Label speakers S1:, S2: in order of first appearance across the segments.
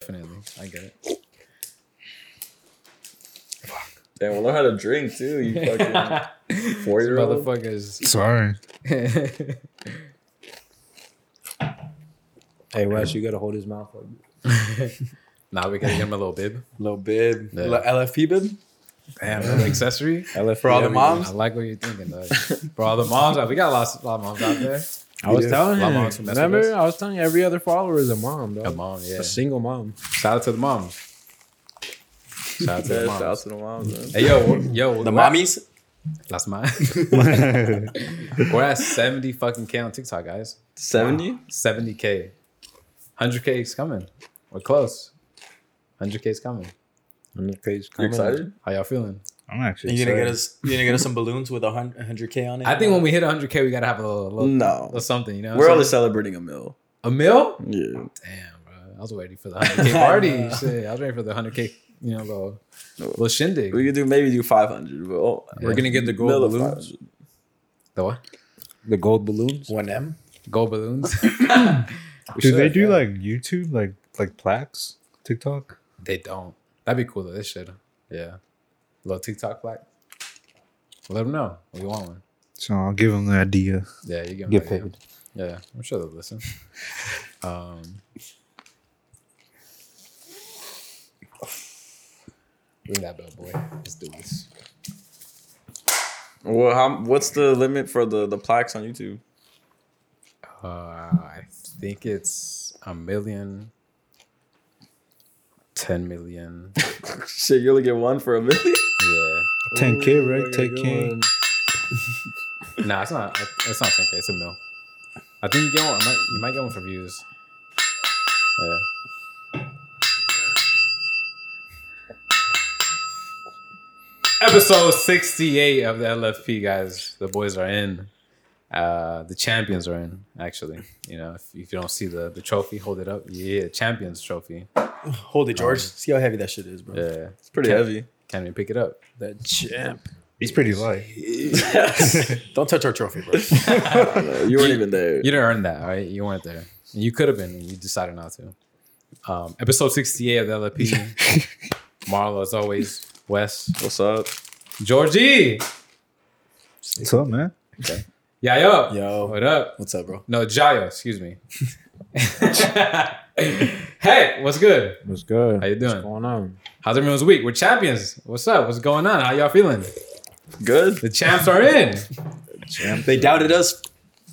S1: definitely. I get it.
S2: Damn, we'll learn how to drink too. You fucking
S1: These
S2: four year old.
S1: motherfuckers.
S3: Sorry.
S4: Hey Wes, you gotta hold his mouth like
S1: now we gotta get him a little bib,
S4: little bib,
S1: Yeah.
S4: Little LFP bib.
S1: a little accessory.
S4: LFP
S1: For
S4: all the moms.
S1: I like what you're thinking, though. For all the moms, out- we got lots, lot of moms out there.
S4: I was
S3: Yeah.
S4: telling you.
S1: My mom's from
S4: Remember,
S1: Mexico.
S4: I was telling you every other follower is a mom, dog.
S1: A mom, yeah.
S4: A single mom.
S1: Shout out to the moms. Shout out to the
S2: Yeah, shout out
S1: moms.
S2: to the moms. man.
S1: Hey, yo, we're- yo,
S5: The
S1: we're at-
S5: mommies?
S1: That's mine. we're at 70 fucking K on TikTok, guys.
S2: Seventy.
S1: 70K. 100K is coming. We're close. 100K is coming.
S4: And the case
S2: You
S4: coming.
S2: excited?
S1: How y'all feeling?
S3: I'm actually.
S5: You gonna get
S3: excited.
S5: us? You gonna get us some balloons with a hundred k on it?
S1: I think when we hit 100K, we gotta have a little, little,
S5: no,
S1: little something, you know?
S2: Oh, We're
S1: So-
S2: only celebrating a meal.
S1: a meal?
S2: Yeah.
S1: Damn, bro. I was waiting for the 100K party. Shit, I was waiting for the 100K, you know, little, little shindig.
S2: We could do maybe do five hundred, but oh,
S4: We're gonna get the gold
S2: middle of
S4: balloons.
S2: 500.
S1: the what?
S4: The gold balloons.
S5: one M.
S1: Gold balloons. We
S3: Do they
S1: should,
S3: do
S1: yeah.
S3: like YouTube, like like plaques, TikTok?
S1: They don't. That'd be cool though. They should. Yeah. Little TikTok plaque. Let them know. We want one.
S3: So I'll give them the idea.
S1: Yeah, you get,
S4: Get
S1: them
S4: paid.
S1: Yeah, I'm sure they'll listen. Um, ring that bell, boy. Let's do this.
S2: Well, how, what's the limit for the the plaques on YouTube?
S1: Uh, I think it's a million, ten million.
S2: Shit, you only get one for a million.
S1: Yeah.
S3: 10k,
S4: Ooh,
S3: right?
S4: I got a
S3: 10k.
S4: good
S1: Nah, it's not. It's not 10k. It's a mil. I think you get one. I might, you might get one for views. Yeah. Episode 68 of the LFP, guys. The boys are in. Uh, the champions are in. Actually, you know, if, if you don't see the the trophy, hold it up. Yeah, champions trophy.
S5: Hold it, George. See how heavy that shit is, bro.
S1: Yeah,
S2: It's pretty
S1: Ten.
S2: heavy.
S1: can we pick it up?
S4: That champ.
S3: It's pretty light.
S5: Don't touch our trophy, bro.
S2: No, you weren't even there.
S1: You didn't earn that, all right? You weren't there. You could have been, and you decided not to. Um, episode 68 of the LFP. Marlo, as always, Wes,
S2: What's up?
S1: Georgie.
S3: What's up, man?
S1: Yayo.
S5: Yo.
S1: What up?
S5: What's up, bro?
S1: No, Jayo, excuse me. hey, what's good?
S4: What's good?
S1: How you
S4: What's
S1: doing?
S4: going on?
S1: How's everyone's week? We're champions. What's up? What's going on? How y'all feeling?
S2: Good.
S1: The champs are in.
S5: They doubted us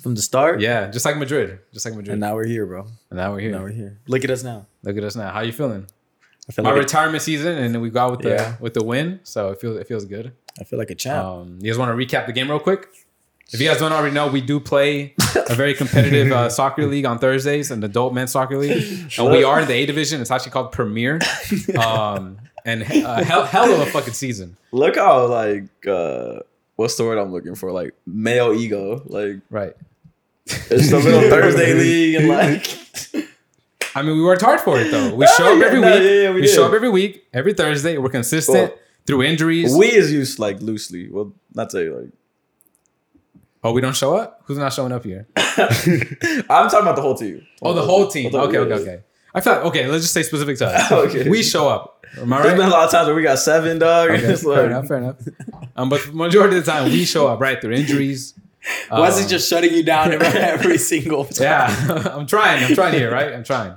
S5: from the start.
S1: Yeah, just like Madrid. Just like Madrid.
S5: And
S1: And now,
S5: now we're here, bro.
S1: we're here.
S5: Now we're here. Look at us now.
S1: Look at us now. How you feeling?
S5: I feel
S1: My
S5: like
S1: retirement season, and then we got with the
S5: Yeah.
S1: with the win, so it feels it feels good.
S5: a, I feel like a champ.
S1: Um, you guys want to recap the game real quick? If you guys don't already know, we do play a very competitive uh, soccer league on Thursdays, an adult men's soccer league, and we are in the A division. It's actually called Premier, um, and uh, hell, hell of a fucking season,
S2: Look how like uh, what's the word I'm looking for? Like male ego. Like
S1: right?
S2: it's the little Thursday league and like
S1: I mean, we worked hard for it though. We
S2: Oh,
S1: show up
S2: yeah,
S1: every
S2: no,
S1: week.
S2: yeah, yeah, we
S1: we
S2: did.
S1: show up every week, every Thursday. We're consistent
S2: Well,
S1: through injuries.
S2: we is used like loosely. Well, not say like
S1: oh, we don't show up. Who's not showing up here?
S2: I'm talking about Oh, the whole team.
S1: Oh, the whole team.
S2: Whole
S1: Okay, okay, okay. I thought okay. Let's just say specific to us.
S2: Okay.
S1: We show up. Am I
S2: There's
S1: right?
S2: been a lot of times where we got seven, dog.
S1: Okay,
S2: It's like,
S1: fair enough, fair enough. Um, but majority of the time we show up right through injuries. Um,
S5: Wes Oh, is just shutting you down every, every single time.
S1: yeah. I'm trying. I'm trying here, right? I'm trying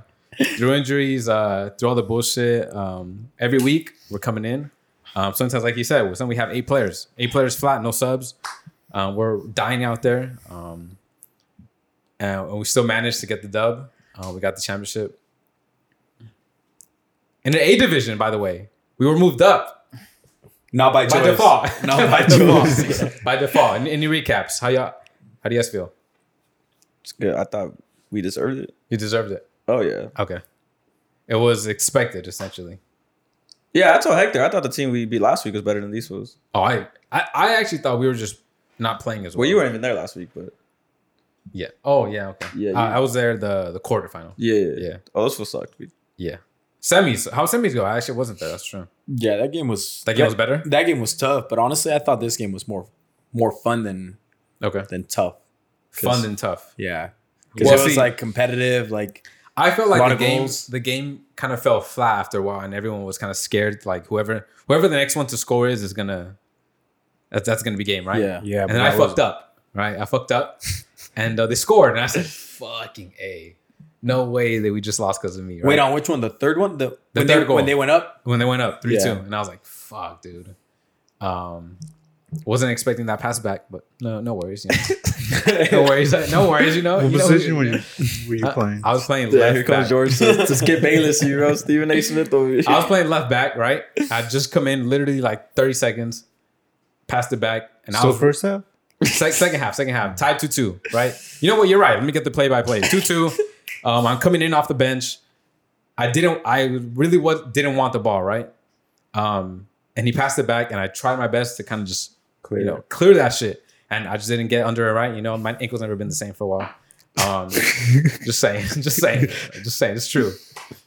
S1: through injuries, uh, through all the bullshit. Um, every week we're coming in. Um, sometimes, like you said, sometimes we have eight players, eight players flat, no subs. Um, we're dying out there, um, and, and we still managed to get the dub. Uh, we got the championship in the A division, by the way. We were moved up.
S5: Not by,
S1: by
S5: choice.
S1: default.
S5: Not by choice.
S1: default. by default. Any, any recaps? How y'all? How do you guys feel?
S2: Yeah, I thought we deserved it.
S1: You deserved it.
S2: Oh yeah.
S1: Okay. It was expected, essentially.
S2: Yeah, I told Hector I thought the team we beat last week was better than these was.
S1: Oh, I, I, I actually thought we were just not playing as well.
S2: Well, you weren't even there last week, but
S1: Yeah. Oh, yeah. Okay.
S2: Yeah,
S1: Yeah.
S2: you-
S1: I, I was there the the quarterfinal.
S2: yeah, yeah.
S1: Yeah.
S2: Oh, this was sucked. We-
S1: Yeah. Semis. How semis go? I actually wasn't there. That's true.
S5: Yeah, that game was
S1: That game was better.
S5: That game was tough, but honestly, I thought this game was more more fun than
S1: Okay.
S5: than tough.
S1: Fun and tough.
S5: Yeah, because
S1: Well,
S5: it was
S1: see-
S5: like competitive. Like
S1: I felt
S4: Lot
S1: like the
S4: of
S1: game
S4: goals.
S1: the game kind of fell flat after a while, and everyone was kind of scared. Like whoever whoever the next one to score is is gonna that's that's gonna be game, right?
S2: Yeah.
S4: Yeah,
S1: And then I fucked up, right? I fucked up, and uh, they scored, and I said, "Fucking a, no way that we just lost because of me." Right?
S5: Wait on which one? The third one? The, when,
S1: third
S5: they,
S1: goal.
S5: when they went up?
S1: when they went up three
S2: Yeah.
S1: two, and I was like, "Fuck, dude." Um, wasn't expecting that pass back, but no, no worries. You know? no worries, no worries. You know,
S4: Oh,
S3: What
S1: You know who-
S3: position were you, were you
S1: I-
S3: playing?
S1: I was playing
S2: Yeah,
S1: left
S2: here comes
S1: back.
S2: George to, to skip Bayless, you know, Stephen A. Smith over here.
S1: I was playing left back, right? I just come in literally like 30 seconds, passed it back, and I
S3: so
S1: was
S3: first half?
S1: sec- second half, second half, tied 2 2, right? You know what? You're right. Let me get the play by play. 2 2. Um, I'm coming in off the bench. I didn't, I really was, didn't want the ball, right? Um, and he passed it back, and I tried my best to kind of just, you know, clear that shit. And I just didn't get under it, right? You know, my ankle's never been the same for a while. Um, just saying, just saying, just saying, it's true.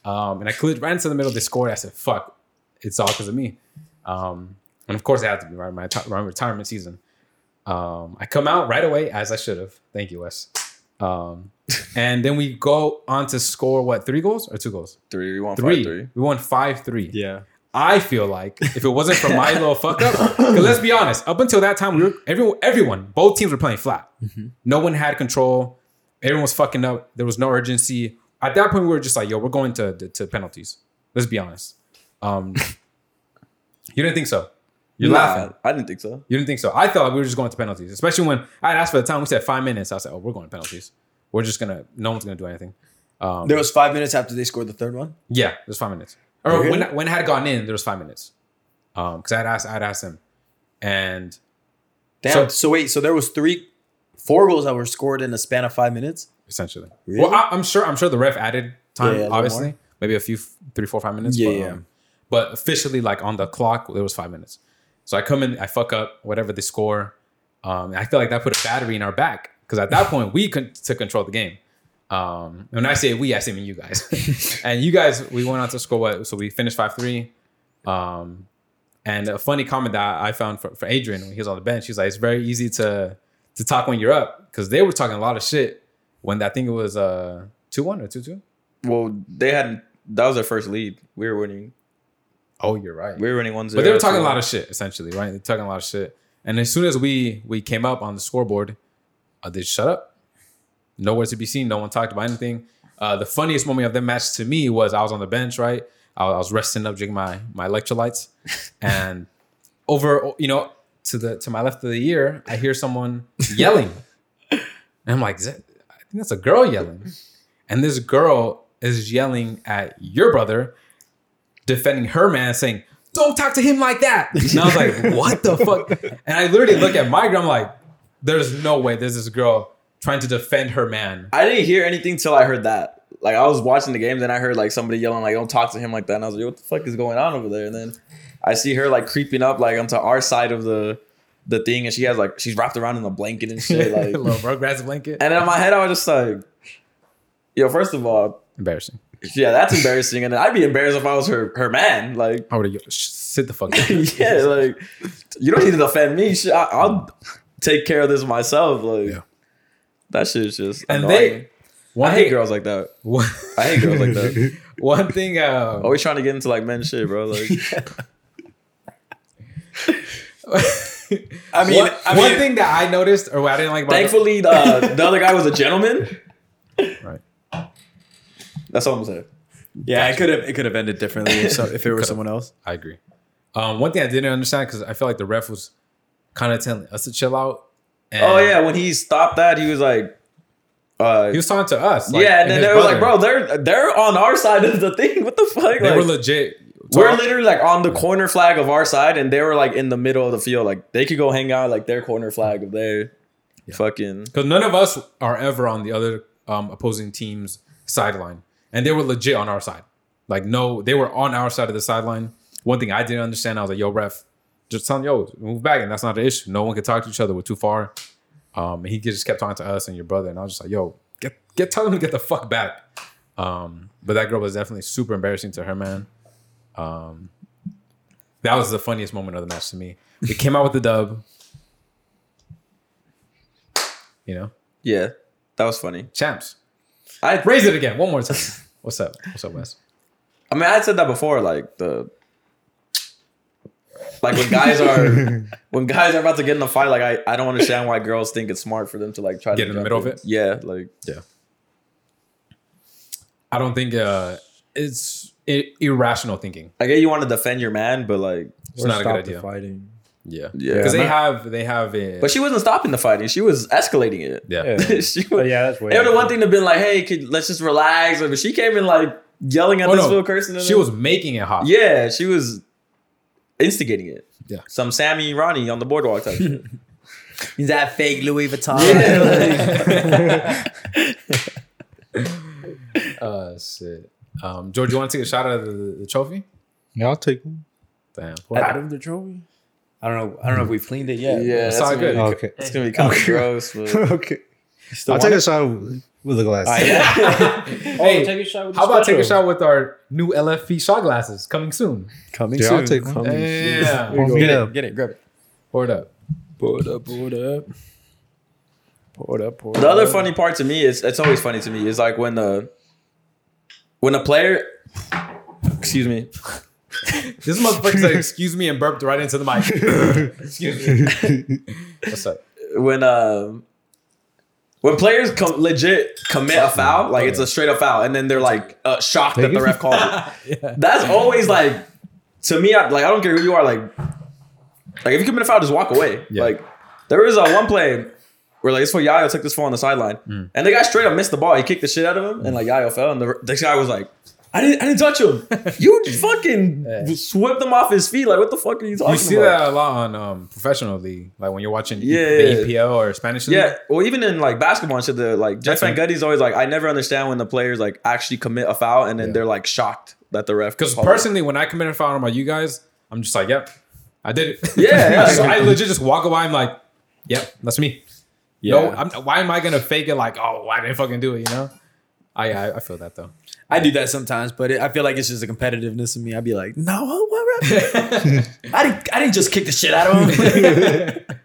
S1: Um, and I cleared right into the middle. They scored. I said, "Fuck, it's all because of me." Um, and of course, it had to be right. My, my retirement season. Um, I come out right away as I should have. Thank you, Wes. Um, and then we go on to score what three goals or two goals?
S2: three, we won
S1: Three.
S2: five, three.
S1: We won five three.
S5: Yeah.
S1: I feel like if it wasn't for my little fuck up, 'cause let's be honest, up until that time, we were everyone, everyone both teams were playing flat.
S2: Mm-hmm.
S1: No one had control. Everyone was fucking up. There was no urgency. At that point, we were just like, "Yo, we're going to to, to penalties." Let's be honest. Um, you didn't think so. You're
S2: Nah,
S1: laughing.
S2: I didn't think so.
S1: You didn't think so. I thought we were just going to penalties, especially when I had asked for the time. We said five minutes. I said, "Oh, we're going to penalties. We're just gonna. No one's gonna do anything." Um,
S5: There was five minutes after they scored the third one.
S1: yeah, it was five minutes. Or
S5: Really?
S1: when when I had gone in, there was five minutes. Um, because I'd asked I'd asked him, and So-
S5: Damn. So, wait, so there was three, four goals that were scored in a span of five minutes.
S1: essentially,
S5: Really?
S1: well, I, I'm sure I'm sure the ref added time,
S5: Yeah, a little
S1: obviously, maybe a few f- three, four, five minutes.
S5: Yeah,
S1: but, um,
S5: yeah.
S1: but officially, like on the clock, it was five minutes. So I come in, I fuck up whatever they score. Um, and I feel like that put a battery in our back because at that point we con- took control of the game. Um, and when I say we, I say mean you guys. and you guys, we went on to score what? So we finished five three. Um, and a funny comment that I found for, for Adrian when he was on the bench, he's like, it's very easy to to talk when you're up because they were talking a lot of shit when that thing was uh two one or two two.
S2: Well, they had that was their first lead. We were winning.
S1: Oh, you're right.
S2: We were winning one zero.
S1: But they were talking a lot of shit essentially, right? They're talking a lot of shit. And as soon as we we came up on the scoreboard, uh, they shut up. Nowhere to be seen. No one talked about anything. Uh, the funniest moment of that match to me was I was on the bench, right? I, I was resting up, drinking my my electrolytes, and over you know to the to my left of the ear, I hear someone yelling, and I'm like, "Is that- I think that's a girl yelling, and this girl is yelling at your brother, defending her man, saying, "Don't talk to him like that." And I was like, "What the fuck?" And I literally look at my girl. I'm like, "There's no way. There's this girl trying to defend her man."
S2: I didn't hear anything till I heard that. Like I was watching the games and I heard like somebody yelling like "Don't talk to him like that," and I was like, "What the fuck is going on over there?" And then I see her like creeping up like onto our side of the the thing, and she has like she's wrapped around in a blanket and shit. Like,
S1: Little Rugrats blanket.
S2: and in my head, I was just like, "Yo, first of all,
S1: Embarrassing.
S2: yeah, that's embarrassing," and I'd be embarrassed if I was her her man. Like,
S1: I would have sit the fuck down.
S2: yeah, like you don't need to defend me. Shit, I, I'll take care of this myself. Like,
S4: Yeah.
S2: that shit's just
S1: And
S2: annoying.
S1: they one
S2: I hate
S1: thing,
S2: girls like that.
S1: One,
S2: I hate Oh. girls like that.
S1: one thing. Uh,
S2: Always trying to get into like men's shit, bro. Like,
S5: I mean,
S1: one,
S5: I
S1: one
S5: mean,
S1: thing that I noticed, or what I didn't like about
S2: thankfully, uh, the other guy was a gentleman.
S1: Right.
S2: That's all I'm saying.
S5: yeah, it could have it could have ended differently if, so, if it were someone else.
S1: I agree. Um, one thing I didn't understand because I feel like the ref was kind of telling us to chill out. And
S2: Oh yeah, when he stopped that, he was like, uh,
S1: he was talking to us. like,
S2: yeah, and then
S1: his
S2: they were like,
S1: brother.
S2: bro, they're they're on our side of the thing. What the fuck?
S1: They
S2: Like,
S1: were legit.
S2: we're literally like on the corner flag of our side, and they were like in the middle of the field. Like they could go hang out like their corner flag of their fucking.
S1: because none of us are ever on the other um, opposing team's sideline, and they were legit on our side. Like no, they were on our side of the sideline. One thing I didn't understand, I was like, "Yo, ref, just tell him, yo, move back," and that's not the issue. No one could talk to each other. We're too far. Um, and he just kept talking to us and your brother, and I was just like, "Yo, get get tell him to get the fuck back." Um, but that girl was definitely super embarrassing to her man. Um, that was the funniest moment of the match to me. We came out with the dub. You know,
S2: Yeah, that was funny.
S1: champs.
S2: I
S1: Raise it again one more time. What's up? What's up, Wes?
S2: I mean, I had said that before, like the like when guys are when guys are about to get in a fight, like I, I don't understand why girls think it's smart for them to like try
S1: Get in
S2: to
S1: the
S2: jump
S1: middle of it?
S2: Yeah, like
S1: I don't think uh, it's i- irrational thinking.
S2: I get you want to defend your man, but like
S1: It's not a good
S4: stop the
S1: idea.
S4: Fighting.
S1: Yeah,
S2: Yeah.
S1: because they
S2: Not-
S1: have they have a
S2: but she wasn't stopping the fighting, she was escalating it.
S1: yeah.
S4: Yeah.
S2: she was,
S4: But yeah, that's way.
S2: It would have one thing to been like, hey, could, let's just relax. But she came in like yelling at
S1: Oh,
S2: this
S1: no.
S2: little person. and
S1: She
S2: then-
S1: was making it hot.
S2: Yeah, she was instigating it.
S1: Yeah.
S2: Some Sammy Ronnie on the boardwalk type. shit.
S6: Is that fake Louis Vuitton?
S1: Uh, shit. Um, George, you want to take a shot at the, the trophy?
S3: Yeah, I'll take one.
S1: Damn.
S5: Out of the trophy. I don't know. I don't know if we've cleaned it yet.
S2: yeah,
S1: It's
S2: that's
S1: all
S2: gonna
S1: good.
S2: be-
S3: Okay.
S2: It's gonna be kind of
S3: Okay.
S2: gross, but
S3: okay.
S5: Still
S3: I'll
S5: want
S3: take
S5: it?
S3: a shot with with a glass.
S1: Hey,
S4: a shot with
S1: how about take a shot with our new LFP shot glasses coming soon?
S5: Coming
S3: Yeah,
S5: soon.
S3: I'll take one.
S1: Yeah.
S3: Pump
S5: Get
S3: it
S5: it.
S3: up.
S5: Get it. Grab it.
S1: Pour it up.
S5: Pour it up. Pour it up. Pour it up. Pour it
S2: the other
S5: up.
S2: funny part to me is it's always funny to me is like when the when a player, excuse me,
S1: This motherfucker said, "Excuse me," and burped right into the mic. Excuse me. What's up?
S2: when um when players com- legit commit a
S1: Mm-hmm.
S2: foul, like it's a straight up foul, and then they're like uh, shocked that the ref called it. That's always like to me. I, like I don't care who you are. Like like if you commit a foul, just walk away.
S1: Yeah.
S2: Like there was a one play where like this for Yayo took this foul on the sideline,
S1: Mm.
S2: and the guy straight up missed the ball. He kicked the shit out of him, and like Yayo fell, and the this guy was like. I didn't, I did't touch him. You fucking
S1: Yeah.
S2: swept him off his feet. Like, what the fuck are you talking
S1: You see
S2: about?
S1: that a lot on um, professional league, like when you're watching E
S2: Yeah, yeah,
S1: the EPL or Spanish league.
S2: Yeah, well, even in like basketball and shit, the like Jeff Van
S1: That's
S2: Gundy's always like, I never understand when the players like actually commit a foul and then they're like shocked that the ref.
S1: Because
S2: called it.
S1: personally, when I commit a foul on my you guys, I'm just like, "Yep, I did it."
S2: Yeah, yeah.
S1: So I legit just walk away. I'm like, "Yep, that's me." No,
S5: Yeah.
S1: I'm, why am I gonna fake it? Like, oh, I didn't fucking do it. You know, I I, I feel that though.
S5: I do that sometimes, but it, I feel like it's just a competitiveness in me. I'd be like, no, what ref? I didn't. I didn't just kick the shit out of him.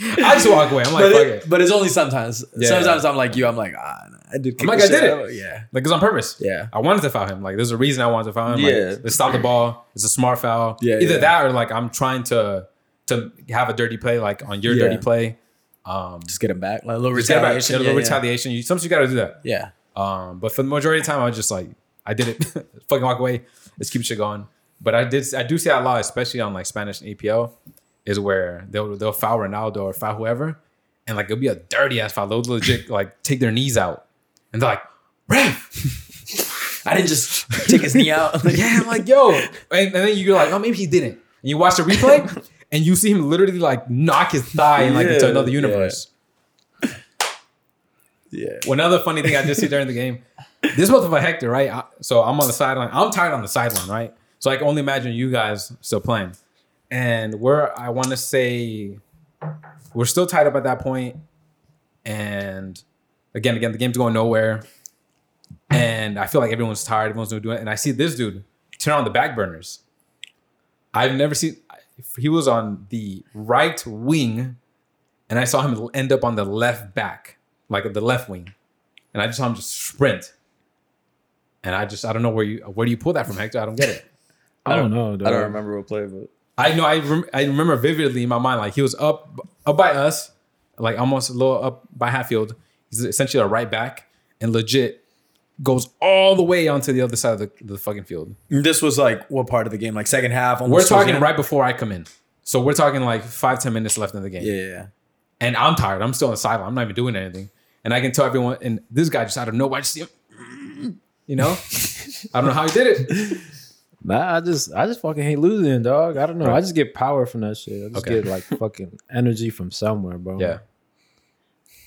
S1: I just walk away. I'm like,
S5: but,
S1: fuck
S5: it,
S1: it.
S5: but it's only sometimes.
S1: Yeah.
S5: Sometimes I'm like you. I'm like, ah, nah, I did. Kick
S1: I'm like,
S5: the
S1: I
S5: shit
S1: did
S5: out of
S1: it.
S5: him." Yeah.
S1: Like it's on purpose.
S5: Yeah.
S1: I wanted to foul him. Like there's a reason I wanted to foul him.
S2: Yeah.
S1: Like, let's stop the ball. It's a smart foul.
S5: Yeah,
S1: Either
S5: yeah.
S1: that or like I'm trying to to have a dirty play, like on your
S5: Yeah.
S1: dirty play. Um
S5: Just get him back. Like a little
S1: just get back,
S5: retaliation.
S1: a little
S5: yeah, yeah.
S1: retaliation. You sometimes you gotta do that.
S5: Yeah.
S1: Um but for the majority of the time I was just like, I did it. Fucking walk away. Let's keep shit going. But I did I do see that a lot, especially on like Spanish and EPL, is where they'll they'll foul Ronaldo or foul whoever. And like it'll be a dirty ass foul. They'll legit like take their knees out. And they're like, ref,
S5: I didn't just take his knee out.
S1: yeah, I'm like, yo. And, and then you're like, oh, maybe he didn't. And you watch the replay and you see him literally like knock his thigh like into
S2: Yeah,
S1: another universe.
S5: yeah.
S1: One other funny thing I just see during the game, this motherfucker Hector, right? I- so I'm on the sideline. I'm tired on the sideline, right? So I can only imagine you guys still playing. And we're, I want to say, we're still tied up at that point. And again, again, the game's going nowhere. And I feel like everyone's tired. Everyone's doing it. And I see this dude turn on the back burners. I've never seen. He was on the right wing, and I saw him end up on the left back, like the left wing, and I just saw him just sprint. And I just I don't know where you where do you pull that from, Hector? I don't get it.
S4: I don't know.
S2: I don't remember what play, but
S1: I know I rem- I remember vividly in my mind like he was up up by us, like almost a little up by Hatfield. He's essentially a right back and legit goes all the way onto the other side of the, the fucking field.
S5: This was like what part of the game? Like second half.
S1: We're
S5: almost towards the
S1: talking
S5: end?
S1: right before I come in. So we're talking like five, ten minutes left in the game.
S5: Yeah, yeah, yeah.
S1: And I'm tired. I'm still on the sideline. I'm not even doing anything. And I can tell everyone, and this guy just out of nowhere, I just see him. You know? I don't know how he did it.
S4: Nah, I just I just fucking hate losing, dog. I don't know. I just get power from that shit. I just
S1: Okay.
S4: get like fucking energy from somewhere, bro.
S1: Yeah.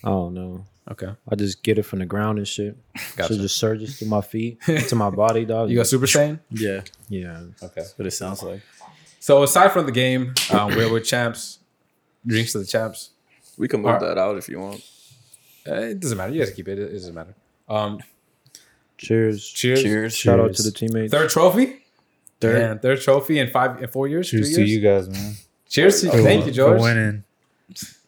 S4: I don't know.
S1: Okay.
S4: I just get it from the ground and shit.
S1: Gotcha.
S4: So just surges through my feet to my body, dog.
S1: You got Super Saiyan?
S5: Yeah.
S4: yeah.
S1: Okay.
S5: That's what it sounds like.
S1: So aside from the game, um, we're with champs, drinks to the champs.
S2: we can move
S1: Alright.
S2: that out if you want.
S1: Uh, it doesn't matter. You guys keep it. It doesn't matter. Um,
S4: Cheers.
S1: cheers.
S4: Shout out to the teammates.
S1: Third trophy.
S5: Third.
S1: Man, third trophy in five in four years.
S3: Cheers
S1: three
S3: to
S1: years?
S3: you guys, man.
S1: Cheers. To,
S3: For-
S1: thank you, George.
S3: For winning.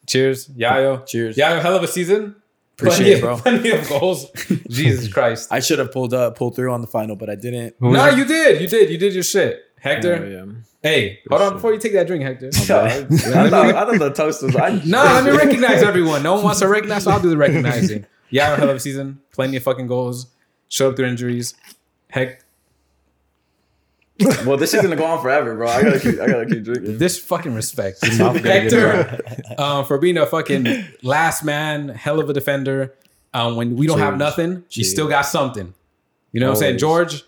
S1: Cheers, Yayo.
S5: Cheers.
S1: Yayo, hell of a season. plenty,
S5: Appreciate it, bro.
S1: plenty of goals. Jesus Christ.
S5: I should have pulled up, pulled through on the final, but I didn't.
S1: No, you did. You did. You did your shit. Hector.
S5: Yeah.
S1: Hey, hold on before you take that drink, Hector.
S2: I, thought, I thought the toast was. I,
S1: No, let me recognize everyone. No one wants to recognize, so I'll do the recognizing. Yeah, I had a hell of a season. Plenty of fucking goals. Showed up through injuries. Heck,
S2: Well, this is gonna go on forever, bro. I gotta keep. I gotta keep drinking.
S1: this fucking respect. Hector um, for being a fucking last man, hell of a defender. Um, when we don't have nothing, you still got something. You know what I'm saying? George,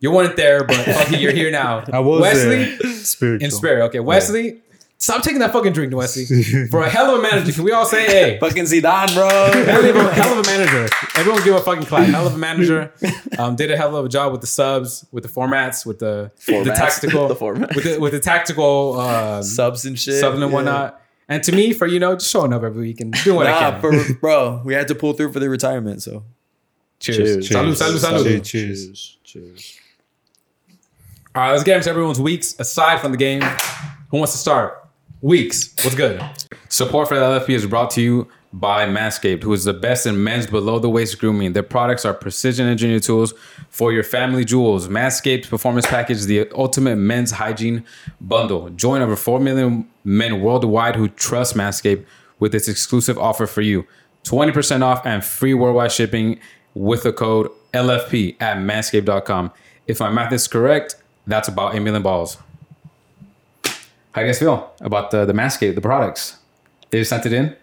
S1: you weren't there, but fucking you're here now.
S3: I was
S1: Wesley
S3: there. spiritual.
S1: in spirit. Okay, Wesley, stop taking that fucking drink, Wesley. for a hell of a manager, can we all say, hey,
S5: Fucking Zidane, bro.
S1: hell of, a, hell of a manager. Everyone give a fucking clap. Hell of a manager. Um, did a hell of a job with the subs, with the formats, with the, the
S2: Formats.
S1: tactical,
S2: The formats.
S1: with the, with the tactical um,
S5: Subs and shit.
S1: subbing and whatnot. And to me, for you know, just showing up every week and doing what I
S5: Nah,
S1: can.
S5: for, bro, we had to pull through for the retirement, so.
S1: cheers. Salud, salud, salud.
S3: Cheers. Cheers.
S5: Cheers.
S1: All right, let's get into everyone's weeks aside from the game. Who wants to start? Weeks. What's good? Support for the LFP is brought to you by Manscaped, who is the best in men's below the waist grooming. Their products are precision engineered tools for your family jewels. Manscaped's performance package is the ultimate men's hygiene bundle. Join over 4 million men worldwide who trust Manscaped with its exclusive offer for you 20% off and free worldwide shipping with the code LFP at manscaped.com. If my math is correct, that's about a million balls. How you guys feel about the the Manscaped, the products? They just sent it in.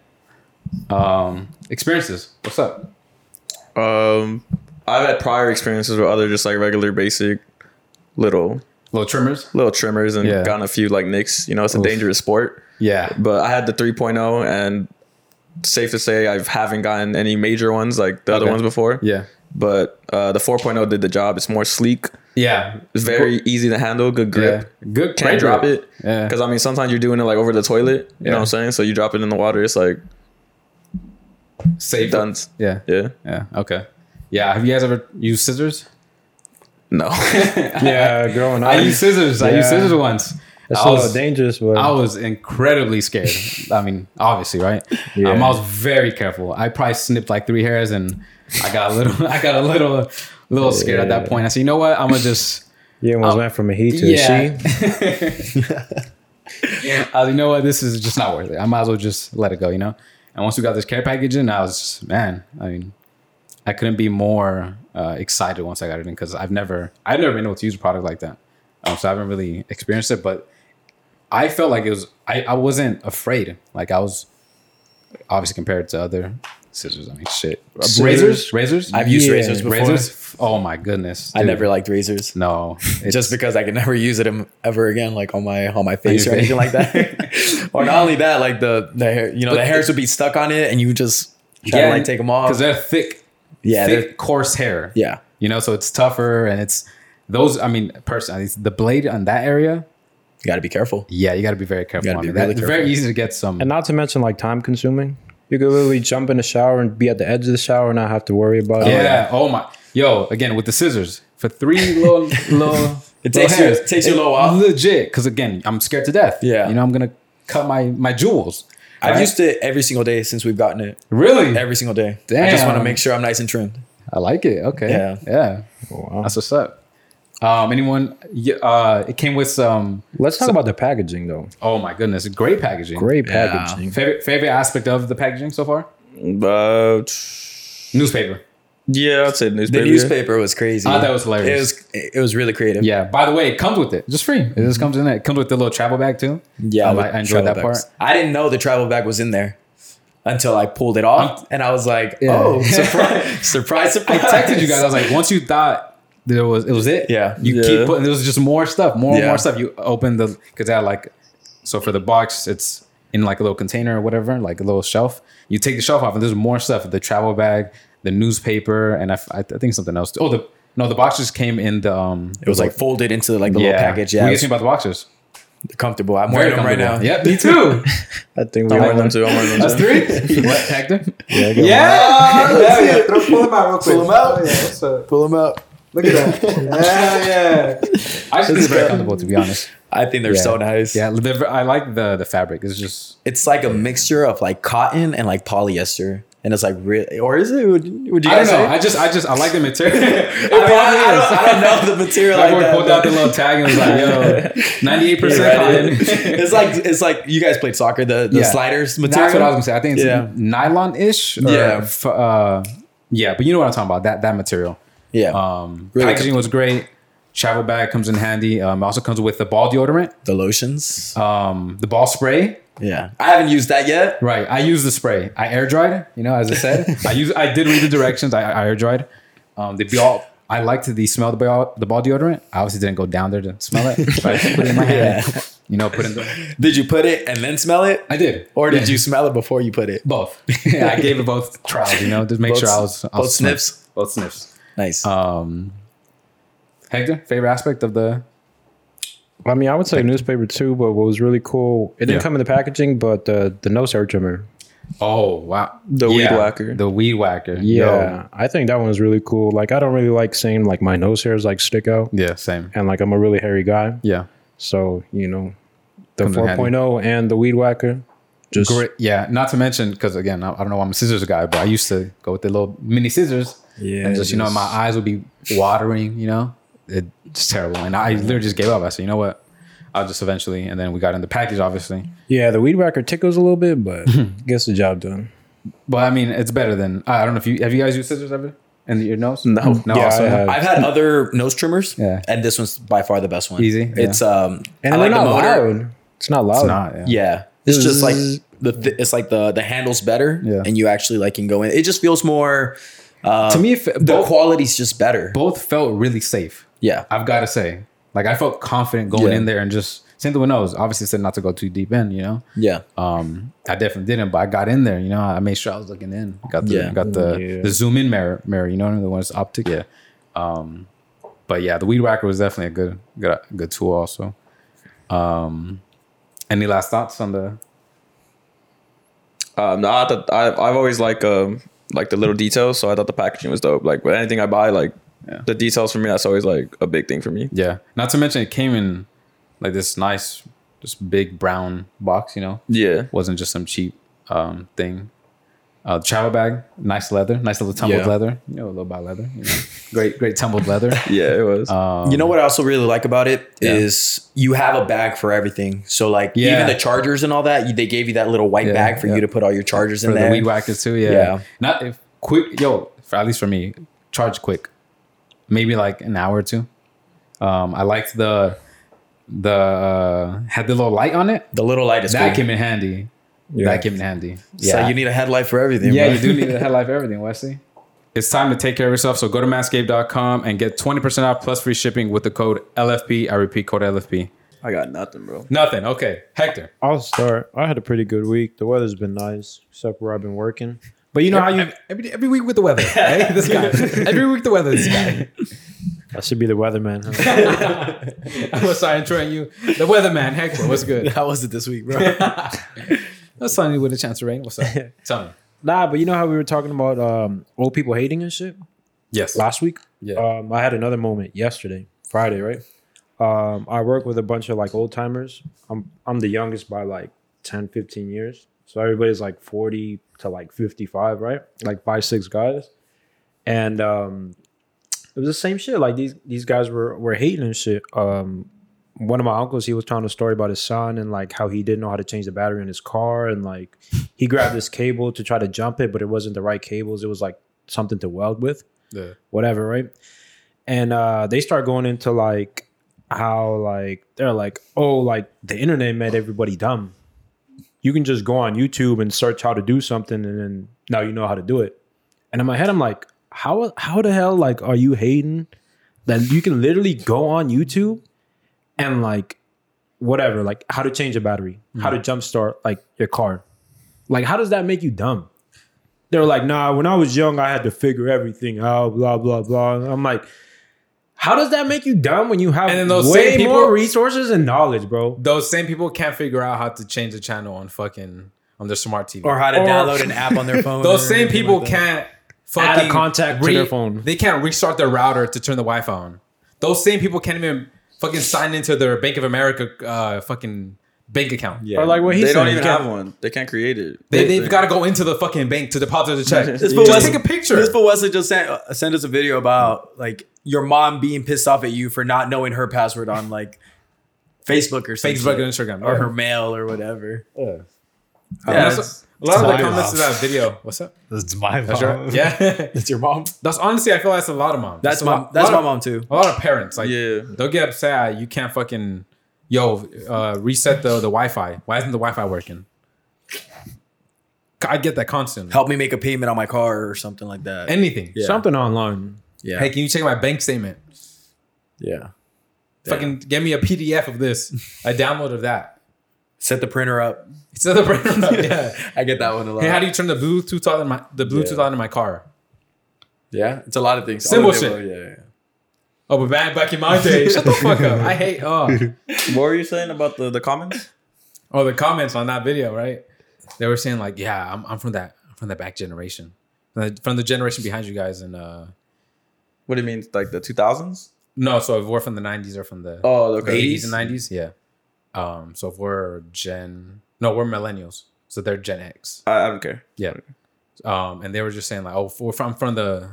S1: Um, experiences. What's up?
S2: Um, I've had prior experiences with other just like regular basic little
S1: Little trimmers.
S2: little trimmers and
S1: Yeah.
S2: gotten a few like nicks. You know, it's a dangerous sport.
S1: Yeah.
S2: But I had the 3.0 and safe to say I haven't gotten any major ones like the other
S1: Okay.
S2: ones before.
S1: Yeah.
S2: But uh, the 4.0 did the job. It's more sleek.
S1: Yeah.
S2: It's very easy to handle. Good grip.
S1: Yeah. Good.
S2: Can't
S1: great
S2: drop
S1: grip.
S2: it.
S1: Yeah.
S2: Because I mean, sometimes you're doing it like over the toilet. You know
S1: Yeah.
S2: what I'm saying? So you drop it in the water. It's like
S1: Save
S2: done.
S1: Yeah.
S2: Yeah.
S1: Yeah. Okay. Yeah. Have you guys ever used scissors?
S2: No.
S3: Yeah, growing up.
S1: I used scissors. I used
S3: Yeah.
S1: scissors once.
S3: That's
S1: I
S3: a
S1: was-
S3: little dangerous, but
S1: I was incredibly scared. I mean, obviously, right?
S3: Yeah.
S1: Um, I was very careful. I probably snipped like three hairs, and I got a little, I got a little, little scared at that point. I said, you know what? I'm gonna just,
S3: you almost went from a he to
S1: yeah.
S3: a she.
S1: I was, you know what? This is just not worth it. I might as well just let it go, you know. And once we got this care package in, I was just, man. I mean, I couldn't be more uh, excited once I got it in because I've never, I've never been able to use a product like that, um, so I haven't really experienced it. But I felt like it was, I, I wasn't afraid. Like I was, obviously compared to other scissors. I mean, shit, razors, razors.
S5: I've used
S3: Yeah.
S5: razors before.
S1: razors. Oh my goodness,
S5: I
S1: dude.
S5: never liked razors.
S1: No, it's
S5: just because I could never use it em- ever again, like on my on my face
S1: your
S5: or anything
S1: face.
S5: like that. or not only that, like the the hair, you know, the hairs would be stuck on it, and you just try to like take them off.
S1: because they're thick,
S5: Yeah, they're-
S1: thick, coarse hair.
S5: yeah,
S1: you know so it's tougher and it's those i mean personally it's the blade on that area
S5: you got to be careful.
S1: yeah you got to be very careful
S5: Gotta
S1: on
S5: be
S1: it. That-
S5: really
S1: it's very
S5: careful.
S1: easy to get some
S3: And not to mention like time consuming. You could literally jump in the shower and be at the edge of the shower and not have to worry about it.
S1: yeah oh my yo again with the scissors for three little little
S5: It takes you- it takes you a little while.
S1: legit because again i'm scared to death
S5: Yeah.
S1: you know i'm gonna cut my my jewels
S5: I've
S1: Right?
S5: used it every single day since we've gotten it.
S1: really
S5: Every single day. I just want to
S1: Damn.
S5: make sure I'm nice and trimmed.
S1: i like it okay
S5: Yeah.
S1: yeah
S4: Oh,
S3: Wow.
S1: that's what's up um anyone yeah, uh it came with some
S3: Let's talk about the packaging though.
S1: oh my goodness great packaging
S3: Great packaging.
S1: favorite favorite aspect of the packaging so far
S2: uh, tch.
S1: newspaper
S2: yeah, I'd say
S5: The
S2: newspaper.
S5: newspaper was crazy.
S1: I thought that was
S5: it
S1: hilarious.
S5: was it was really creative.
S1: yeah. By the way, it comes with it. Just free. It just comes in there. It comes with the little travel bag too.
S5: yeah.
S1: I,
S5: with
S1: like, I enjoyed
S5: travel
S1: that part.
S5: bags. I didn't know the travel bag was in there until I pulled it off, and I was like, oh, surprise, surprise,
S1: I
S5: surprise!
S1: texted you guys. I was like, once you thought there was, it was it.
S5: Yeah.
S1: You
S2: Yeah.
S1: keep putting. There was just more stuff, more and
S5: Yeah.
S1: more stuff. You open the because I like. So for the box, it's in like a little container or whatever, like a little shelf. You take the shelf off, and there's more stuff: the travel bag, the newspaper, and I, f- I th- I think something else. Oh, the no, the box just came in the. um
S5: It was like folded into like the little package. Yeah,
S1: What
S5: it
S1: do you guys think
S5: was
S1: about the boxes?
S5: comfortable. I'm wearing them right now.
S1: Yeah, me too.
S3: I think we
S2: I'm
S3: went
S2: wearing them too. I'm wearing them
S1: That's
S2: too.
S1: three. what, Hector?
S3: yeah, I got
S1: Yeah, yeah, yeah. Throw, pull him out real quick.
S6: Pull 'em out.
S1: Oh, yeah, what's up?
S5: Pull them up.
S6: Look at that.
S1: yeah. I just think it's very comfortable to be honest.
S5: I think they're
S1: Yeah.
S5: so nice.
S1: Yeah, the, I like the the fabric. It's just
S5: It's like a mixture of like cotton and like polyester. and it's like really or is it? Would, would you
S1: I don't
S5: guys
S1: know.
S5: say?
S1: I just, I just, I like the material. it
S5: I, mean, I- I don't, I don't know the material like
S1: Everyone
S5: that.
S1: pulled
S5: but-
S1: out the little tag and was like, "Yo, ninety-eight percent cotton."
S5: it's like it's like you guys played soccer, the, the
S1: Yeah.
S5: sliders material.
S1: That's what I was gonna say. I think it's
S5: Yeah.
S1: nylon-ish. Or,
S5: Yeah.
S1: f- uh, yeah, but you know what I'm talking about. That that material.
S5: Yeah,
S1: Um,
S5: Really
S1: packaging was great. Travel bag comes in handy. Um, it also comes with the ball deodorant,
S5: the lotions.
S1: um, the ball spray.
S5: yeah, I haven't used that yet.
S1: Right. I use the spray. I air dried. You know, as I said, I use. I did read the directions. I, I air dried. Um, the ball. I liked the smell of the ball, the ball deodorant. I obviously didn't go down there to smell it. But I just put it in my hand. You know, put it in. The,
S5: Did you put it and then smell it,
S1: I did.
S5: or did
S1: Yeah.
S5: you smell it before you put it?
S1: Both. yeah, I gave it both trials. You know, just make
S5: Both-
S1: sure I was. I
S5: both
S1: was smart.
S5: sniffs?
S1: Both sniffs.
S5: Nice.
S1: Um, Hector, favorite aspect of the
S3: I mean, I would say newspaper too, but what was really cool, it didn't
S1: Yeah.
S3: come in the packaging, but uh, the nose hair trimmer.
S1: Oh wow,
S2: The weed whacker.
S1: the weed whacker.
S3: Yeah, I think that one was really cool. Like, I don't really like seeing like my nose hairs like stick out,
S1: Yo. yeah, same.
S3: and like I'm a really hairy guy,
S1: Yeah,
S3: so you know, the
S1: Comes in handy.
S3: 4.0 and the weed whacker, just
S1: great. Yeah, not to mention because again, I, I don't know why I'm a scissors guy, but I used to go with the little mini scissors.
S3: Yeah,
S1: and just you know,
S3: just-
S1: my eyes would be watering. You know, it, it's terrible, and I literally just gave up. I said, you know what, I'll just eventually. And then we got in the package, obviously.
S3: yeah, the weed whacker tickles a little bit, but gets the job done.
S1: But I mean, it's better than I I don't know if you have you guys used scissors ever in your nose.
S5: no,
S1: no,
S3: yeah,
S1: also
S3: I have.
S5: I've had other nose trimmers,
S1: Yeah.
S5: and this one's by far the best one.
S1: Easy, yeah.
S5: It's um,
S3: and
S5: I
S3: they're
S5: like the
S3: not
S5: motor.
S3: loud. It's not loud.
S1: it's not. Yeah.
S5: Yeah, it's just like the th- it's like the the handles better,
S1: Yeah.
S5: and you actually like can go in. It just feels more. Uh,
S1: To me, if,
S5: the
S1: both,
S5: quality's just better.
S1: both felt really safe.
S5: Yeah,
S1: I've got to say, like I felt confident going
S5: Yeah.
S1: in there and just same thing with nose. Obviously, said not to go too deep in, you know.
S5: yeah.
S1: Um, I definitely didn't, but I got in there, you know. I made sure I was looking in. Got the
S5: Yeah.
S1: got the,
S3: Yeah.
S1: the zoom in mirror mirror, you know what I mean? The one that's optic. Yeah. Um, but yeah, the weed whacker was definitely a good good good tool also. Um, any last thoughts on the
S2: Um, no, I thought, I, I've always like um like the little details, so I thought the packaging was dope. Like with anything I buy, like
S1: Yeah.
S2: the details for me, that's always like a big thing for me.
S1: yeah? Not to mention it came in like this nice, just big brown box, you know.
S2: Yeah,
S1: wasn't just some cheap um, thing. Uh, travel bag, nice leather, nice little tumbled
S5: Yeah.
S1: leather. You know a little about leather. You know. great, great tumbled leather.
S2: yeah, it was.
S1: Um,
S5: you know what I also really like about it is
S1: Yeah.
S5: you have a bag for everything. So like
S1: Yeah.
S5: even the chargers and all that, you, they gave you that little white
S1: Yeah,
S5: bag for
S1: yeah.
S5: you to put all your chargers
S1: for
S5: in
S1: the
S5: there.
S1: weed whackers too. Yeah,
S5: Yeah.
S1: not if quick. Yo, for, at least for me, charge quick. Maybe like an hour or two. Um, I liked the the uh, had the little light on it.
S5: the little light is
S1: that
S5: cool.
S1: came in handy. That came in handy.
S5: So you need a headlight for everything.
S1: Yeah,
S5: bro.
S1: you do need to headlight for everything, Wesley. It's time to take care of yourself. So go to manscaped.com and get 20% off plus free shipping with the code LFP. I repeat, code LFP.
S2: I got nothing, bro.
S1: Nothing. Okay. Hector.
S3: I'll start. I had a pretty good week. The weather's been nice, except where I've been working. But you know how you
S1: Every, every week with the weather. Hey, this guy. Every week the weather. This guy.
S3: I should be the weatherman. Huh?
S1: I'm going to start introing you. The weatherman, Hector. What's good?
S5: How was it this week, bro?
S1: That's sunny with a chance of rain. What's up? Tell me.
S3: nah, but you know how we were talking about um, old people hating and shit
S1: Yes.
S3: last week.
S1: Yeah.
S3: Um, I had another moment yesterday, Friday, right? Um, I work with a bunch of like old timers. I'm I'm the youngest by like 10, 15 years. So everybody's like 40 to like 55, right? Like five, six guys. And um it was the same shit. Like these these guys were were hating and shit. Um one of my uncles, he was telling a story about his son and like how he didn't know how to change the battery in his car and like he grabbed this cable to try to jump it, but it wasn't the right cables. It was like something to weld with
S1: Yeah.
S3: whatever, right? And uh, they start going into like how like they're like, oh, like the internet made everybody dumb. You can just go on YouTube and search how to do something, and then now you know how to do it. And in my head, I'm like, how how the hell like are you hating that you can literally go on YouTube and like whatever, like how to change a battery, how
S1: Mm.
S3: to jumpstart like your car. Like, how does that make you dumb? they were like, nah, when I was young, I had to figure everything out, blah, blah, blah. I'm like, how does that make you dumb when you have
S1: And then those
S3: way
S1: same people-
S3: more resources and knowledge, bro?
S1: Those same people can't figure out how to change the channel on fucking on their smart TV.
S5: or how to
S3: Or-
S5: download an app on their phone.
S1: Those
S5: or
S1: same
S5: anything
S1: people
S5: like that.
S1: can't
S3: Add a
S1: fucking
S3: contact to their phone.
S1: They can't restart their router to turn the Wi-Fi on. Those same people can't even fucking sign into their Bank of America uh, fucking bank account.
S5: Yeah.
S3: Or like what he
S2: they
S3: said.
S2: don't
S3: you
S2: even
S3: can't-
S2: have one. They can't create it.
S1: They, they've got to go into the fucking bank to deposit the check.
S2: Just
S1: just
S2: put
S5: Wes-
S1: take a picture.
S5: This fool Wesley just sent uh, sent us a video about like your mom being pissed off at you for not knowing her password on like Facebook or something.
S1: Facebook and Instagram.
S5: or her mail or whatever.
S1: Yeah,
S5: Yeah,
S1: that's- a lot of
S4: Sorry,
S1: the comments
S4: Rob.
S1: to that video. What's up?
S4: That's my
S1: That's
S4: mom.
S1: your, yeah.
S4: Uh, That's your mom.
S1: That's honestly, I feel like that's a lot of moms.
S5: That's
S1: a
S5: my
S1: lot-
S5: that's
S1: lot
S5: my
S1: of-
S5: mom too.
S1: A lot of parents like
S2: Yeah.
S1: they'll get upset. You can't fucking yo uh, reset the the Wi-Fi. Why isn't the Wi-Fi working? I get that constantly.
S5: Help me make a payment on my car or something like that.
S1: Anything.
S5: Yeah.
S3: Something online.
S5: yeah,
S1: Hey, can you check my bank statement?
S5: yeah.
S1: Fucking get me a PDF of this, a download of that.
S5: Set the printer up.
S1: It's the printer. yeah.
S5: I get that one a lot.
S1: Hey, how do you turn the Bluetooth on in my the Bluetooth on in my car?
S5: yeah, it's a lot of things.
S1: Simple
S5: All the
S1: shit.
S5: way- Yeah, yeah.
S1: Oh, but back back in my day, shut the fuck up. I hate oh.
S2: What were you saying about the the comments?
S1: Oh, the comments on that video, right? They were saying like, "Yeah, I'm, I'm from that I'm from that back generation, from the, from the generation behind you guys." And uh
S2: What do you mean, like the two thousands?
S1: no, so if we're from the '90s or from the
S2: Oh, okay.
S1: '80s and '90s, yeah. Um, so if we're Gen, no, we're millennials, so they're Gen X,
S2: I, I don't care.
S1: yeah. Um, and they were just saying like, "Oh, we're from from the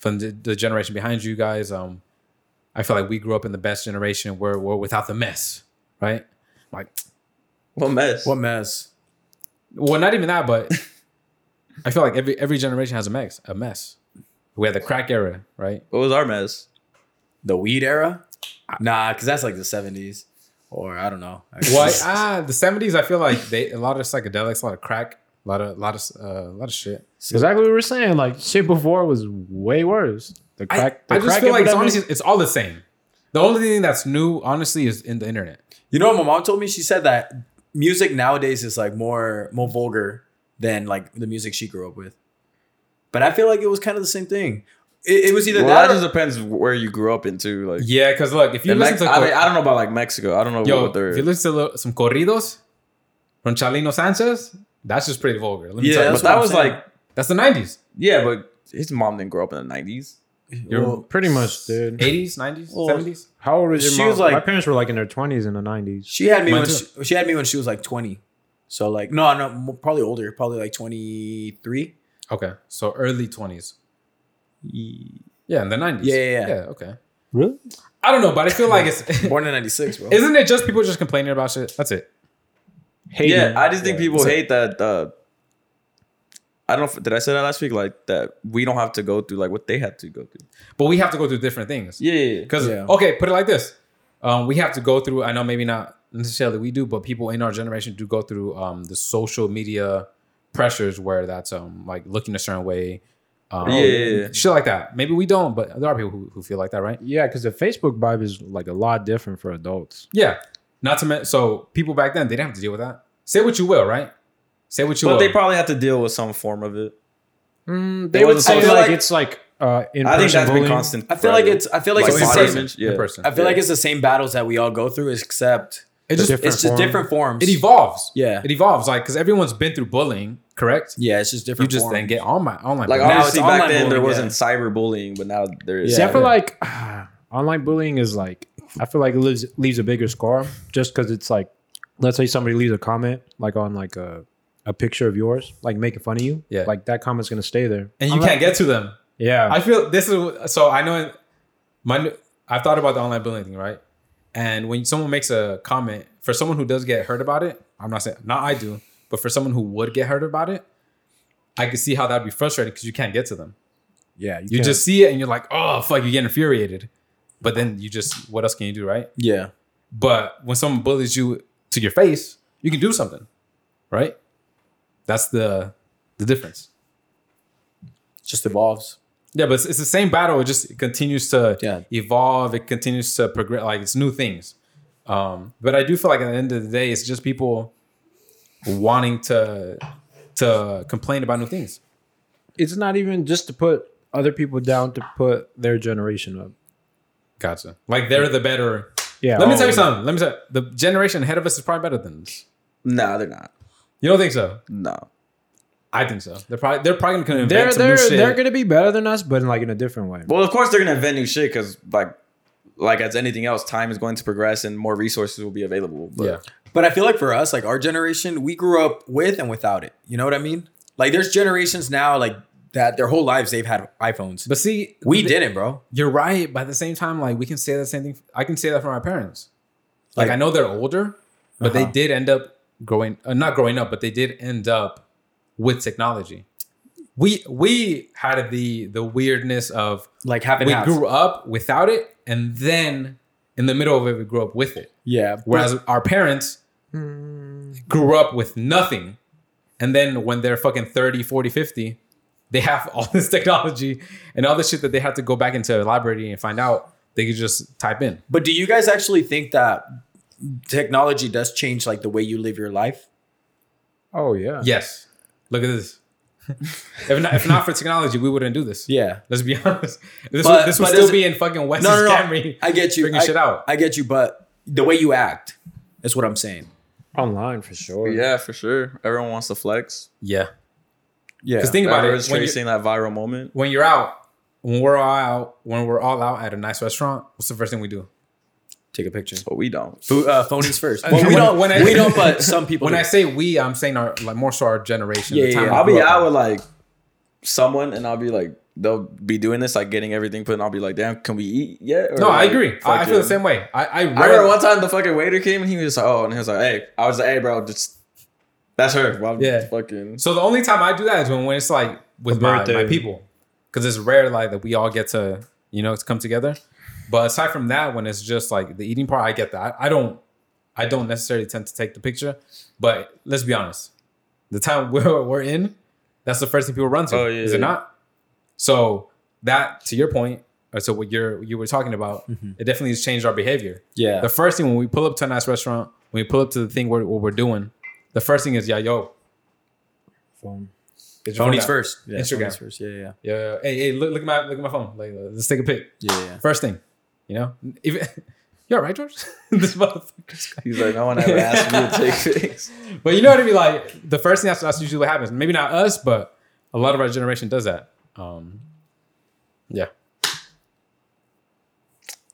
S1: from the, the generation behind you guys." Um, I feel like we grew up in the best generation. We're we're without the mess, right? Like,
S2: What mess?
S5: What mess?
S1: Well, not even that, but I feel like every every generation has a mess. A mess. We had the crack era, right?
S2: what was our mess?
S5: The weed era? Nah, because that's like the seventies, or I don't know.
S1: What? ah, the seventies. I feel like they a lot of psychedelics, a lot of crack, a lot of lot of uh, a lot of shit.
S4: Exactly what we were saying. Like shit before was way worse. The
S1: I-
S4: crack.
S1: I,
S4: the
S1: just
S4: crack
S1: feel like it's
S4: epidemic-
S1: honestly it's all the same. The only thing that's new, honestly, is in the internet.
S5: You know what my mom told me? She said that music nowadays is like more more vulgar than like the music she grew up with. But I feel like it was kind of the same thing. It, it was either
S2: Well,
S5: that,
S2: that
S5: or
S2: just depends where you grew up into. Like,
S1: Yeah, because look, if you
S2: And
S1: listen
S2: Mex-
S1: to
S2: I, mean, I don't know about like Mexico. I don't know
S1: yo,
S2: what they're.
S1: if you listen to lo- some corridos from Chalino Sanchez, that's just pretty vulgar. Let me
S5: Yeah,
S1: tell you,
S2: but
S5: that's what
S2: that
S5: I'm
S2: was
S5: saying.
S2: like,
S1: that's the nineties,
S2: yeah, but his mom didn't grow up in the nineties.
S1: you're-
S5: well,
S3: Pretty much, dude.
S1: eighties, nineties, seventies.
S3: How old was your
S5: She
S3: mom?
S5: was like-
S3: my parents were like in their twenties and the nineties.
S5: she had me
S1: Mine
S5: when
S1: too.
S5: she, she had me when she was like twenty. So like no, no, m- probably older, probably like twenty three.
S1: Okay, so early twenties. Yeah, in the nineties.
S5: Yeah, yeah, yeah.
S1: okay.
S4: Really?
S1: I don't know, but I feel like it's
S5: Born in ninety six, bro.
S1: isn't it just people just complaining about shit? That's it.
S3: Hating.
S2: Yeah, I just think people hate that. Uh, I don't. know if- Did I say that last week? Like that we don't have to go through like what they had to go through.
S1: But we have to go through different things.
S2: Yeah, yeah, yeah.
S1: Because
S5: Yeah.
S1: okay, put it like this: um, we have to go through. I know maybe not necessarily we do, but people in our generation do go through um, the social media pressures where that's um like looking a certain way. Um,
S2: Yeah, yeah, yeah.
S1: shit like that. Maybe we don't, but there are people who, who feel like that, right?
S3: Yeah, because the Facebook vibe is like a lot different for adults.
S1: Yeah. Not to mention, so people back then they didn't have to deal with that. Say what you will, right? Say what you
S2: But
S1: will.
S2: they probably had to deal with some form of it.
S3: they
S2: It
S3: would
S2: wasn't
S3: say
S5: so-
S3: like,
S5: like-
S3: it's like uh, in
S2: I think
S3: person
S2: that's
S3: bullying.
S2: been constant.
S5: I feel like
S2: forever.
S5: it's I feel like,
S2: Like
S5: it's the
S2: body
S5: same.
S2: image. yeah.
S1: in person.
S5: I feel
S2: Yeah.
S5: like it's the same battles that we all go through, except
S1: It just
S3: different
S5: it's just
S3: form.
S5: different forms.
S1: it evolves.
S5: Yeah.
S1: It evolves. Like because everyone's been through bullying, correct?
S5: yeah, it's just
S1: You
S5: different.
S1: just
S5: forms.
S1: then get on my online.
S2: Like
S1: bullying.
S5: now
S2: obviously
S5: it's
S2: back
S5: online
S2: then there
S5: bullying,
S2: wasn't cyberbullying, but now there is.
S3: See, I
S5: Yeah.
S3: feel like ah, online bullying is like I feel like it leaves leaves a bigger scar just because it's like let's say somebody leaves a comment like on like a a picture of yours like making fun of you
S1: Yeah.
S3: like that comment's gonna stay there
S1: and you can't get to them.
S3: yeah
S1: I feel this is so I know my I've thought about the online bullying thing, right? And when someone makes a comment for someone who does get hurt about it, I'm not saying not I do, but for someone who would get hurt about it, I can see how that'd be frustrating because you can't get to them.
S3: yeah
S1: You
S3: can't-
S1: just see it and you're like, oh fuck, you get infuriated. But then you just what else can you do, right?
S5: yeah.
S1: But when someone bullies you to your face, you can do something, right? That's the the difference.
S5: It just evolves.
S1: Yeah, but it's, it's the same battle. It just continues to
S5: Yeah.
S1: evolve. It continues to progress. Like it's new things. Um, but I do feel like at the end of the day, it's just people wanting to to complain about new things.
S3: it's not even just to put other people down to put their generation up
S1: Gotcha. Like they're the better.
S3: yeah
S1: Let me
S3: oh,
S1: tell you something. Let me tell you, the generation ahead of us is probably better than us.
S2: No, they're not.
S1: You don't think so?
S2: No.
S1: I think so. They're probably they're probably gonna invent
S3: they're
S1: some new
S3: they're
S1: shit.
S3: they're gonna be better than us but in like in a different way
S2: Well, of course they're gonna invent new shit because like like as anything else, time is going to progress and more resources will be available. But
S1: Yeah.
S5: But I feel like for us, like our generation, we grew up with and without it. You know what I mean? Like there's generations now, like that their whole lives they've had iPhones.
S1: But see,
S5: we
S1: th-
S5: didn't, bro.
S1: You're right, but at the same time, like we can say the same thing. I can say that for my parents. Like,
S5: Like-
S1: I know they're older, but they
S5: Uh-huh.
S1: did end up growing, uh, not growing up, but they did end up with technology. We we had the the weirdness of
S5: Like having
S1: we
S5: apps.
S1: grew up without it, and then in the middle of it, we grew up with it.
S5: yeah.
S1: Whereas our parents
S5: Hmm.
S1: grew up with nothing. And then when they're fucking 30, 40, 50, they have all this technology and all this shit that they had to go back into library and find out. They could just type in.
S5: But do you guys actually think that technology does change like the way you live your life?
S3: Oh yeah.
S1: Yes. Look at this. if, not, if not for technology, we wouldn't do this.
S5: Yeah.
S1: Let's be honest. This
S5: But-
S1: would, this would
S5: but
S1: still
S5: is it-
S1: be in fucking Wes's
S5: No, no, no.
S1: Camry.
S5: I get you.
S1: Figure
S5: I,
S1: shit out.
S5: I get you, but the way you act is what I'm saying.
S3: Online for sure.
S2: yeah, for sure. Everyone wants to flex.
S1: Yeah.
S5: Yeah.
S1: Because think about it.
S2: Everyone's
S1: when you-
S2: chasing that viral moment.
S1: when you're out, when we're all out, when we're all out at a nice restaurant, what's the first thing we do?
S5: Take a picture.
S2: But we don't.
S5: Fo- uh, phonies first.
S1: Uh,
S5: Well, we
S1: when-
S5: don't.
S1: when I-
S5: we don't. But some people.
S1: When
S5: do.
S1: I say we, I'm saying our like more so our generation.
S5: Yeah,
S1: the time we
S5: yeah, yeah.
S2: I'll
S1: grew
S2: be
S1: up.
S2: out with like someone and I'll be like, they'll be doing this, like getting everything put, and I'll be like, damn, can we eat yet? Or,
S1: No, I
S2: like,
S1: agree. I, I feel
S2: fucking-
S1: the same way. I I,
S2: I remember
S1: rarely-
S2: one time the fucking waiter came and he was like, oh, and he was like, hey, I was like, hey, bro, just that's her. Well, I'm
S1: Yeah.
S2: fucking.
S1: So the only time I do that is when, when it's like with my, my
S3: birthday.
S1: people, because it's rare like that we all get to you know to come together. But aside from that, when it's just like the eating part, I get that. I, I don't I don't necessarily tend to take the picture. But let's be honest, the time we're, we're in, that's the first thing people run to.
S2: Oh, yeah,
S1: is
S2: yeah.
S1: it not? So that to your point, or to what you're you were talking about,
S2: Mm-hmm.
S1: it definitely has changed our behavior.
S5: yeah.
S1: The first thing when we pull up to a nice restaurant, when we pull up to the thing where what we're doing, the first thing is yeah, yo,
S3: Phone.
S1: get your phone
S5: Phonies
S1: out.
S5: first. Yeah,
S1: Instagram.
S5: phonies first. Yeah, yeah,
S1: Yeah, yeah, yeah. hey, hey, look, look at my look at my phone. Like, uh, let's take a pic.
S5: yeah, yeah.
S1: First thing, you know, even you're right, George. this motherfucker's crazy.
S2: He's like, no one ever asked me to take pics.
S1: But you know what I mean? Like, the first thing that's, that's usually what happens. Maybe not us, but a lot of our generation does that. Um, yeah.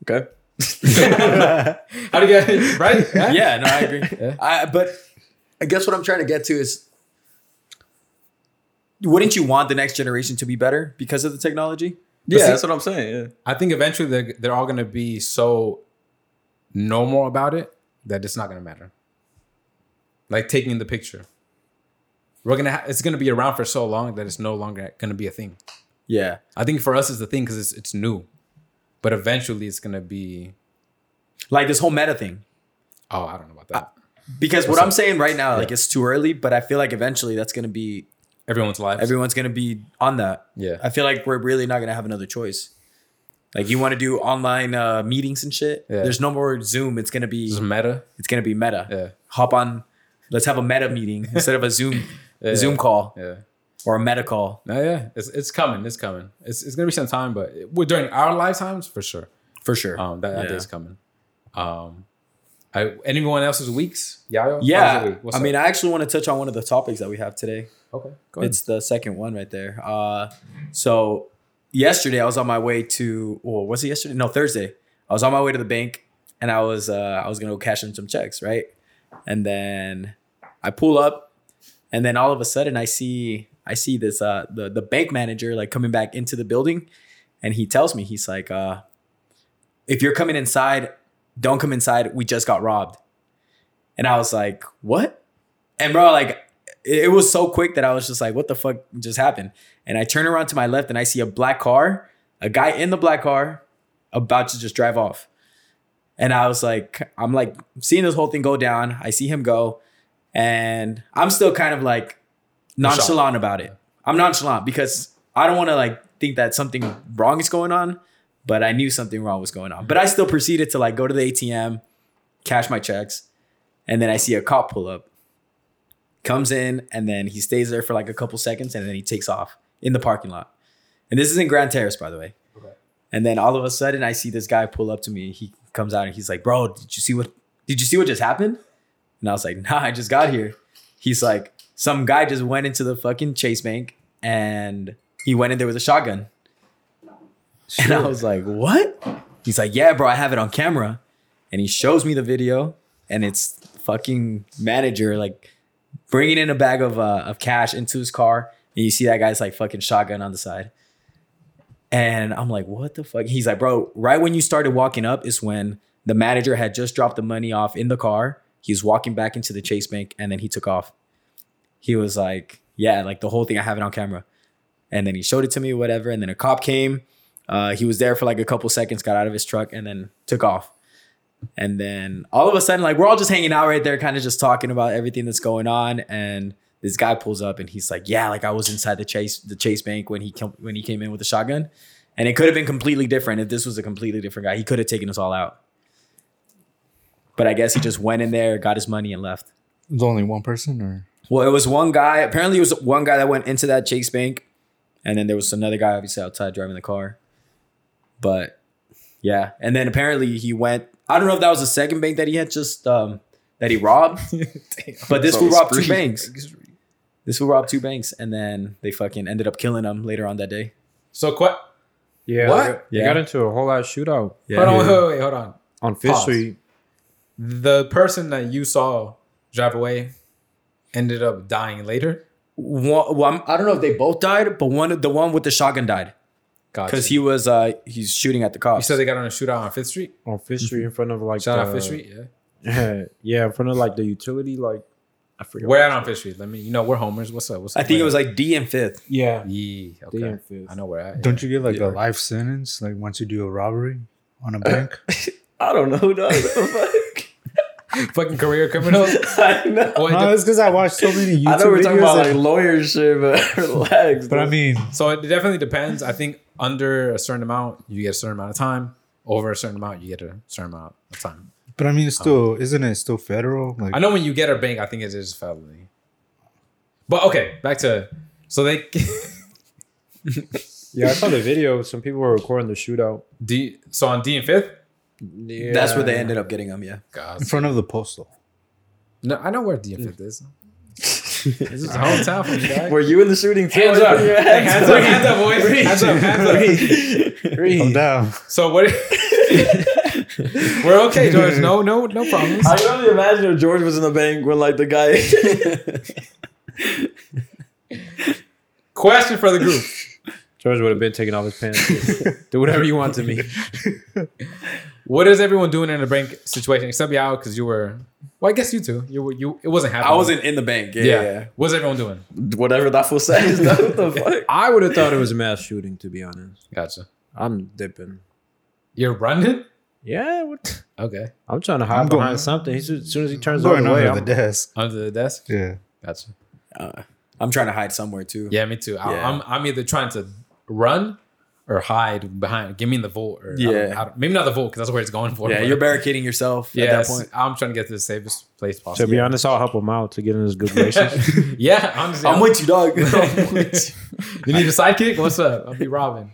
S2: Okay.
S1: How do you get right? Yeah.
S5: Yeah, no, I agree.
S1: Yeah.
S5: I, but I guess what I'm trying to get to is, wouldn't you want the next generation to be better because of the technology?
S2: Yeah,
S1: see-
S2: that's what I'm saying. Yeah.
S1: I think eventually they're, they're all gonna be so normal about it that it's not gonna matter. Like taking the picture, we're gonna ha- it's gonna be around for so long that it's no longer gonna be a thing.
S5: Yeah,
S1: I think for us it's the thing because it's it's new, but eventually it's gonna be.
S5: like this whole meta thing.
S1: Oh, I don't know about that.
S5: Because what I'm saying right now, like it's too early, but I feel like eventually that's gonna be
S1: Everyone's lives.
S5: everyone's gonna be on that.
S1: Yeah.
S5: I feel like we're really not gonna have another choice. Like you want to do online uh, meetings and shit.
S1: Yeah.
S5: There's no more Zoom. It's gonna
S1: This
S5: be
S1: is meta.
S5: it's gonna be Meta.
S1: Yeah.
S5: Hop on. Let's have a Meta meeting instead of a Zoom
S1: Yeah.
S5: Zoom call
S1: Yeah.
S5: or a Meta call
S1: No, yeah. It's it's coming. It's coming. It's it's gonna be some time, but it- we're during our lifetimes for sure.
S5: for sure.
S1: Um, that, that
S5: Yeah.
S1: day's coming. Um, I anyone else's weeks? Yayo? How's your
S5: Yeah,
S1: week? What's
S5: I
S1: up?
S5: mean, I actually want to touch on one of the topics that we have today.
S1: okay, go ahead.
S5: It's the second one right there. Uh, so yesterday I was on my way to, well, was it yesterday? No, Thursday. I was on my way to the bank, and I was uh, I was gonna go cash in some checks, right? And then I pull up, and then all of a sudden I see I see this uh, the the bank manager like coming back into the building, and he tells me he's like, uh, if you're coming inside, don't come inside. We just got robbed. And I was like, what? And bro, like it, it was so quick that I was just like, what the fuck just happened? And I turn around to my left and I see a black car, a guy in the black car about to just drive off. And I was like, I'm like seeing this whole thing go down. I see him go. And I'm still kind of like nonchalant about it. I'm nonchalant because I don't want to like think that something wrong is going on, but I knew something wrong was going on. But I still proceeded to like go to the ATM, cash my checks, and then I see a cop pull up comes in and then he stays there for like a couple seconds and then he takes off in the parking lot. And this is in Grand Terrace, by the way. And then all of a sudden, I see this guy pull up to me. He comes out and he's like, "Bro, did you see what? Did you see what just happened?" And I was like, "Nah, I just got here." He's like, "Some guy just went into the fucking Chase Bank and he went in there with a shotgun." And I was like, "What?" He's like, yeah, bro, I have it on camera. And he shows me the video, and it's fucking manager like bringing in a bag of uh, of cash into his car, and you see that guy's like fucking shotgun on the side. And I'm like, what the fuck? He's like, bro, right when you started walking up is when the manager had just dropped the money off in the car. He was walking back into the Chase Bank, and then he took off. He was like, yeah, like the whole thing. I have it on camera. And then he showed it to me, whatever. And then a cop came. Uh, he was there for like a couple seconds, got out of his truck, and then took off. And then all of a sudden, like we're all just hanging out right there, kind of just talking about everything that's going on. And this guy pulls up and he's like, "Yeah, like I was inside the chase the Chase Bank when he came, when he came in with the shotgun, and it could have been completely different if this was a completely different guy. He could have taken us all out. But I guess he just went in there, got his money, and left.
S7: There's only one person, or
S5: Well, it was one guy. Apparently, it was one guy that went into that Chase Bank, and then there was another guy obviously outside driving the car. But yeah, and then apparently he went. I don't know if that was the second bank that he had just um, that he robbed, but this
S2: That's
S5: fool
S2: always
S5: robbed two
S2: three.
S5: banks. This fool robbed two banks, and then they fucking ended up killing him later on that day.
S1: So quite.
S3: Yeah.
S1: What?
S3: They
S5: Yeah.
S3: got into a whole ass shootout
S1: Hold on, wait, wait, wait, hold on.
S3: on Fifth
S1: Pause.
S3: Street.
S1: The person that you saw drive away ended up dying later.
S5: One, well, I'm- I don't know if they both died, but one the one with the shotgun died
S1: Gotcha.
S5: because he was uh he's shooting at the
S1: you
S5: cops.
S1: said they got on a shootout on Fifth Street.
S3: On Fifth Street in front of like
S1: Mm-hmm.
S3: uh,
S1: Shout out
S3: the-
S1: Fifth Street. Uh, Yeah.
S3: yeah, in front of like the utility, like I forget.
S1: We're out on Fifth Street. Let me. You know we're homers. What's up? What's up?
S5: I think it was like D and fifth.
S3: Yeah.
S1: Yeah,
S3: They
S1: okay.
S3: in Fifth.
S1: I know where I.
S7: don't you get like
S5: Yeah.
S7: a life sentence? Like once you do a robbery on a bank,
S2: I don't know who does. What the
S1: Fucking career criminals.
S2: fuck? I know.
S1: Boy,
S7: no, it's because I watched so many YouTube
S2: I know we're
S7: videos.
S2: talking about
S7: that-
S2: like lawyer shit, but relax.
S7: but I
S2: dude.
S7: mean,
S1: So it definitely depends. I think under a certain amount, you get a certain amount of time. Over a certain amount, you get a certain amount of time.
S7: but I mean, it's still isn't it still federal? Like
S1: I know when you get a bank, I think it is a felony. But okay, back to so they
S3: Yeah, I saw the video. Some people were recording the shootout.
S1: D so on D and fifth.
S5: That's where they ended up getting him. Yeah.
S1: God,
S7: in front of the postal.
S1: no, I know where D and fifth is. This is hometown for me, guy.
S2: were you in the shooting? too?
S1: Hands up.
S2: Yeah.
S1: Hey, hands up, hands up, boys. Hands up, hands up.
S7: I'm down.
S1: So what? We're okay, George. No, no, no problems.
S2: I can only imagine if George was in the bank when like the guy.
S1: Question for the group.
S3: George would have been taking off his pants. Do whatever you want to me.
S1: What is everyone doing in a bank situation except y'all? Because you were, well, I guess you too. You were, you. It wasn't happening.
S5: I wasn't in the bank. Yeah.
S1: Um, Yeah.
S5: yeah, yeah.
S1: What's everyone doing?
S2: Whatever that fool says. What the fuck?
S3: I would have thought it was a mass shooting, to be honest.
S1: Gotcha.
S3: I'm dipping.
S1: You're running.
S3: Yeah, what?
S1: Okay.
S3: I'm trying to hide
S7: I'm going-
S3: behind something. He's, as soon as he turns over
S7: Going
S3: the way,
S7: under the
S3: I'm,
S7: desk.
S1: Under the desk.
S7: Yeah.
S1: Gotcha.
S5: I'm trying to hide somewhere too.
S1: Yeah, me too. I,
S5: Yeah.
S1: I'm I'm either trying to run or hide behind. Give me in the vault. Or I don't-
S5: Yeah.
S1: I don't- maybe not the vault because that's where it's going for.
S5: Yeah,
S1: but-
S5: you're barricading yourself
S1: Yes,
S5: at that point.
S1: I'm trying to get to the safest place
S3: to
S1: possible.
S3: be honest, I'll help him out to get in his good graces.
S1: yeah, honestly,
S5: I'm with you, dog.
S1: you. need a sidekick? What's up? I'll be Robin.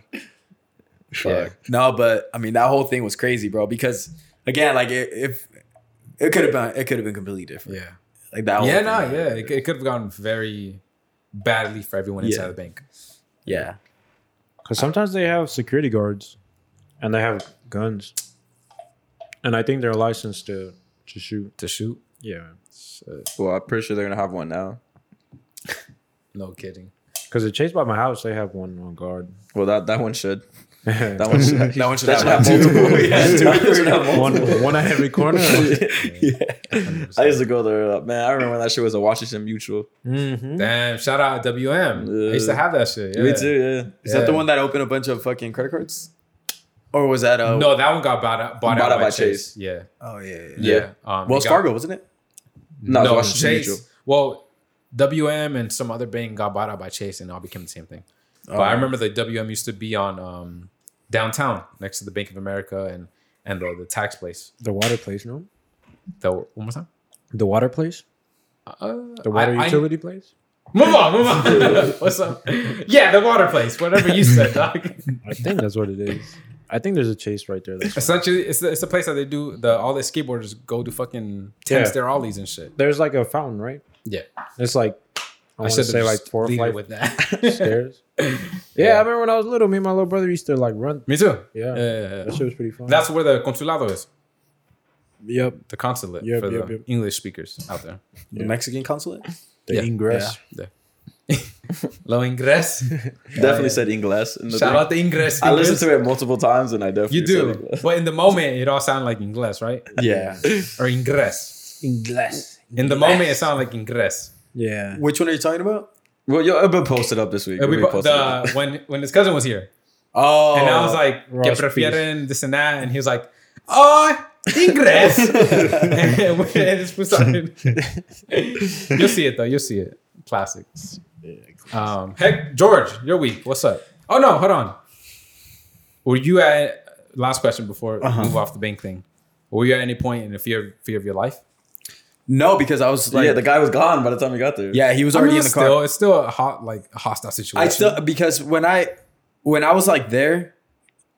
S1: Yeah.
S5: no, but I mean that whole thing was crazy, bro. Because again, like it, if it could have been, it could have been completely different.
S1: Yeah.
S5: Like that. Whole
S1: Yeah,
S5: thing.
S1: no, yeah. It, could have gone very badly for everyone
S5: Yeah.
S1: inside the bank.
S5: yeah.
S3: Because sometimes they have security guards and they have guns. And I think they're licensed to, to shoot.
S1: To shoot?
S3: Yeah.
S2: Well, I'm pretty sure they're gonna have one now.
S1: No kidding.
S3: Because the Chase by my house, they have one on guard.
S2: Well, that that one should. That
S3: one,
S2: one should.
S5: That one should
S2: That should
S5: have
S2: have multiple. Yeah, dude, that should have multiple.
S3: one at every corner.
S2: I used to go there, uh, man. I remember when that shit was a Washington Mutual.
S3: mm-hmm.
S1: Damn, shout out WM. I used to have that shit. Yeah.
S2: Me too. Yeah.
S5: Is that
S1: Yeah.
S5: the one that opened a bunch of fucking credit cards? Or was that uh, a
S1: No, that one got bought out, bought
S2: Bought
S1: out, by, Chase.
S2: Chase.
S1: Yeah.
S5: Oh yeah. yeah, yeah.
S2: Yeah.
S1: Um,
S5: Wells
S1: it got-
S5: Fargo, wasn't it?
S2: No, it
S1: no,
S2: was Washington
S1: Chase.
S2: Mutual.
S1: Well, WM and some other bank got bought out by Chase and it all became the same thing.
S3: Oh,
S1: But I remember the WM used to be on um, downtown next to the Bank of America and and the, the tax place.
S3: The water place, no?
S1: The, one more time?
S3: The water place?
S1: Uh,
S3: The water
S1: I- I-
S3: utility place?
S1: Move on, move on. What's up? Yeah, the water place. Whatever you said, dog.
S3: I think that's what it is. I think there's a chase right there. That's
S1: Essentially, it's the, it's the place that they do the all the skateboarders go do fucking tennis
S3: Yeah.
S1: their ollies and shit.
S3: There's like a fountain, right?
S1: Yeah,
S3: It's like I
S1: I
S3: want to
S1: should
S3: say like four or five
S1: with that.
S3: stairs. Yeah, I remember when I was little, me and my little brother used to like run.
S1: Me too.
S3: Yeah,
S1: Yeah.
S3: Uh, that shit was pretty fun.
S1: That's where the consulado is,
S3: yep,
S1: the consulate
S3: Yep,
S1: for
S3: yep,
S1: the
S3: yep.
S1: English speakers out there.
S5: The Mexican consulate.
S3: the
S1: Yeah.
S3: ingress.
S1: Lo ingres.
S2: Definitely said Ingles. In the
S1: Shout
S2: thing.
S1: out the ingres.
S2: I listened to it multiple times and I definitely
S1: You
S2: said
S1: do,
S2: Ingles.
S1: but in the moment, it all sounded like ingles, right?
S5: Yeah.
S1: Or ingres.
S4: Ingles.
S1: In the moment, it sounded like ingres.
S4: Yeah.
S5: Which one are you talking about?
S2: Well, yo, it'll be posted up this week.
S1: And we
S2: It'll be
S1: put
S2: posted up.
S1: the, when when his cousin was here,
S5: Oh,
S1: and I was like, "Que
S3: Ross
S1: prefieren this and that," and he was like, "Oh, ingres." and we- and it's- we started- you'll see it though. You'll see it. Classics. Um, heck, George, you're weak. What's up? Oh no, hold on. Were you at last question before
S5: Uh-huh.
S1: we move off the bank thing? Were you at any point in the fear fear of your life?
S5: no, because I was like,
S2: yeah, the guy was gone by the time we got there.
S5: yeah, he was
S1: I
S5: already
S1: mean,
S5: in the
S1: it's
S5: car.
S1: still, It's still a hot, like a hostile situation.
S5: I still because when I when I was like there,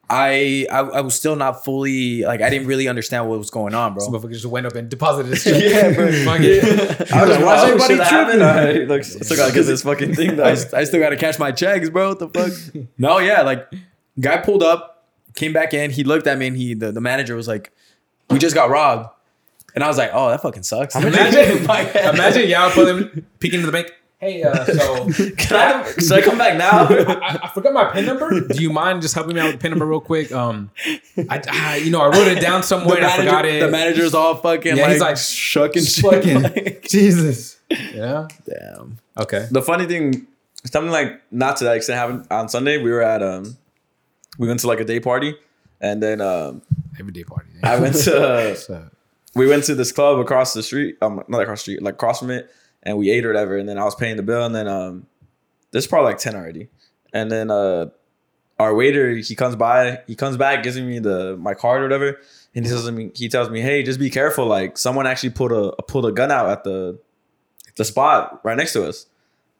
S5: I, I I was still not fully like I didn't really understand what was going on,
S1: This
S5: bro.
S1: motherfucker just went up and deposited his check. yeah, Fuck it.
S2: I was like, why
S3: everybody
S2: everybody tripping? I like, still gotta get this fucking thing
S5: I,
S2: done.
S5: s- I still gotta catch my checks, bro. What the fuck? no, yeah, like guy pulled up, came back in, he looked at me and he the, the manager was like, We just got robbed. And I was like, Oh, that fucking sucks.
S1: Imagine,
S5: My head.
S1: imagine y'all pulling, peeking into the bank. Hey, uh, so
S2: Can I, should I come back now?
S1: I, I forgot my pin number. Do you mind just helping me out with the pin number real quick? Um, I, I you know I wrote it down
S5: the
S1: somewhere and
S5: manager,
S1: I forgot it.
S5: the manager's all fucking
S1: yeah,
S5: like,
S1: he's like
S5: shook and shit.
S1: fucking
S5: Like,
S1: Jesus. Yeah.
S5: damn.
S1: Okay.
S2: the funny thing, something like not to that extent happened on Sunday. We were at um, we went to like a day party, and then um,
S1: Everyday party.
S2: I went to
S1: So,
S2: we went to this club across the street, um, not across the street, like across from it, and we ate or whatever. And then I was paying the bill, and then um, this is probably like ten already. And then uh, our waiter he comes by, he comes back, gives me the my card or whatever, and he tells me he tells me, hey, just be careful, like someone actually pulled a pulled a gun out at the the spot right next to us.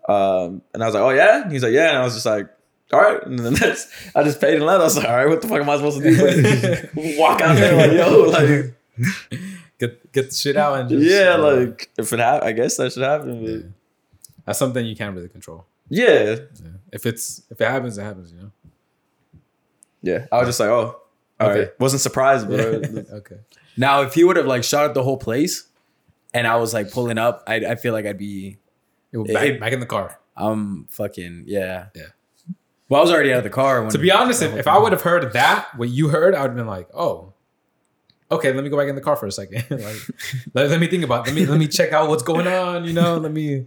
S2: Um, and I was like, oh yeah, And he's like, yeah, and I was just like. All right, and then that's I just paid and left. I was like, all right, what the fuck am I supposed to do? But walk out there like, yo, like
S1: get get the shit out and just,
S2: yeah,
S1: uh,
S2: like if it happens, I guess that should happen.
S1: that's something you can't really control.
S2: But yeah. yeah,
S1: Yeah. If it's if it happens, it happens. You know.
S2: I was just like, oh, all
S1: Okay.
S2: right. wasn't surprised, but
S1: okay.
S5: Now, if he would have like shot up the whole place, and I was like pulling up, I I feel like I'd be
S1: Yo,
S5: It-
S1: back,
S5: it-
S1: back in the car.
S5: um fucking yeah
S1: Yeah.
S5: Well, I was already out of the car. When,
S1: To be honest, if, if I would have heard that, what you heard, I would have been like, oh, okay, let me go back in the car for a second. like, let, let me think about it. let me let me check out what's going on. You know, let me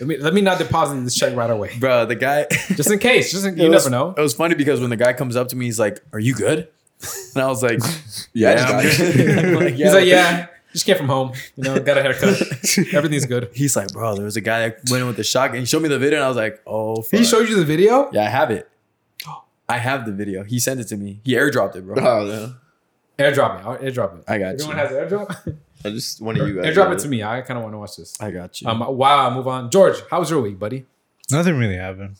S1: let me let me not deposit this check right away,
S5: bro, the guy.
S1: just in case. Just in,
S5: It
S1: you
S5: was-
S1: never know.
S5: It was funny because when the guy comes up to me, he's like, "Are you good?" And I was like,
S2: yeah, I just
S5: I'm
S2: got
S5: good."
S2: it.
S5: I'm like,
S1: He's like, yeah, just came from home. You know, got a haircut. Everything's good.
S5: He's like, bro, there was a guy that went in with the shotgun. He showed me the video, and I was like, oh, fuck.
S1: He showed you the video.
S5: yeah, I have it. I have the video. He sent it to me. He airdropped it, bro.
S2: Oh, yeah.
S1: Airdrop it. I'll Airdrop it.
S5: I got
S1: Everyone
S5: you.
S1: has airdrop.
S2: I just one of you guys.
S1: airdrop it to me. I kind of want to watch this.
S5: I got you.
S1: Um, wow. Move on. George, how was your week, buddy?
S7: Nothing really happened.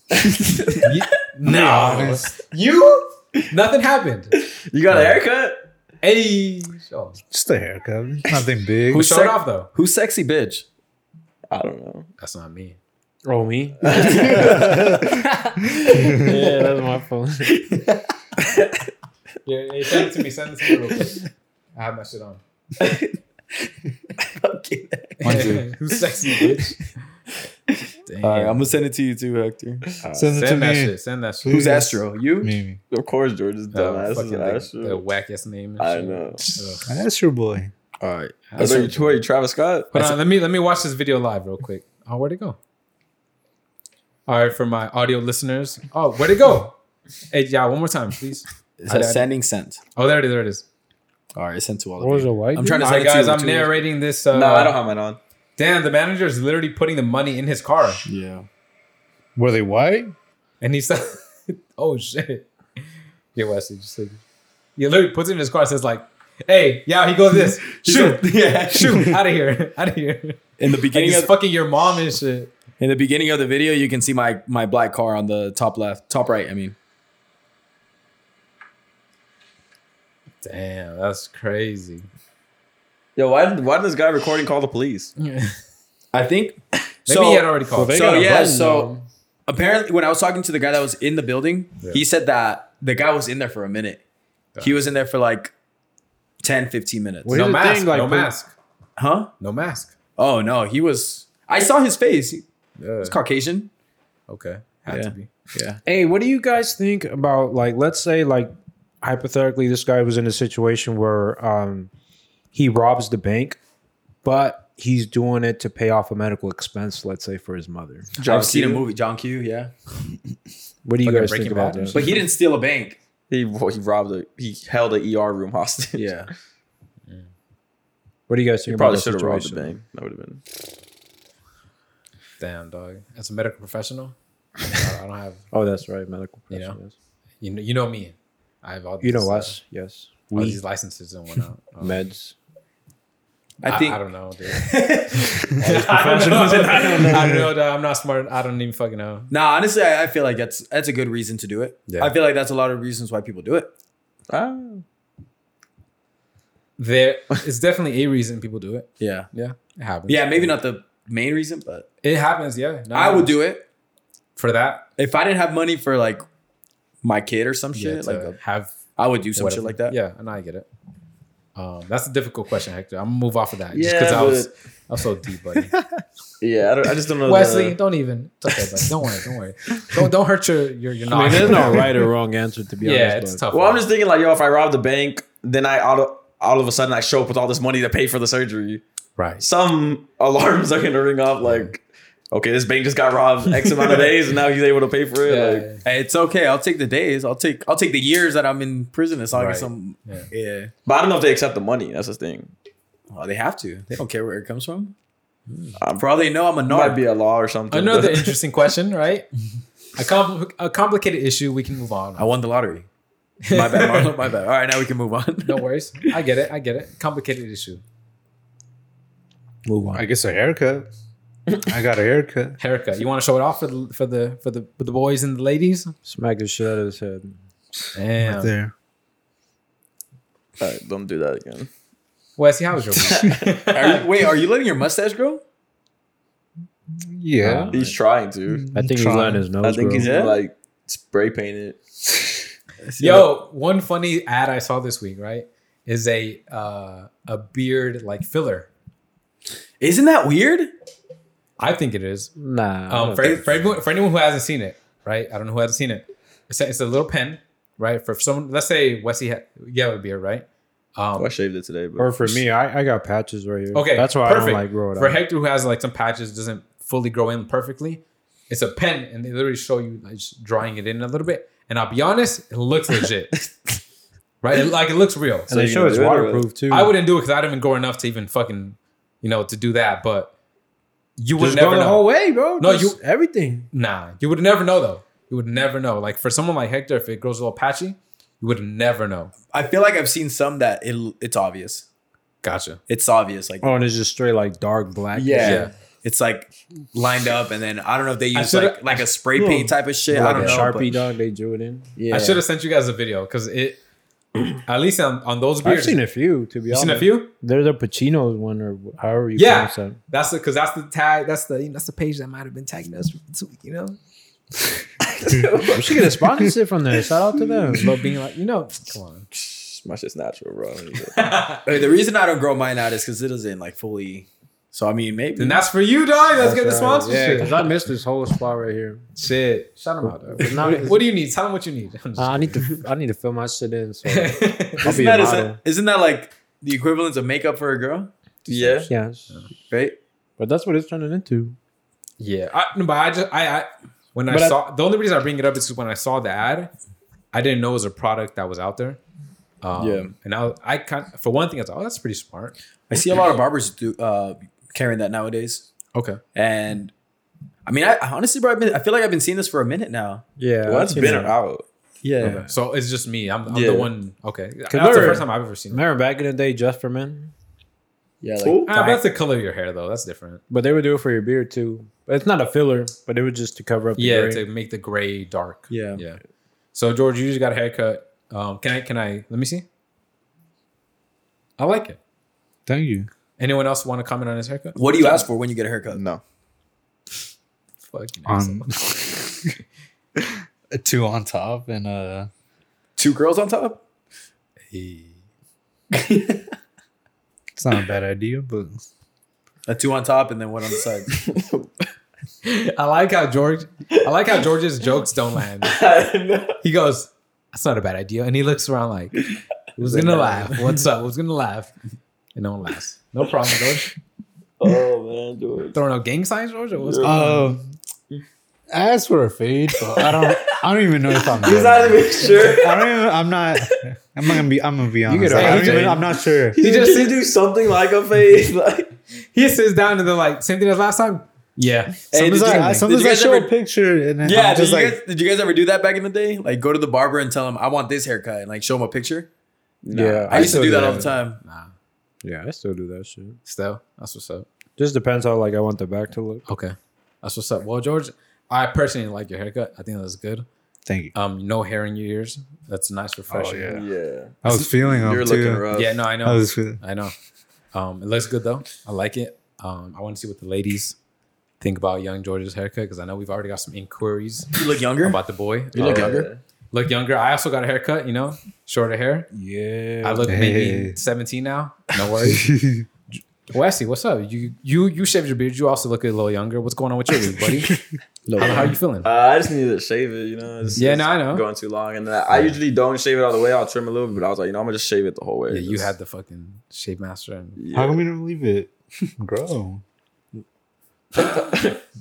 S1: No, you. Nothing happened.
S2: You got a haircut?
S1: Hey, show.
S7: Just a haircut. Nothing big.
S1: who
S5: Who's
S1: showed
S5: sec-
S1: off though?
S5: Who's sexy bitch?
S2: I don't know.
S1: That's not me.
S3: Oh me,
S4: yeah, that's my phone.
S1: Yeah, yeah, send it to me. Send it to me real quick. I have my shit on.
S5: Okay.
S1: Who's sexy, bitch? Damn.
S5: All right, I'm gonna send it to you too, Hector.
S7: Send it to
S1: send that
S7: me.
S1: shit. Send that shit.
S5: Who's
S7: Who's
S5: Astro? You?
S7: Me, me.
S2: Of course, George is
S1: Oh,
S2: dumbass.
S1: fucking
S2: is an
S1: the- The
S2: Astro.
S1: whack ass name. and
S2: I
S1: shit.
S2: know.
S1: Ugh.
S7: That's your boy.
S5: All right.
S2: I know you, who are you, Travis Scott?
S1: Hold on. Let me let me watch this video live real quick. Oh, where'd it go? All right, for my audio listeners. Oh, where'd it go? Hey, yeah, one more time, please.
S5: It
S1: I got it.
S5: says sending sent.
S1: Oh, there it is. There it is.
S5: All right, sent to all
S4: What
S5: of
S4: was
S5: you.
S4: your wife?
S5: I'm trying to
S1: All
S5: send
S1: right,
S5: it to
S1: guys, I'm
S5: you.
S1: narrating this. Uh,
S2: no, I don't have mine on.
S1: Damn, the manager is literally putting the money in his car,
S5: Yeah.
S7: Were they white?
S1: and he's like, "Oh shit." Yeah, Wesley, just like, he literally puts it in his car and says like, "Hey, yeah, he goes this shoot,
S5: yeah,
S1: shoot, out of here, out of here." And
S5: In the beginning
S1: he's
S5: of
S1: fucking your mom and shit.
S5: in the beginning of the video, you can see my my black car on the top left, top right. I mean,
S1: Damn, that's crazy.
S2: Mm. Yo, why did why did this guy recording call the police?
S5: I think
S1: Maybe he had already called.
S3: They
S5: so
S3: got a
S5: yeah,
S3: button,
S5: so
S3: though.
S5: apparently when I was talking to the guy that was in the building, he said that the guy was in there for a minute. He was in there for like 10, 15 minutes.
S1: no
S3: here's the
S1: mask.
S3: thing, like,
S1: no
S3: but-
S1: mask.
S5: Huh?
S1: No mask.
S5: Oh no, he was I saw his face. He
S1: Yeah.
S5: was Caucasian.
S1: Okay. Had
S5: Yeah.
S1: to be.
S5: Yeah.
S3: Hey, what do you guys think about like let's say like hypothetically this guy was in a situation where um he robs the bank, but he's doing it to pay off a medical expense, let's say for his mother.
S5: I've seen a movie, John Q, yeah.
S3: What do you
S1: Fucking Breaking
S3: guys think about
S1: Bad and
S3: that?
S5: But he didn't steal a bank.
S2: He well, he robbed a he held a ER room hostage.
S5: Yeah.
S3: What do you guys think
S2: he
S3: about
S2: probably
S3: that
S2: should have robbed
S3: situation?
S2: the bank. That would have been.
S1: Damn dog. As a medical professional, I I don't have.
S3: Oh, that's right, medical
S1: You know?
S3: professionals.
S1: You know, you know me. I have all.
S3: You know,
S1: these, uh,
S3: us, yes.
S1: all
S3: We
S1: these licenses and whatnot. Um,
S3: meds.
S5: I think
S1: I, don't know, dude. I don't know. I don't know. dog. I'm not smart. I don't even fucking know.
S5: Nah, honestly, I, I feel like that's that's a good reason to do it.
S1: Yeah.
S5: I feel like that's a lot of reasons why people do it.
S1: Uh,
S2: Ah,
S1: There, it's definitely a reason people do it.
S5: Yeah.
S1: Yeah, it happens.
S5: Yeah, maybe not the main reason, but
S1: It happens. Yeah, No,
S5: I
S1: no.
S5: would do it
S1: for that.
S5: if I didn't have money for like my kid or some
S1: Yeah,
S5: shit.
S1: to
S5: like a-
S1: have
S5: I would do some
S1: whatever.
S5: shit like that.
S1: Yeah, and I get it. Um, that's a difficult question, Hector. I'm gonna move off of that. just
S2: Yeah,
S1: 'cause I was, I was so deep, buddy.
S2: yeah, I, don't, I just don't know.
S1: Wesley,
S2: the-
S1: don't even. It's okay, buddy. Don't worry. Don't worry. Don't don't hurt your your your
S3: I mean,
S1: noggin.
S3: there's no right or wrong answer to be
S1: Yeah, it's
S3: honest. but-
S1: tough.
S2: well, I'm just thinking like, yo, if I rob the bank, then I auto, all of a sudden I show up with all this money to pay for the surgery.
S1: right.
S2: Some alarms are gonna ring off. Like, okay, this bank just got robbed X amount of days, and now he's able to pay for it. like,
S1: Yeah,
S5: Hey, it's okay. I'll take the days. I'll take I'll take the years that I'm in prison as long
S1: Right.
S5: as I'm
S1: yeah.
S5: yeah.
S2: but I don't know if they accept the money. That's the thing.
S5: Well, they have to. They don't care where it comes from.
S2: Um,
S5: For all they know, I'm a
S2: Might
S5: narc.
S2: be a law or something.
S1: Another interesting question, right? A, compl- a complicated issue. We can move on.
S5: I won the lottery. Oh, My bad, Marlo. My bad. All right, now we can move on.
S1: No worries. I get it. I get it. Complicated issue.
S3: Move on.
S7: I guess a haircut. I got a haircut.
S1: Haircut. You want to show it off for the for the for the for the boys and the ladies?
S3: Smack the shit out of his head.
S1: Damn.
S7: There.
S2: All right, don't do that again.
S1: Wesley, how was your week?
S5: Are you, wait, are you letting your mustache grow?
S7: Yeah.
S2: He's trying to.
S3: I think he's
S7: Trying.
S3: letting his nose
S2: I think
S3: grow.
S2: he's
S5: Yeah.
S2: gonna, like spray paint it.
S1: Yo, one funny ad I saw this week, right, is a uh, a beard like filler.
S5: Isn't that weird?
S1: I think it is.
S3: nah. I
S1: Um,
S3: don't
S1: for, for, everyone, for anyone who hasn't seen it, right? I don't know who hasn't seen it. It's a, it's a little pen, right? For someone, let's say Wesley, ha- yeah, would be a right.
S2: Oh,
S1: Um,
S2: I shaved it today, but
S3: Or for me, I, I got patches right here.
S1: okay,
S3: that's why I don't like grow it
S1: For
S3: out.
S1: Hector, who has like some patches, doesn't fully grow in perfectly. It's a pen, and they literally show you like just drawing it in a little bit. And I'll be honest, it looks legit, right? It, like it looks real.
S3: and they
S2: So
S3: show
S2: you
S3: it's
S2: do it or-
S3: waterproof too.
S1: I wouldn't do it because I didn't grow enough to even fucking, you know, to do that. But you would
S3: just
S1: never
S3: go the
S1: know.
S3: whole way, bro.
S1: No,
S3: Just everything.
S1: Nah, you would never know though. You would never know. Like for someone like Hector, if it grows a little patchy, you would never know.
S5: I feel like I've seen some that it, it's obvious.
S1: Gotcha.
S5: It's obvious. Like
S3: Oh, and it's just straight like dark black.
S5: Yeah.
S1: Yeah.
S5: It's like lined up, and then I don't know if they use
S1: should've-
S5: like like a spray paint type of shit. I
S3: Hmm. like
S5: don't
S3: a
S5: know.
S3: sharpie
S5: but-
S3: dog. They drew it in.
S5: Yeah.
S1: I should have sent you guys a video because it, at least on, on those beards,
S3: I've seen a few. To be
S1: You
S3: honest,
S1: seen a few?
S3: There's a Pacino's one or however you
S1: Yeah.
S3: pronounce that.
S1: That's the because that's the tag. That's the that's the page that might have been tagging us this week. You know,
S3: We should get a sponsorship from there. Shout out to them.
S1: about being like, you know, come on.
S2: my shit's natural, bro.
S5: Hey, The reason I don't grow mine out is because it doesn't like fully. So I mean, maybe.
S1: Then that's for you, dog. Let's get the
S3: Yeah,
S1: sponsorship.
S3: because I missed this whole spot right here.
S1: Shit, shout them out. Dog.
S3: It's not-
S1: what, what do you need? Tell them what you need. I'm
S3: Uh,
S1: just
S3: I need to I need to fill my shit in. So
S1: kidding.
S3: I'll
S5: isn't
S3: be a
S5: that,
S3: model.
S5: isn't, isn't that like the equivalent of makeup for a girl,
S2: yeah,
S3: Yes,
S5: right?
S3: but that's what it's turning into.
S1: Yeah, I, no, but I just I, I when
S3: But
S1: I
S3: I-
S1: saw the only reason I bring it up is 'cause when I saw the ad, I didn't know it was a product that was out there. Um,
S2: Yeah.
S1: and I I kind for one thing I was like, oh that's pretty smart.
S5: I see a lot of barbers do uh, carrying that nowadays,
S1: Okay,
S5: and I mean, I I honestly, bro, I've been, I feel like I've been seeing this for a minute now.
S3: Yeah,
S2: well, that's
S3: I've seen
S2: been
S3: that.
S2: around.
S5: Yeah,
S1: okay. so it's just me. I'm, I'm
S2: Yeah.
S1: the one. Okay, that's the
S3: we're-
S1: first time I've ever seen. It.
S3: Remember back in the day, just for men.
S5: yeah. Like,
S2: Cool.
S1: Ah, but that's the color of your hair though. That's different.
S3: But they would do it for your beard too. But it's not a filler, but it was just to cover up. The
S1: Yeah,
S3: gray.
S1: to make the gray dark.
S5: Yeah.
S1: yeah. So George, you just got a haircut. Um, can I? Can I? Let me see. I like it.
S7: Thank you.
S1: Anyone else want to comment on his haircut?
S5: What do you ask for when you get a haircut?
S2: No,
S1: Fucking
S7: on two on top and uh
S5: Two girls on top?
S7: it's not a bad idea, but
S5: A two on top and then one on the side.
S1: I like how George. I like how George's jokes don't land. He goes, "That's not a bad idea," and he looks around like, "Who's gonna laugh? What's up? Who's gonna laugh?" And no one laughs. No problem, George.
S2: Oh man, George.
S1: Throwing out gang signs, George. Or what's
S2: Yeah.
S7: um I asked for a fade, but I don't I don't even know if I'm
S2: He's not even sure.
S7: I don't even I'm not I'm not gonna be I'm gonna be honest.
S1: get a
S7: Like, I don't
S1: fade.
S7: even, I'm not sure.
S2: He
S1: just-
S2: just he do something like a face. Like
S1: he sits down and they're like, "Same thing as last time." Yeah.
S7: Sometimes
S5: did you-
S7: I,
S5: did
S7: sometimes
S5: you
S7: I
S5: guys
S7: show
S5: ever-
S7: a picture and then
S5: Yeah,
S7: I'm
S5: did
S7: just
S5: you,
S7: like
S5: guys, did you guys ever do that back in the day? Like go to the barber and tell him I want this haircut and like show him a picture.
S3: yeah,
S5: I, used to
S3: still
S5: do that all the time.
S1: Nah.
S3: Yeah, I still do that shit.
S1: Still, that's what's up.
S3: Just depends how like I want the back to look.
S1: Okay, that's what's up. Well, George, I personally like your haircut. I think that's good.
S7: thank you.
S1: Um, no hair in your ears. That's nice, refreshing.
S7: yeah.
S2: yeah,
S7: I was feeling them
S2: you're
S7: too.
S2: looking rough.
S1: Yeah, no, I know.
S7: I was feeling
S1: I know. Um, it looks good though. I like it. Um, I want to see what the ladies think about young George's haircut because I know we've already got some inquiries
S5: You look younger.
S1: about the boy.
S5: You look
S1: Uh,
S5: younger.
S1: Look younger. I also got a haircut. You know, shorter hair.
S3: Yeah,
S1: I look maybe
S7: Hey.
S1: seventeen now. No worries. Wesley, what's up? You you you shaved your beard. You also look a little younger. What's going on with your beard, buddy? how, how are you feeling?
S2: Uh, I just needed to shave it, you know. It's,
S1: Yeah,
S2: it's
S1: no, I know.
S2: Going too long, and I, I usually don't shave it all the way. I'll trim a little bit, but I was like, you know, I'm gonna just shave it the whole way.
S1: yeah, you
S2: Just-
S1: had the fucking shave master and
S7: How come you don't leave it? Grow.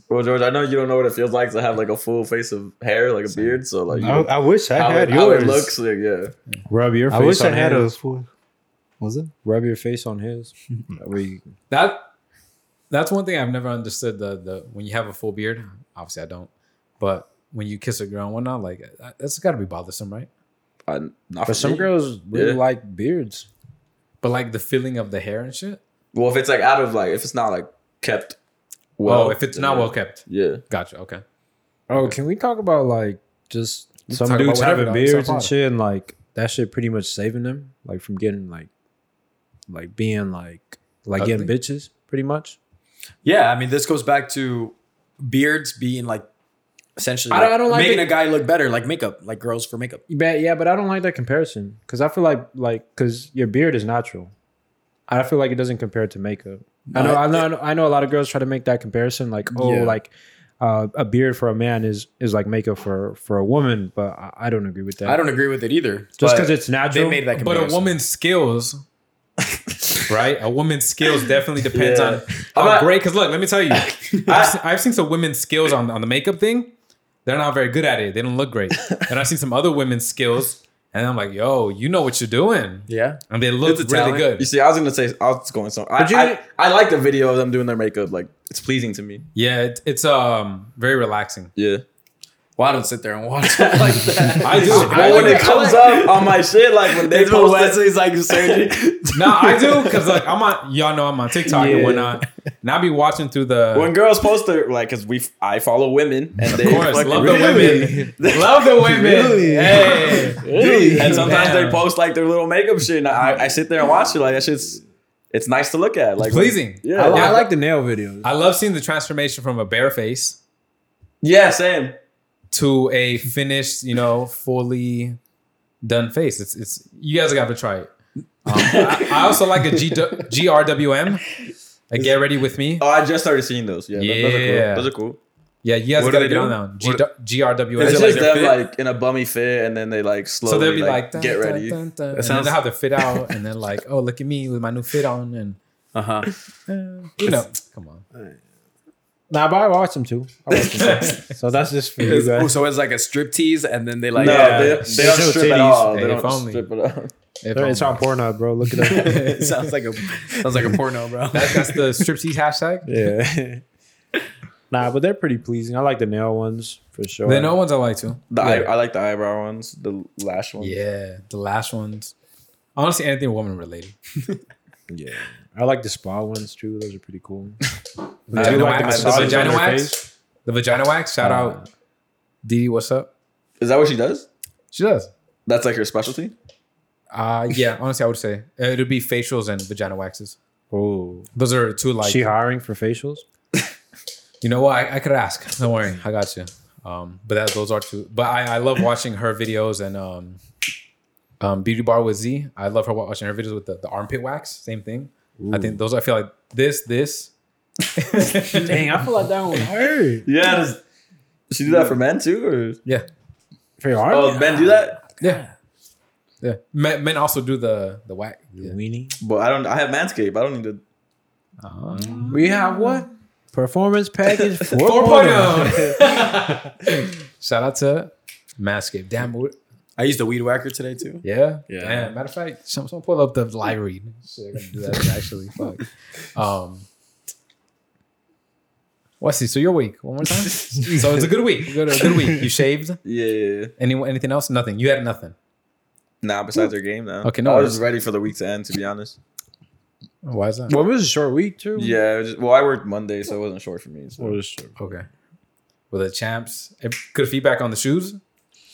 S2: Well, George, I know you don't know what it feels like to have like a full face of hair, like a beard. So like,
S7: I,
S2: you know
S7: I wish I
S2: how,
S7: had
S2: it, how
S7: yours.
S2: it looks, like, yeah.
S3: rub your.
S7: I
S3: Face
S7: wish I
S3: on
S7: had
S3: his.
S7: a full. Was it?
S3: Rub your face on his. That way you-
S1: that that's one thing I've never understood. The the when you have a full beard, obviously I don't, but when you kiss a girl and whatnot, like that- that's got to be bothersome, right?
S2: I, not
S3: but some
S2: me.
S3: girls really
S2: Yeah.
S3: like beards.
S1: But like the feeling of the hair and shit.
S2: Well, if it's like out of like, if it's not like kept well,
S1: Well, oh, if it's not
S2: yeah.
S1: well kept,
S2: yeah.
S1: gotcha. Okay,
S3: Oh, can we talk about like just some
S1: talk about
S3: dudes
S1: whatever,
S3: having
S1: dog. It's our
S3: beards and
S1: pod.
S3: shit, and like that shit pretty much saving them like from getting like, like being like like getting
S1: Ugly.
S3: bitches pretty much.
S5: Yeah, I mean this goes back to beards being like essentially
S1: I don't- I don't like
S5: making
S1: it.
S5: a guy look better, like makeup, like girls for makeup.
S3: But yeah, but I don't like that comparison because I feel like like because your beard is natural. I feel like it doesn't compare to makeup. I know, I know, I know, I know. A lot of girls try to make that comparison, like, oh,
S5: Yeah.
S3: like uh, a beard for a man is is like makeup for for a woman, but I, I don't agree with that.
S5: I don't agree with it either.
S3: just
S5: but
S3: because it's
S5: they
S3: natural.
S5: made that
S1: but
S5: comparison.
S1: a woman's skills. right, a woman's skills definitely depends
S2: Yeah.
S1: on
S2: I'm
S1: how
S2: not-
S1: great. Because look, let me tell you, I've, seen, I've seen some women's skills on on the makeup thing. They're not very good at it. They don't look great. and I've seen some other women's skills, and I'm like, yo, you know what you're doing.
S5: Yeah.
S1: and they look
S5: It's a
S1: really
S5: talent.
S2: You
S1: good.
S2: see, I was gonna say I was going some. I,
S3: But you
S2: I,
S3: didn't-
S2: I like the video of them doing their makeup. Like it's pleasing to me.
S1: Yeah, it, it's um very relaxing.
S2: Yeah.
S5: Well, I don't sit there and watch it like that.
S1: I do. I
S2: But when
S1: like
S2: it comes up on my shit, like when they
S5: That's what
S2: post it,
S5: Wesley's like surgery.
S1: No, I do because like I'm on. Y'all know I'm on TikTok and whatnot, and I be watching through the.
S2: when girls post their like, cause we I follow women and they
S1: of course,
S2: fucking-
S1: love the women, love the women. Hey,
S2: And sometimes
S1: Damn.
S2: they post like their little makeup shit, and I, I sit there and watch it. Like that shit's, it's nice to look at. Like
S1: pleasing.
S2: Yeah.
S3: I, li-
S1: Yeah.
S3: I like the nail videos.
S1: I love seeing the transformation from a bare face
S2: yeah, same.
S1: to a finished, you know, fully done face. It's it's you guys gotta try it. Um, I, I also like a G, GRWM, a get ready with me.
S2: Oh, I just started seeing those. Yeah, th-
S1: Yeah.
S2: those are cool. Those are cool.
S1: Yeah, you guys
S5: What do
S1: gotta
S5: they
S1: get
S5: do?
S1: on that one. G, GRWM.
S5: Is
S2: It's just
S5: it like their
S2: them
S5: fit?
S2: like in a bummy fit, and then they like slowly
S1: So they'll be like,
S2: like, get ready.
S1: That
S5: sounds-
S1: sounds how they fit out, and then like, oh, look at me with my new fit on, and
S5: Uh huh.
S1: uh, you know, come on.
S3: Nah, but I watch them too. I watch them too. so that's just for you
S5: Oh,
S3: guys.
S5: so it's like a strip tease, and then they like.
S2: no,
S1: Yeah.
S2: they, they don't
S1: There's
S3: no
S2: strip
S3: titties.
S2: at all.
S1: Hey,
S2: they
S1: if
S2: don't
S1: only.
S2: strip at all.
S1: If um,
S3: It's
S1: I'm-
S3: on Pornhub, bro. Look it up.
S5: It sounds like a sounds like a porno, bro.
S1: That, that's the striptease hashtag.
S3: yeah. nah, but they're pretty pleasing. I like the nail ones for sure.
S1: The no ones I like too.
S2: The eye,
S1: yeah.
S2: I like the eyebrow ones, the lash ones.
S1: yeah, the last ones. Honestly, anything woman related.
S3: Yeah. I like the spa ones too. Those are pretty cool.
S1: I do Uh, like the
S3: massages
S1: vagina
S3: on their
S1: wax.
S3: face.
S1: The vagina wax. Shout out, Didi. What's up?
S2: Is that what she does?
S1: She does.
S2: That's like her specialty.
S1: Uh yeah. Honestly, I would say uh, it'll be facials and vagina waxes.
S3: Oh,
S1: Those are two like
S3: she hiring for facials?
S1: You know what? I, I could ask. Don't worry, I got you. Um, but that, those are two. But I, I love watching her videos and um, um, Beauty Bar with Z. I love her watching her videos with the, the armpit wax. Same thing. I think those. I feel like this, this.
S4: Dang, I feel like that one hurt.
S2: Yeah. does- does she do that for men too, or
S1: Yeah,
S4: For your arm?
S2: oh, men do that?
S1: yeah, yeah. Men, men also do the the wax. Yeah.
S4: Weenie.
S2: But I don't. I have Manscaped. I don't need to.
S1: We have what?
S4: Performance package 4.0.
S1: 4.0. Shout out to Manscaped. Damn, we-
S5: I used the weed whacker today too.
S1: yeah,
S5: Yeah.
S1: Damn. Matter of fact, some, someone pull up the live read. Shit, I gotta do that actually. Fuck. Um, Wesley, so your week one more time. so it's a good week. Good, a good week. You shaved.
S2: Yeah. yeah, yeah.
S1: Any anything else? Nothing. You had nothing.
S2: Nah. Besides her game, now.
S1: Okay, no
S2: I was
S1: worries.
S2: ready for the week to end. To be honest.
S1: Why is that?
S3: Well, it was a short week too.
S2: Yeah. it was just- well, I worked Monday, so it wasn't short for me.
S3: It
S2: So.
S3: was short.
S1: Okay. Well, the champs. Ev- Good feedback on the shoes.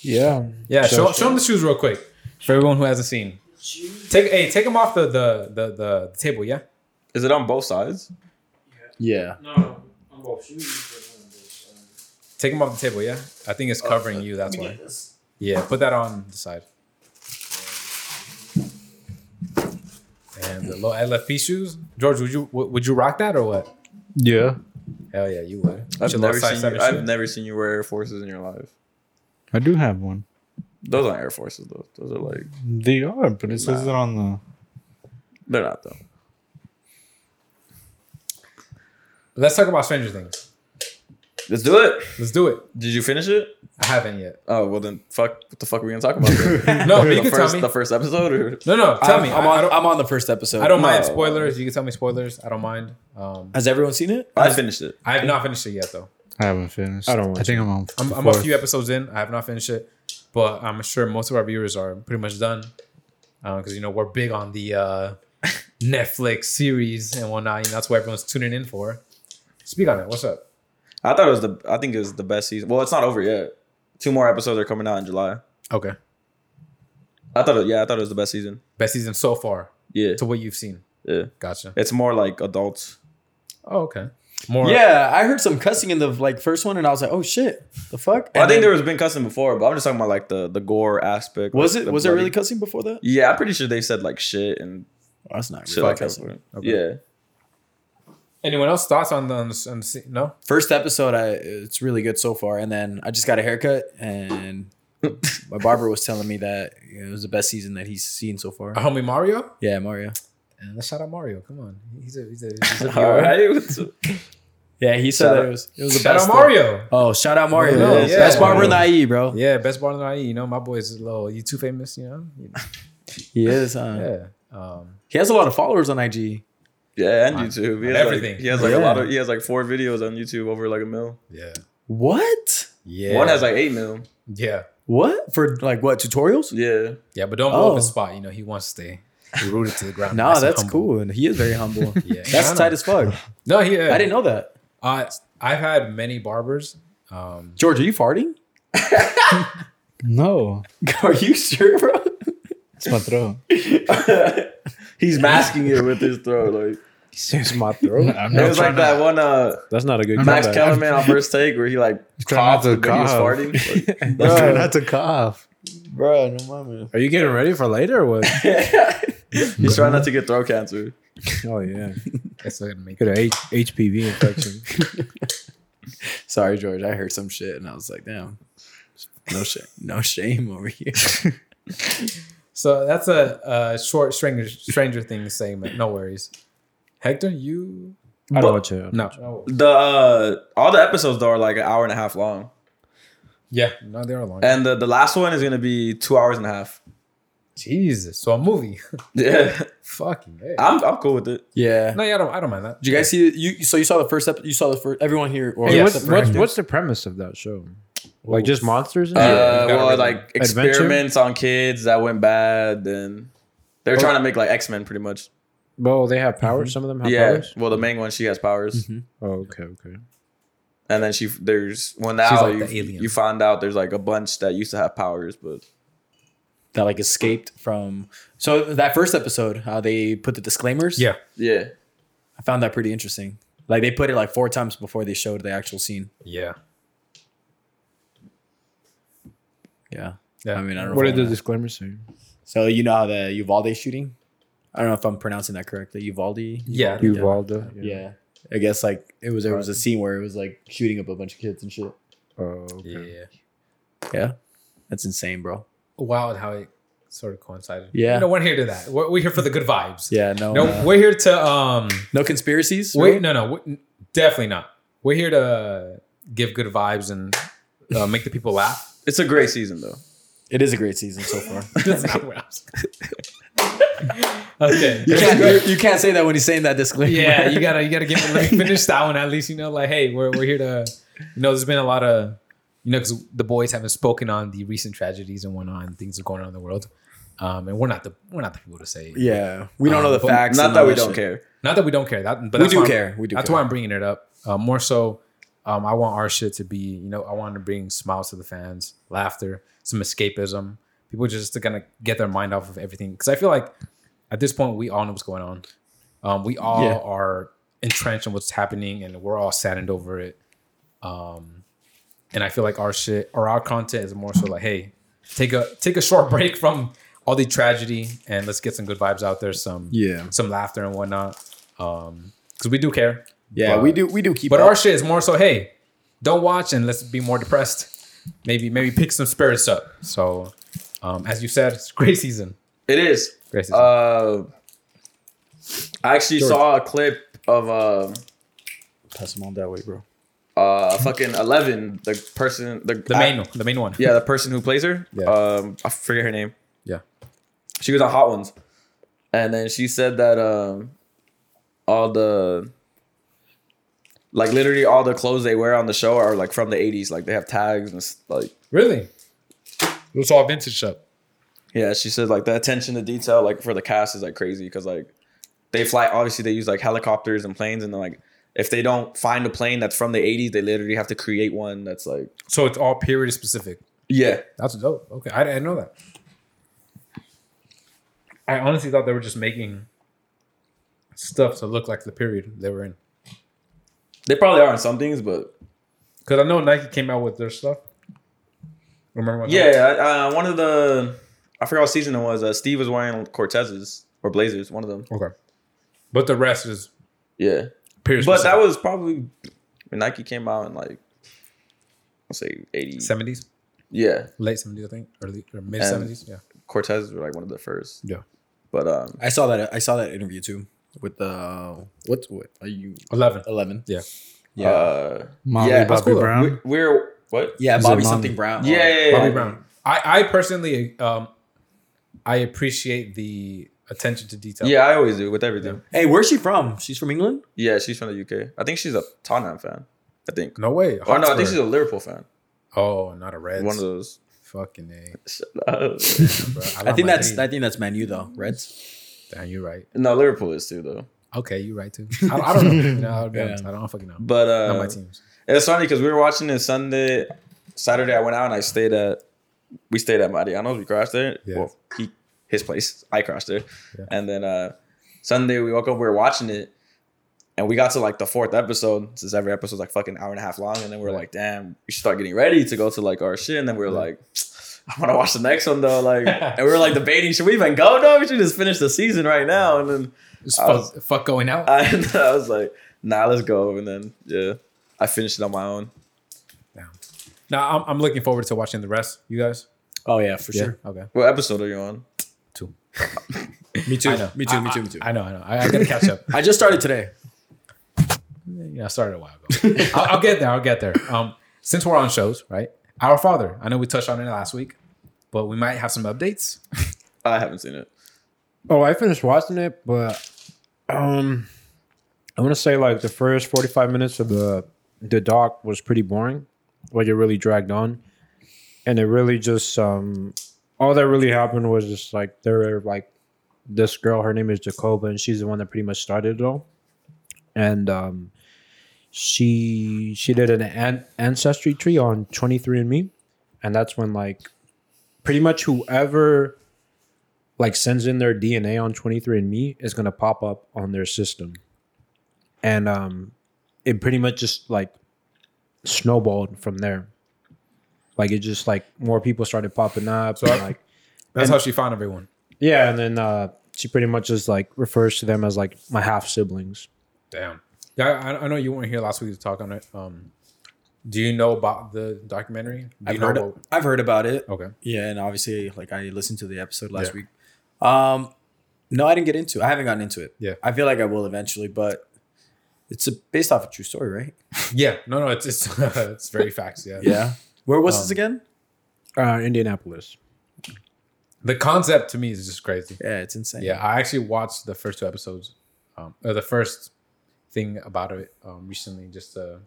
S3: Yeah.
S1: Yeah,
S3: Show
S1: show,
S3: us.
S1: show them the shoes real quick for everyone who hasn't seen. Take hey, take them off the the the, the, the table. Yeah.
S2: Is it on both sides?
S5: Yeah.
S3: No, on both shoes.
S1: Take them off the table, yeah? I think it's covering you, that's why. Yeah, put that on the side. And the low LFP shoes. George, would you would would you rock that or what?
S3: Yeah.
S1: Hell yeah, you would. With
S2: I've
S1: your little
S2: never
S1: size
S2: seen.
S1: seven
S2: You, I've
S1: shoe.
S2: never seen you wear Air Forces in your life.
S7: I do have one.
S2: Those aren't Air Forces though. Those are like
S7: They are, but it says it on the.
S2: they're not though.
S1: Let's talk about Stranger Things.
S2: Let's do it.
S1: Let's do it.
S2: Did you finish it?
S1: I haven't yet.
S2: Oh well, then fuck. What the fuck are we gonna talk about? then? Oh,
S1: No, you
S2: the
S1: can tell
S2: first
S1: me.
S2: the first episode or
S1: No, no, tell
S5: I'm,
S1: me.
S5: I'm
S1: I- I
S5: on.
S1: don't-
S5: I'm on the first episode.
S1: I don't mind
S2: No.
S1: spoilers. You can tell me spoilers. I don't mind. Um,
S5: Has everyone seen it?
S2: I finished it.
S1: I have not finished it yet, though.
S7: I haven't finished.
S3: I don't want
S7: I think I'm on.
S1: I'm, I'm a few episodes in. I have not finished it, but I'm sure most of our viewers are pretty much done because you know we're big on the uh, Netflix series and whatnot. You know, that's what everyone's tuning in for. Speak on it. What's up?
S2: I thought it was the. I think it was the best season. Well, it's not over yet. Two more episodes are coming out in July.
S1: Okay,
S2: I thought. It, yeah, I thought it was the best season.
S1: best season so far
S2: Yeah,
S1: to what you've seen.
S2: yeah.
S1: Gotcha.
S2: It's more like adults.
S1: Oh, okay. More.
S5: Yeah, I heard some cussing in the like first one, and I was like, "Oh shit, the fuck."
S2: Well, I think
S5: And then-
S2: there was been cussing before, but I'm just talking about like the the gore aspect.
S5: was
S2: like,
S5: it
S2: the
S5: was there really
S2: bloody-
S5: cussing before that?
S2: Yeah, I'm pretty sure they said like shit and
S5: Oh, that's not
S2: shit
S5: really
S2: like
S5: cussing.
S2: that. Yeah,
S1: Anyone else thoughts on the, on the, on the se- no?
S5: First episode, I it's really good so far, and then I just got a haircut, and my barber was telling me that it was the best season that he's seen so far.
S1: Our homie Mario.
S5: Yeah, Mario.
S1: And let's shout out Mario. Come on, he's a he's a, he's a
S2: all
S1: viewer.
S2: right. What's up?
S5: Yeah, he said
S2: Shout
S5: that
S2: out-
S5: it was it was the
S1: Shout
S5: best.
S1: out
S5: though.
S1: Mario.
S5: Oh, shout out Mario.
S1: No,
S5: That's
S1: yeah.
S5: Best barber in the IE, bro.
S1: Yeah, best bar in the IE. You know, my boy's a little you too famous. You know.
S5: He is. Huh?
S1: Yeah. Um,
S5: He has a lot of followers on IG.
S2: Yeah, and YouTube. He has
S1: Everything.
S2: Like, he has like a
S5: Yeah.
S2: lot of. He has like four videos on YouTube over like a mil.
S1: yeah.
S5: What?
S1: Yeah.
S2: One has like eight mil.
S1: Yeah.
S5: What for? Like what tutorials?
S2: Yeah.
S1: Yeah, but don't blow up his
S5: Oh.
S1: spot. You know, he wants to stay rooted to the ground.
S5: Nah,
S1: Nice and
S5: that's
S1: humble.
S5: cool, and he is very humble.
S1: Yeah.
S5: That's tight as fuck.
S1: No, he.
S5: I didn't know that.
S1: Uh, I've had many barbers. Um,
S5: George, are you farting?
S7: No,
S5: Are you sure, bro?
S7: it's my throat.
S2: He's masking it with his throat. Like
S3: It's my throat.
S7: I'm
S2: it
S7: not
S2: was like
S7: trying to-
S2: that one uh
S3: That's not a good
S2: Max
S3: comeback.
S2: Kellerman on first take where he like
S7: trying not
S2: coughed
S7: to
S2: when he was
S7: cough.
S2: farting. Like,
S7: I'm trying not to cough.
S2: Bro, no mames.
S3: Are you getting ready for later or what?
S2: He's trying not to get throat cancer.
S3: oh yeah.
S1: it's not gonna make
S3: Get a H- HPV infection.
S5: Sorry, George. I heard some shit, and I was like, damn. No shame, no shame over here.
S1: So that's a, a short Stranger Stranger Things segment. No worries, Hector. You
S3: I don't watch it.
S1: no.
S2: The uh, all the episodes though are like an hour and a half long,
S1: Yeah, no, they are long.
S2: and the, the last one is gonna be two hours and a half.
S1: Jesus, so a movie.
S2: Yeah,
S1: Fucking. hey.
S2: I'm I'm cool with it.
S5: Yeah.
S1: No, yeah, I don't. I don't mind that.
S5: Did you guys see you? So you saw the first episode. You saw the first. Everyone here. Or
S3: Hey,
S1: Yes,
S3: what's,
S1: the
S3: what's,
S1: first-
S3: what's the premise of that show? Like just monsters? And
S2: Uh,
S3: shit?
S1: gotta
S2: well,
S1: read them.
S2: like
S3: Adventure?
S2: experiments on kids that went bad, and they're trying to make like X Men pretty much.
S3: well, they have powers. Some of them have
S2: yeah,
S3: powers.
S2: well, the main one she has powers,
S3: Oh, okay, okay.
S2: and then she there's well now
S1: like
S2: you,
S1: the alien.
S2: you find out there's like a bunch that used to have powers, but
S5: that like escaped from. So that first episode, how uh, they put the disclaimers.
S1: Yeah.
S2: yeah,
S5: I found that pretty interesting. Like they put it like four times before they showed the actual scene.
S1: Yeah.
S5: Yeah.
S1: Yeah.
S5: I mean, I don't know.
S4: What
S5: if
S4: did
S5: I
S4: the
S5: wanna-
S4: disclaimer say?
S5: so you know how the Uvalde shooting? I don't know if I'm pronouncing that correctly. Uvalde.
S1: Yeah.
S4: Uvalda.
S5: Yeah. I guess like it was there was a scene where it was like shooting up a bunch of kids and shit.
S4: Oh, okay.
S1: Yeah.
S5: Yeah. That's insane, bro.
S1: Wild how it sort of coincided.
S5: Yeah.
S1: No, we're here to that. We're, we're here for the good vibes.
S5: Yeah, no
S1: No,
S5: uh,
S1: we're here to um.
S5: no conspiracies.
S1: Wait,
S5: right?
S1: no, no, we- definitely not. We're here to give good vibes and uh, make the people laugh.
S2: It's a great season though.
S5: It is a great season so far.
S1: That's not what I was. okay.
S5: you, can't, you can't say that when he's saying that disclaimer.
S1: Yeah, you gotta you gotta give it like finish that one at least. You know, like hey, we're we're here to. You know, there's been a lot of you know because the boys haven't spoken on the recent tragedies and whatnot and things that are going on in the world. Um, and we're not the we're not the people to say.
S5: Yeah. We don't know the
S1: Um, but
S5: facts.
S2: Not
S5: and
S2: that
S5: all
S2: we don't
S5: shit.
S2: care.
S1: Not that we don't care. That, but
S5: We
S1: that's
S5: do
S1: why I'm-
S5: care. We do
S1: That's
S5: care.
S1: why I'm bringing it up. Uh, more so, um, I want our shit to be, you know, I want to bring smiles to the fans, laughter, some escapism. People just to kind of get their mind off of everything. Because I feel like at this point, we all know what's going on. Um, we all
S5: Yeah.
S1: are entrenched in what's happening and we're all saddened over it. Um, and I feel like our shit or our content is more so like, hey, take a take a short break from all the tragedy and let's get some good vibes out there, some
S5: Yeah.
S1: some laughter and whatnot. Um, because we do care.
S5: Yeah,
S1: But-
S5: we do we do keep
S1: But
S5: up.
S1: our shit is more so, hey, don't watch and let's be more depressed. Maybe maybe pick some spirits up. So, um, as you said, it's a great season.
S2: It is.
S1: Great season.
S2: Uh, I actually saw a clip of uh,
S5: pass them on that way, bro.
S2: uh fucking Eleven, the person, the,
S1: the main one, the main one.
S2: yeah, the person who plays her.
S1: Yeah.
S2: Um, I forget her name.
S1: Yeah.
S2: She was on Hot Ones, and then she said that um, all the like literally all the clothes they wear on the show are like from the '80s. Like they have tags and s- like
S1: Really? It's all vintage stuff.
S2: yeah. She said like the attention to detail like for the cast is like crazy because like they fly obviously they use like helicopters and planes and then like if they don't find a plane that's from the 80s they literally have to create one that's like
S1: So it's all period specific.
S2: yeah
S1: That's dope. Okay, I didn't know that. I honestly thought they were just making stuff to look like the period they were in.
S2: they probably are in some things but
S1: Because I know Nike came out with their stuff. Remember? When
S2: Yeah, uh, one of the I forgot what season it was. Uh, Steve was wearing Cortez's or Blazers, one of them.
S1: Okay. But the rest is
S2: Yeah,
S1: period.
S2: but that was probably when Nike came out in like let's say eighty.
S1: seventies,
S2: Yeah,
S1: late seventies, I think, early or mid seventies. Yeah.
S2: Cortez's were like one of the first.
S1: Yeah.
S2: but um,
S5: I saw that I saw that interview too with the what what are you
S1: Eleven.
S5: 11.
S1: Yeah.
S5: Yeah.
S2: uh,
S7: Molly
S2: Yeah, that's
S7: Bobby
S5: cool.
S2: we,
S7: Brown.
S2: we're what?
S5: yeah,
S7: Is it
S5: Bobby
S7: Bobby?
S5: something Brown.
S2: Yeah, yeah, yeah,
S1: Bobby
S2: yeah.
S1: Brown. I I personally um I appreciate the attention to detail.
S2: Yeah, I always do with everything.
S5: Hey, where's she from? She's from England?
S2: Yeah. she's from the UK. I think she's a Tottenham fan. I think.
S1: No way.
S2: Oh no, I think
S1: Hotspur.
S2: she's a Liverpool fan.
S1: Oh, not a red.
S2: One of those.
S1: Fucking A. Bro,
S5: I
S1: love
S5: think
S1: my
S5: that's
S1: team.
S5: I think that's Manu though. Reds.
S1: Damn, you're right.
S2: No, Liverpool is too though.
S1: Okay, you're right too. I, I don't know. No, I'll be
S5: Yeah.
S1: honest, I don't fucking know.
S2: But uh,
S1: Not my teams.
S2: It's funny because we were watching it Sunday, Saturday. I went out and I stayed at, we stayed at Mariano's. We crashed there.
S1: Yeah.
S2: Well, he, his place. I crashed there,
S1: Yeah.
S2: and then uh, Sunday we woke up. We were watching it, and we got to like the fourth episode. Since every episode's like fucking hour and a half long, and then we are
S1: Right.
S2: like, damn, we should start getting ready to go to like our shit. And then we were like. I want to watch the next one though, like, and we were like debating, should we even go? No, we should just finish the season right now. And then
S1: Just
S2: I
S1: fuck,
S2: was-
S1: fuck going out.
S2: I, I was like, nah, let's go. And then yeah, I finished it on my own.
S1: Damn. Now I'm, I'm looking forward to watching the rest. You guys?
S5: Oh yeah, for sure.
S1: Okay.
S2: What episode are you on?
S5: Me too.
S1: I know.
S5: Me too.
S1: I-
S5: me too.
S1: I-
S5: Me too.
S1: I know. I know. I, I gotta catch up.
S5: I just started today.
S1: you know, I started a while ago. I'll, I'll get there. I'll get there. Um, since we're on shows, right? Our Father. I know we touched on it last week, but we might have some updates.
S2: I haven't seen it.
S3: Oh, I finished watching it, but um, I want to say like the first forty-five minutes of the the doc was pretty boring. Like it really dragged on, and it really just um, all that really happened was just like there were like this girl, her name is Jacoba, and she's the one that pretty much started it all, and um, she she did an, an ancestry tree on twenty three andme and that's when like pretty much whoever like sends in their DNA on 23andMe is going to pop up on their system. And um it pretty much just like snowballed from there. Like it just like more people started popping up.
S1: So
S3: and,
S1: I-
S3: like
S1: That's
S3: And-
S1: how she found everyone.
S3: yeah, and then uh, she pretty much just like refers to them as like my half siblings.
S1: Damn. Yeah, I, I know you weren't here last week to talk on it. Um, do you know about the documentary? Do
S5: I've
S1: you know
S5: heard,
S1: what-
S5: I've heard about it.
S1: okay.
S5: Yeah, and obviously, like I listened to the episode last
S1: Yeah.
S5: week. Um, no, I didn't get into. it. I haven't gotten into it.
S1: Yeah.
S5: I feel like I will eventually, but it's a, based off a true story, right?
S1: Yeah. No, no, it's it's, it's very facts. Yeah.
S5: Yeah. Where was
S1: Um,
S5: this again?
S3: Uh, Indianapolis.
S1: The concept to me is just crazy.
S5: Yeah, it's insane.
S1: Yeah. I actually watched the first two episodes, um, or the first thing about it um, recently, just to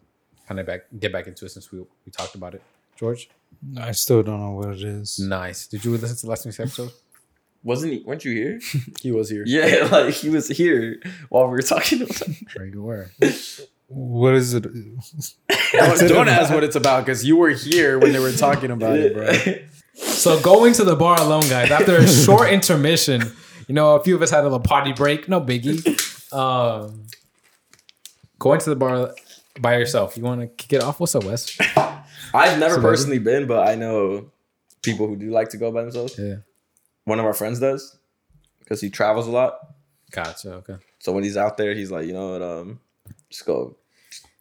S1: kind of back get back into it since we we talked about it. George,
S7: I still don't know what it is.
S1: nice. Did you listen to last week's episode?
S2: Wasn't he? Weren't you here?
S5: he was here.
S2: yeah, like he was here while we were talking. About
S1: Where you were?
S7: What is it?
S5: Don't, don't ask what it's about because you were here when they were talking about it, bro.
S1: So going to the bar alone, guys. After a short intermission, you know, a few of us had a little party break. No biggie. Um, going to the bar by yourself. You want to kick it off? What's up, Wes?
S2: I've never
S1: Suburban?
S2: personally been, but I know people who do like to go by themselves.
S1: Yeah.
S2: One of our friends does because he travels a lot.
S1: Gotcha. Okay.
S2: So when he's out there, he's like, you know what? Um, just go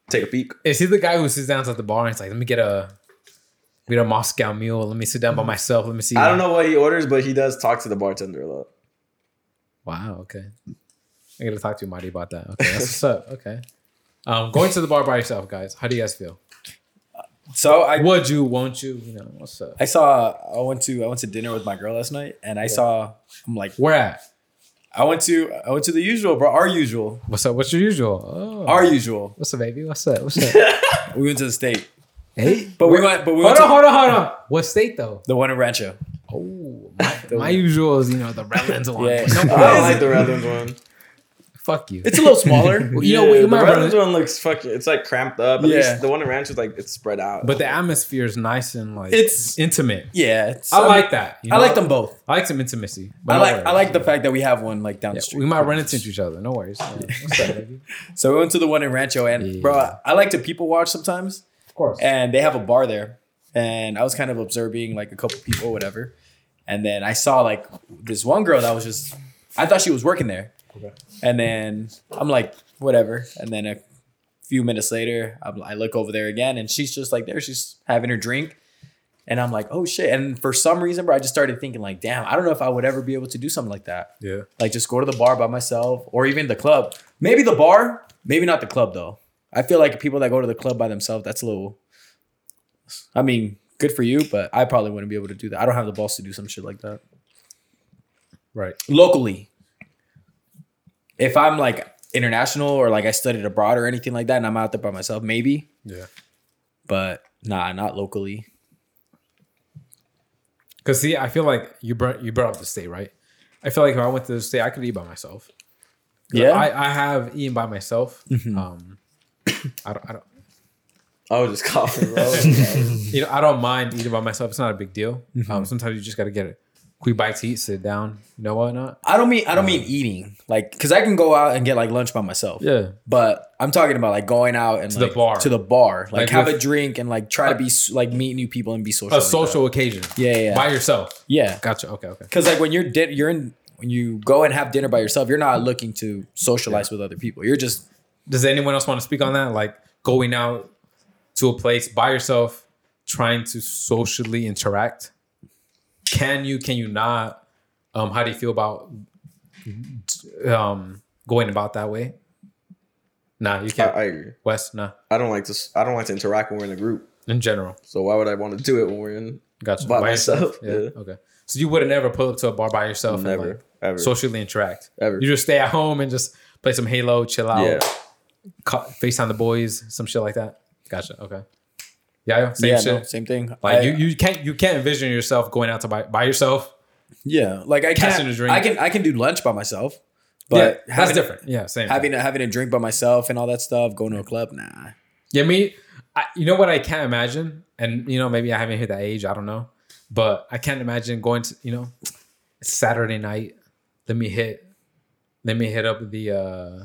S2: take a peek.
S1: Is he the guy who sits down at the bar and it's like, let me get a, get a Moscow mule. Let me sit down by myself. Let me see.
S2: I don't know what he orders, but he does talk to the bartender a lot.
S1: Wow. Okay. I gotta talk to you, Marty, about that. Okay. That's what's up. Okay. Um, going to the bar by yourself, guys. How do you guys feel?
S5: So I
S1: Would you? Won't you? You know what's up?
S5: I saw I went to I went to dinner with my girl last night, and I saw I'm like
S1: Where at?
S5: I went to I went to the usual, bro. Our usual,
S1: What's up? What's your usual? Oh.
S5: our usual.
S1: What's up, baby? What's up? What's up?
S5: We went to the state,
S1: Hey,
S5: but we went but we
S1: hold
S5: went to
S1: on, hold on, hold on. What state though?
S5: the one in Rancho.
S1: Oh, my, my usual is you know the Redlands one.
S5: Yeah.
S1: No,
S2: I don't like the Redlands one.
S1: fuck you.
S5: It's a little smaller.
S1: you know, we
S2: the
S1: might
S2: Redlands
S1: run
S2: one looks fucking. It's like cramped up. At
S5: Yeah.
S2: least the one in Ranch is like it's spread out.
S1: but the atmosphere is nice and like
S5: It's-
S1: intimate.
S5: yeah, it's,
S1: I like that. you
S5: I
S1: know?
S5: like them both.
S1: I like some intimacy. but
S5: I
S1: no
S5: like
S1: worries.
S5: I like the fact that we have one like down
S1: Yeah,
S5: the street.
S1: we might run into each other. No worries. Yeah. What's up, baby?
S5: So we went to the one in Rancho, and
S1: Yeah.
S5: bro, I like to people watch sometimes,
S1: Of course.
S5: and they have a bar there, and I was kind of observing like a couple people, whatever, and then I saw like this one girl that was just, I thought she was working there, and then I'm like whatever, and then a few minutes later, I'm, I look over there again, and she's just like there, she's having her drink. And I'm like, oh shit. And for some reason, bro, I just started thinking, like, damn, I don't know if I would ever be able to do something like that
S1: Yeah.
S5: like just go to the bar by myself or even the club. Maybe the bar, maybe not the club though. I feel like people that go to the club by themselves, that's a little. I mean, good for you, but I probably wouldn't be able to do that. I don't have the balls to do some shit like that
S1: Right.
S5: locally. If I'm like international or like I studied abroad or anything like that, and I'm out there by myself, maybe.
S1: Yeah.
S5: But nah, not locally.
S1: Cause see, I feel like you brought you brought up the state, right? I feel like if I went to the state, I could eat by myself. 'Cause
S5: Yeah.
S1: I, I have eaten by myself. Um, I don't, I don't,
S2: I was just coughing, bro.
S1: you know, I don't mind eating by myself. It's not a big deal. Um, sometimes you just got to get a quick bite to eat, sit down, you know what not.
S5: I don't mean I don't mean eating like because I can go out and get like lunch by myself.
S1: Uh. Yeah,
S5: But I'm talking about like going out and to
S1: the
S5: like,
S1: bar.
S5: to the bar, like,
S1: Like
S5: have
S1: with-
S5: a drink and like try to be s- like meet new people and be social.
S1: a
S5: like
S1: social occasion.
S5: that. yeah, yeah,
S1: by yourself.
S5: yeah.
S1: Gotcha. Okay, okay.
S5: Because like when you're di- you're in when you go and have dinner by yourself, you're not looking to socialize with other people. You're just
S1: Does anyone else want to speak on that? Like going out to a place by yourself, trying to socially interact. Can you? Can you not? Um, how do you feel about um going about that way? Nah, you
S2: I,
S1: can't.
S2: I agree.
S1: West, nah.
S2: I don't like to. s- I don't like to interact when we're in a group.
S1: In general,
S2: So why would I want to do it when we're in?
S1: gotcha.
S2: By
S1: yourself?
S2: myself,
S1: Yeah.
S2: yeah.
S1: Okay. So you would have never pulled up to a bar by yourself. and, like,
S2: Never, ever,
S1: socially interact.
S2: ever.
S1: You just stay at home and just play some Halo, chill out,
S2: Yeah.
S1: ca- FaceTime the boys, some shit like that. Gotcha. Okay. Yeah, yeah, same
S5: yeah,
S1: shit.
S5: no, same thing.
S1: Like
S5: I-
S1: you, you can't you can't envision yourself going out to by, by yourself.
S5: yeah, like I
S1: Catching
S5: can
S1: a drink.
S5: I can I can do lunch by myself, but
S1: yeah, that's
S5: having-
S1: different. Yeah, same.
S5: Having a, having a drink by myself and all that stuff, going to a club, nah.
S1: yeah, me. I, you know what I can't imagine, and you know maybe I haven't hit that age. I don't know, but I can't imagine going to you know it's Saturday night. Let me hit. Let me hit up the uh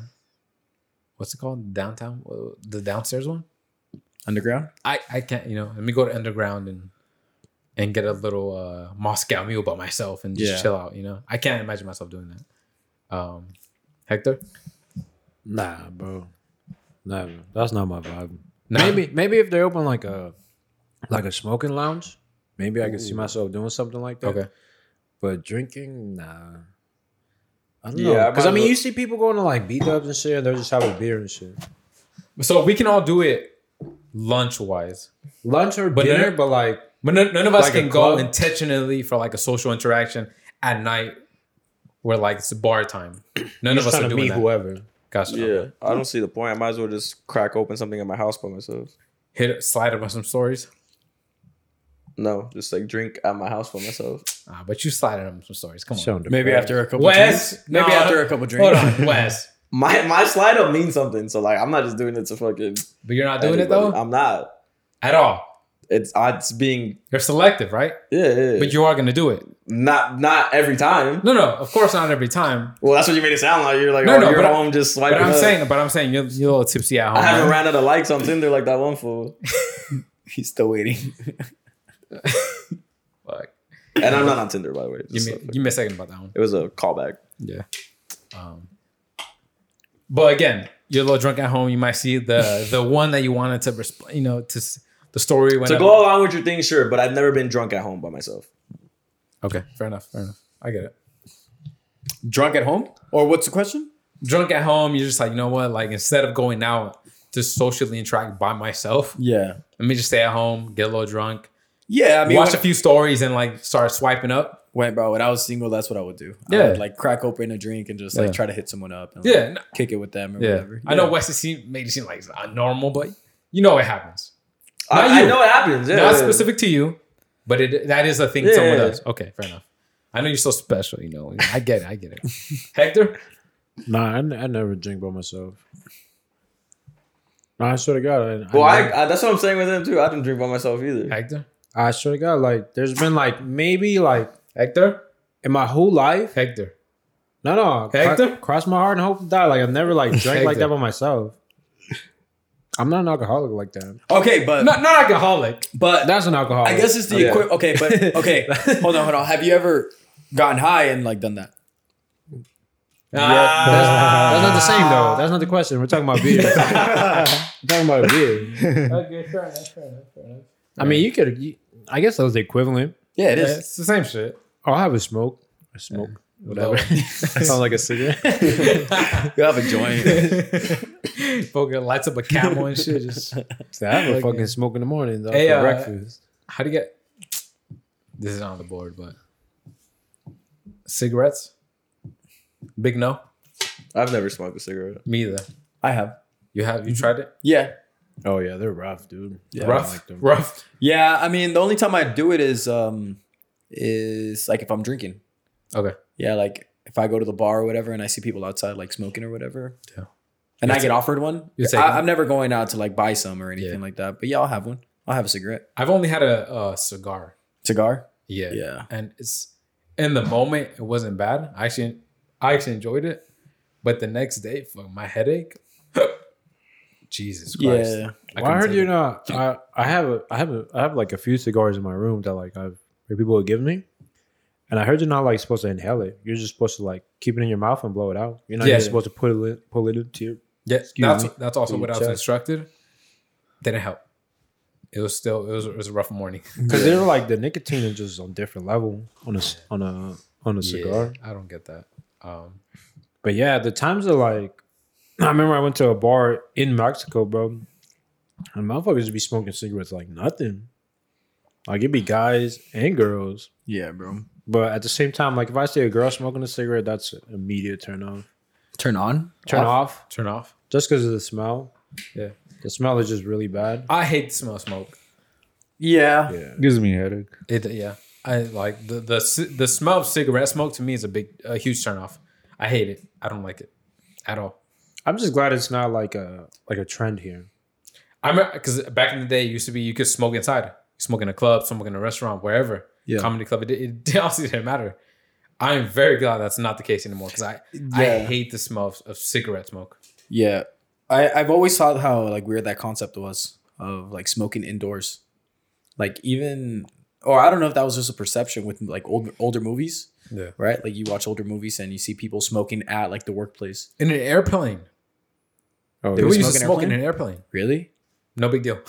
S1: what's it called? Downtown, uh, the downstairs one.
S5: Underground?
S1: I I can't. You know, let me go to underground and and get a little uh, Moscow Mule by myself and just
S5: Yeah.
S1: chill out. You know, I can't imagine myself doing that. Um, Hector,
S3: Nah, bro. Nah, bro. that's not my vibe.
S1: Nah?
S3: Maybe maybe if they open like a like a smoking lounge, maybe I could see myself doing something like that.
S1: Okay.
S3: But drinking, nah. I don't
S2: Yeah, I
S3: know. Because I
S2: might
S3: mean,
S2: as
S3: you see people going to like beat ups and shit, and they're just having beer and shit.
S1: so we can all do it lunch wise,
S3: Lunch or
S1: But
S3: dinner,
S1: then-
S3: but like
S1: but none, none of us
S3: Like a
S1: can go
S3: club?
S1: intentionally for like a social interaction at night, where like it's bar time. None of
S3: just
S1: us
S3: trying
S1: are
S3: to
S1: doing
S3: meet
S1: that.
S3: whoever.
S1: Gotcha.
S2: Yeah, I don't see the point. I might as well just crack open something in my house by myself.
S1: Hit slide up on some stories.
S2: No, just like drink at my house by myself.
S1: Ah, but you slide up on some stories. Come on.
S3: Sound
S5: Maybe
S3: depressed.
S5: after a couple
S1: Wes,
S5: drinks. Maybe
S1: no,
S5: after a couple
S1: Hold
S5: drinks.
S1: on, Wes.
S2: My my slide up means something, so like I'm not just doing it to fucking
S1: But you're not doing it
S2: anybody.
S1: though
S2: I'm not.
S1: at all.
S2: It's it's being
S1: You're selective, right?
S2: yeah, yeah.
S1: But you are gonna do it.
S2: not not every time.
S1: No, no, of course not every time.
S2: Well, that's what you made it sound like. You're like,
S1: No,
S2: oh,
S1: no,
S2: you're
S1: but I-
S2: home just swiping.
S1: But I'm
S2: up.
S1: saying, but I'm saying you're, you're a little tipsy at home.
S2: I haven't
S1: right?
S2: ran out of likes on Tinder like that one fool,
S5: He's still waiting.
S1: Fuck.
S2: and I'm not on Tinder by the way.
S1: Give
S2: Just
S1: me,
S2: so-
S1: give me a second about that one.
S2: it was a callback.
S1: Yeah. Um, but again, you're a little drunk at home. You might see the the one that you wanted to, resp- you know, to s- the story when
S2: To go along with your thing, sure, but I've never been drunk at home by myself.
S1: Okay, fair enough, fair enough. I get it.
S5: Drunk at home? Or what's the question?
S1: Drunk at home, you're just like, you know what? Like instead of going out to socially interact by myself,
S5: Yeah.
S1: let me just stay at home, get a little drunk,
S5: Yeah, I mean,
S1: watch
S5: when,
S1: a few stories, and like start swiping up.
S5: when- bro, when I was single, that's what I would do. I
S1: Yeah.
S5: would, like crack open a drink and just like
S1: Yeah.
S5: try to hit someone up and like,
S1: Yeah, no-
S5: kick it with them or
S1: yeah.
S5: whatever.
S1: I know Wes it seem, made it seem like it's not normal, but you know it happens. Not
S2: I, I
S1: you.
S2: know it happens. Yeah,
S1: Not
S2: yeah.
S1: specific to you, but it that is a thing
S2: Yeah,
S1: someone
S2: yeah, yeah.
S1: does. Okay, fair enough. I know you're so special, you know. I get it. I get it. Hector,
S3: Nah, I, n- I never drink by myself. Nah, I swear to God. I,
S2: Well,
S3: I,
S2: I, I that's what I'm saying with him too. I didn't drink by myself either.
S1: Hector,
S3: I swear to God, like there's been like maybe like
S1: Hector,
S3: in my whole life.
S1: Hector.
S3: No, no. cro-
S1: Hector?
S3: cross my heart and hope to die. Like I've never like drank like
S1: Hector.
S3: that by myself. I'm not an alcoholic like that.
S5: Okay, but
S1: Not not alcoholic.
S5: but
S3: That's an alcoholic.
S5: I guess it's the
S2: Yeah.
S5: equi- okay, but okay. hold on, hold on. Have you ever gotten high and like done that?
S3: That's, that's
S1: Ah.
S3: not the same though. That's not the question. We're talking about beer. We're talking about beer.
S1: Okay, fair enough. Fair enough. Fair enough.
S3: I mean, you could. You, I guess that was the equivalent.
S5: Yeah, it
S1: Yeah,
S5: is.
S1: it's the same shit.
S3: I'll have a smoke. A smoke. Whatever. Sounds like a cigarette.
S5: You have a joint.
S1: Fucking lights up a camel and shit. Just
S3: I have a
S1: Like-
S3: fucking smoke in the morning though
S1: Hey,
S3: for
S1: uh,
S3: breakfast.
S1: how do you get? This is not on the board, but cigarettes. Big no.
S2: I've never smoked a cigarette.
S1: Me either.
S5: I have.
S1: You have you tried it?
S5: Yeah.
S3: Oh yeah, they're rough, dude. Yeah, I
S1: rough,
S3: don't like them.
S1: rough.
S5: Yeah, I mean, the only time I do it is um is like if I'm drinking.
S1: Okay.
S5: Yeah, like if I go to the bar or whatever and I see people outside like smoking or whatever.
S1: Yeah.
S5: And I get offered one.
S1: you take
S5: I,
S1: it?
S5: I'm never going out to like buy some or anything
S1: Yeah.
S5: like that. But yeah, I'll have one. I'll have a cigarette.
S1: I've only had a, uh cigar.
S5: Cigar?
S1: Yeah.
S5: Yeah.
S1: And it's in the moment it wasn't bad. I actually I actually enjoyed it, but the next day for my headache. Jesus Christ.
S5: Yeah.
S3: well, I
S1: couldn't
S3: heard
S1: take
S3: you
S1: it.
S3: not. I, I have a I have a I have like a few cigars in my room that like I've that people would give me, and I heard you're not like supposed to inhale it. You're just supposed to like keep it in your mouth and blow it out. You're not
S1: Yeah.
S3: even supposed to pull it pull it into your.
S1: Yeah,
S3: Excuse
S1: that's
S3: me.
S1: that's also
S3: Your
S1: what I was
S3: chest.
S1: instructed. Didn't help. It was still it was, it was a rough morning.
S3: Because they're like the nicotine is just on different level on a c- on a on a cigar.
S1: Yeah, I don't get that. Um
S3: But yeah, the times are like. I remember I went to a bar in Mexico, bro, and motherfuckers would be smoking cigarettes like nothing. Like it'd be guys and girls.
S5: Yeah, bro.
S3: But at the same time, like if I see a girl smoking a cigarette, that's immediate turn off.
S5: Turn on?
S3: Turn off,
S1: turn off.
S3: just because of the smell.
S1: Yeah.
S3: the smell is just really bad.
S1: I hate the smell of smoke.
S5: Yeah.
S7: Gives me a headache.
S1: It yeah. I like the the ci- the smell of cigarette smoke to me is a big a huge turnoff. I hate it. I don't like it at all.
S3: I'm just glad it's not like a like a trend here.
S1: I remember because back in the day, it used to be you could smoke inside, you smoke in a club, smoke in a restaurant, wherever.
S5: Yeah.
S1: Comedy club. It, it honestly didn't matter. I am very glad that's not the case anymore because I I
S5: Yeah.
S1: hate the smell of, of cigarette smoke.
S5: Yeah. I, I've always thought how like weird that concept was of like smoking indoors. Like even or I don't know if that was just a perception with like old older movies.
S1: Yeah.
S5: Right? Like you watch older movies and you see people smoking at like the workplace.
S1: in an airplane.
S3: Oh,
S1: They
S5: were
S1: were used to
S5: smoking
S1: smoke in an airplane.
S5: Really?
S1: No big deal.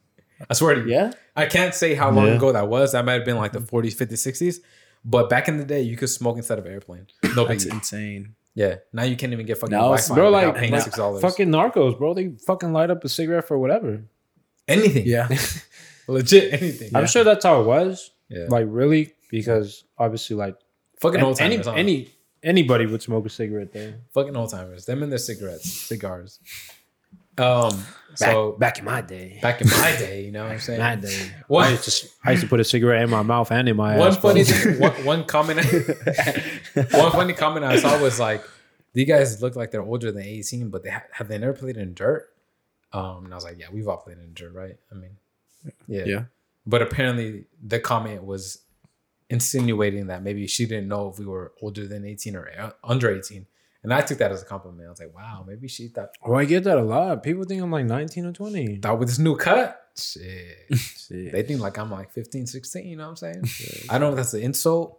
S1: I swear to you.
S5: Yeah.
S1: I can't say how long
S7: Yeah.
S1: ago that was. That might have been like the 40s, 50s, 60s. But back in the day, you could smoke inside of an airplane. No big
S5: That's
S1: deal.
S5: insane.
S1: Yeah. Now you can't even get fucking
S5: Now
S1: no,
S5: it's-
S1: Wi-Fi
S3: bro,
S1: without
S3: like-
S1: paying
S5: like,
S1: six dollars.
S3: fucking narcos, bro. They fucking light up a cigarette for whatever.
S1: anything.
S5: Yeah.
S1: Legit anything.
S3: I'm sure that's how it was.
S1: Yeah.
S3: Like really, because obviously, like
S1: fucking old
S3: any
S1: timers. huh?
S3: any anybody would smoke a cigarette there.
S1: fucking old timers. Them and their cigarettes, cigars. Um. so back,
S4: in my day.
S1: in my day, you know what I'm saying.
S4: My day.
S1: What?
S3: I used, to, I used to put a cigarette in my mouth and in my
S1: one
S3: ass. bro.
S1: funny thing, one, one comment one funny comment I saw was like these guys look like they're older than 18 but they ha- have they never played in dirt um and I was like yeah we've all played in dirt right I mean yeah
S5: Yeah.
S1: but apparently the comment was insinuating that maybe she didn't know if we were older than 18 or uh, under 18 and I took that as a compliment I was like wow maybe she thought
S3: Oh, I get that a lot. People think I'm like 19 or 20.
S1: thought with this new cut shit they think like I'm like 15 16 you know what I'm saying I don't know if that's an insult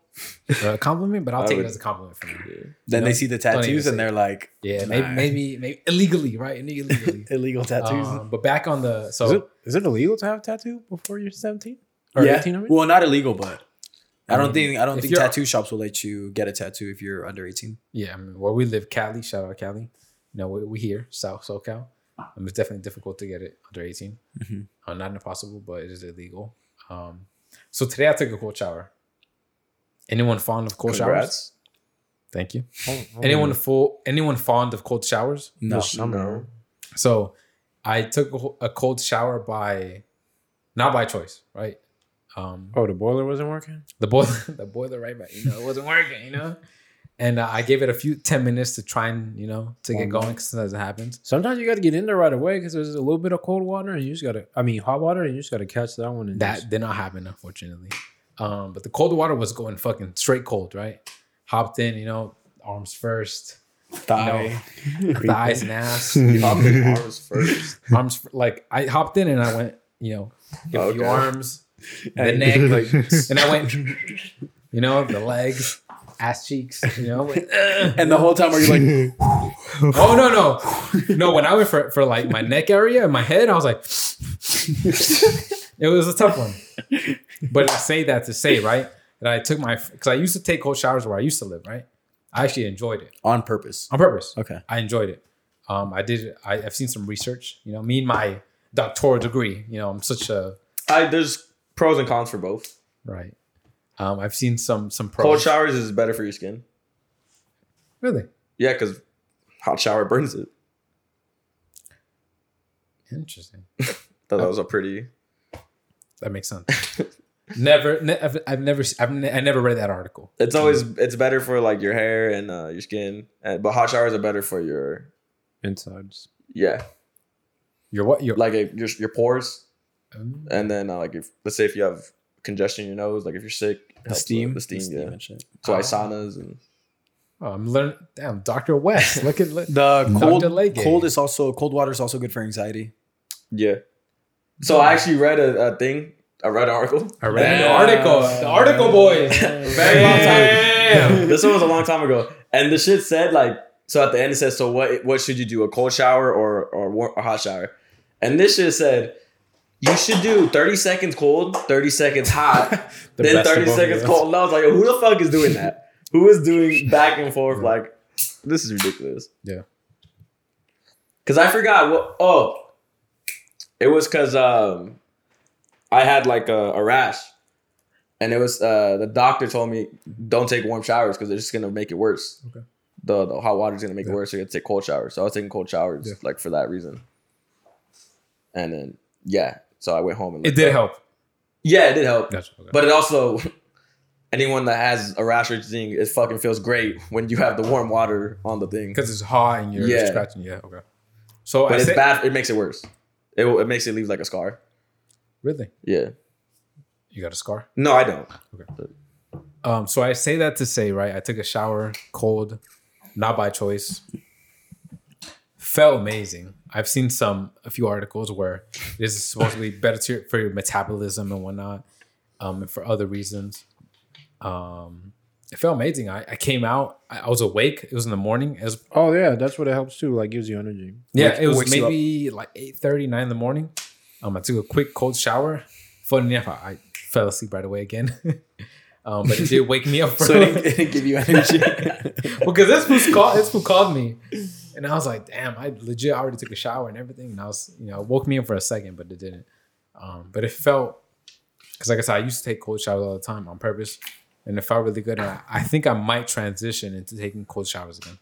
S1: or a compliment but I'll
S2: I
S1: take
S2: would-
S1: it as a compliment from you
S5: Then
S1: No,
S5: they see the
S1: even
S5: tattoos
S1: say
S5: and they're like
S1: Yeah,
S5: Nah.
S1: maybe, maybe maybe illegally, right? Illegally.
S5: illegal tattoos.
S1: um, but back on the
S3: Is it,
S1: so
S3: is it illegal to have tattoo before you're 17 or 18? I mean?
S5: Well, not illegal, but I
S1: I
S5: don't
S1: mean,
S5: think I don't
S1: Mm. if
S5: think
S1: you're-
S5: tattoo shops will let you get a tattoo if you're under 18.
S1: yeah, I mean, where we live, Cali. Shout out Cali. You know, we, we here, South SoCal. Um, it's definitely difficult to get it under 18
S5: Mhm.
S1: Uh, not impossible, but it is illegal. Um, so today I took a cold shower. Anyone fond of cold showers?
S2: Congrats.
S1: Thank you. Anyone full? Anyone fond of cold showers?
S5: No.
S2: No.
S1: So I took a- a cold shower by, not by choice, right? Um,
S3: Oh, the boiler wasn't working?
S1: the boiler the boiler right back you know it wasn't working you know and uh, i gave it a few 10 minutes to try and you know to get going because sometimes it happens
S3: Sometimes you got to get in there right away because there's a little bit of cold water and you just got to, I mean, hot water and you just got to catch that one. And
S1: that
S3: just-
S1: did not happen unfortunately um but the cold water was going fucking straight cold right hopped in you know arms first
S5: Thigh.
S1: thighs and ass
S2: You hopped in ours first.
S1: arms f- like i hopped in and i went you know a
S2: Okay.
S1: few arms the neck like, and i went you know the legs ass cheeks you know like,
S5: And the whole time are you like
S1: Oh no no no! When I went for for like my neck area and my head, I was like, it was a tough one. But I say that to say right that I took my because I used to take cold showers where I used to live. Right, I actually enjoyed it
S5: on purpose?
S1: on purpose.
S5: Okay.
S1: I enjoyed it. Um, I did. I, I've seen some research. You know, me and my doctoral degree. You know, I'm such a
S2: I, there's pros and cons for both.
S1: right. Um, I've seen some some pros.
S2: Cold showers is better for your skin.
S1: really
S2: Yeah, because hot shower burns it.
S1: interesting.
S2: Thought that was a pretty.
S1: That makes sense. never, ne- I've, I've never, s- I've ne- I never read that article.
S2: It's always it's better for like your hair and uh, your skin, and, but hot showers are better for your
S3: insides.
S2: yeah,
S1: Your what? Your
S2: like uh, your your pores,
S1: um,
S2: and then uh, like if let's say if you have congestion in your nose, like if you're sick, it helps with the steam, yeah.
S5: and shit.
S2: So like saunas and
S1: Oh, I'm learning. Damn, Doctor West. Look at look,
S5: The
S1: Dr.
S5: cold,
S1: Legay.
S5: cold is also cold water is also good for anxiety.
S2: yeah. So I actually read a, a thing. I read an article. uh,
S1: I read the article. The article, boys. Very long time.
S2: this one was a long time ago, and the shit said like so at the end it says so what what should you do a cold shower or or, war- a hot shower, and this shit said you should do thirty seconds cold, thirty seconds hot, then
S3: best of
S2: thirty
S3: both
S2: seconds
S3: worlds.
S2: cold. And I was like, who the fuck is doing that? who is doing back and forth like this is ridiculous?
S1: Yeah.
S2: because I forgot what oh. It was because um, I had like a, a rash, and it was uh, the doctor told me don't take warm showers because they're just gonna make it worse.
S1: Okay.
S2: The, the hot water's gonna make it worse. So you have to take cold showers. So I was taking cold showers
S1: Yeah.
S2: like for that reason. And then yeah, so I went home and
S1: It
S2: looked
S1: did
S2: up.
S1: help.
S2: Yeah, it did help.
S1: Gotcha. Okay.
S2: But it also anyone that has a rash or thing, it fucking feels great when you have the warm water on the thing.
S1: because it's hot and you're
S2: Yeah.
S1: scratching. Yeah. Okay. So I
S2: But it's
S1: said,
S2: bad. It makes it worse. It it makes it leave like a scar.
S1: really,
S2: Yeah.
S1: you got a scar.
S2: No, I don't.
S1: Um, so I say that to say, right? I took a shower, cold, not by choice. felt amazing. I've seen some a few articles where this is supposedly better to your, for your metabolism and whatnot, um, and for other reasons. Um, it felt amazing. I, I came out. I, I was awake. It was in the morning. It was
S4: Oh yeah, that's what it helps too. Like gives you energy.
S1: yeah.
S5: Wake-
S1: it was
S5: wakes you up.
S1: maybe like 8:30, 9 in the morning. Um, I took a quick cold shower. Funny enough, I, I fell asleep right away again. um, but it did wake me up.
S5: So it didn't, it didn't give you energy.
S1: because this fool called this fool called me, and I was like, "Damn, I legit already took a shower and everything." And I was, you know, it woke me up for a second, but it didn't. Um, but it felt because, like I said, I used to take cold showers all the time on purpose, and it felt really good. And I, I think I might transition into taking cold showers again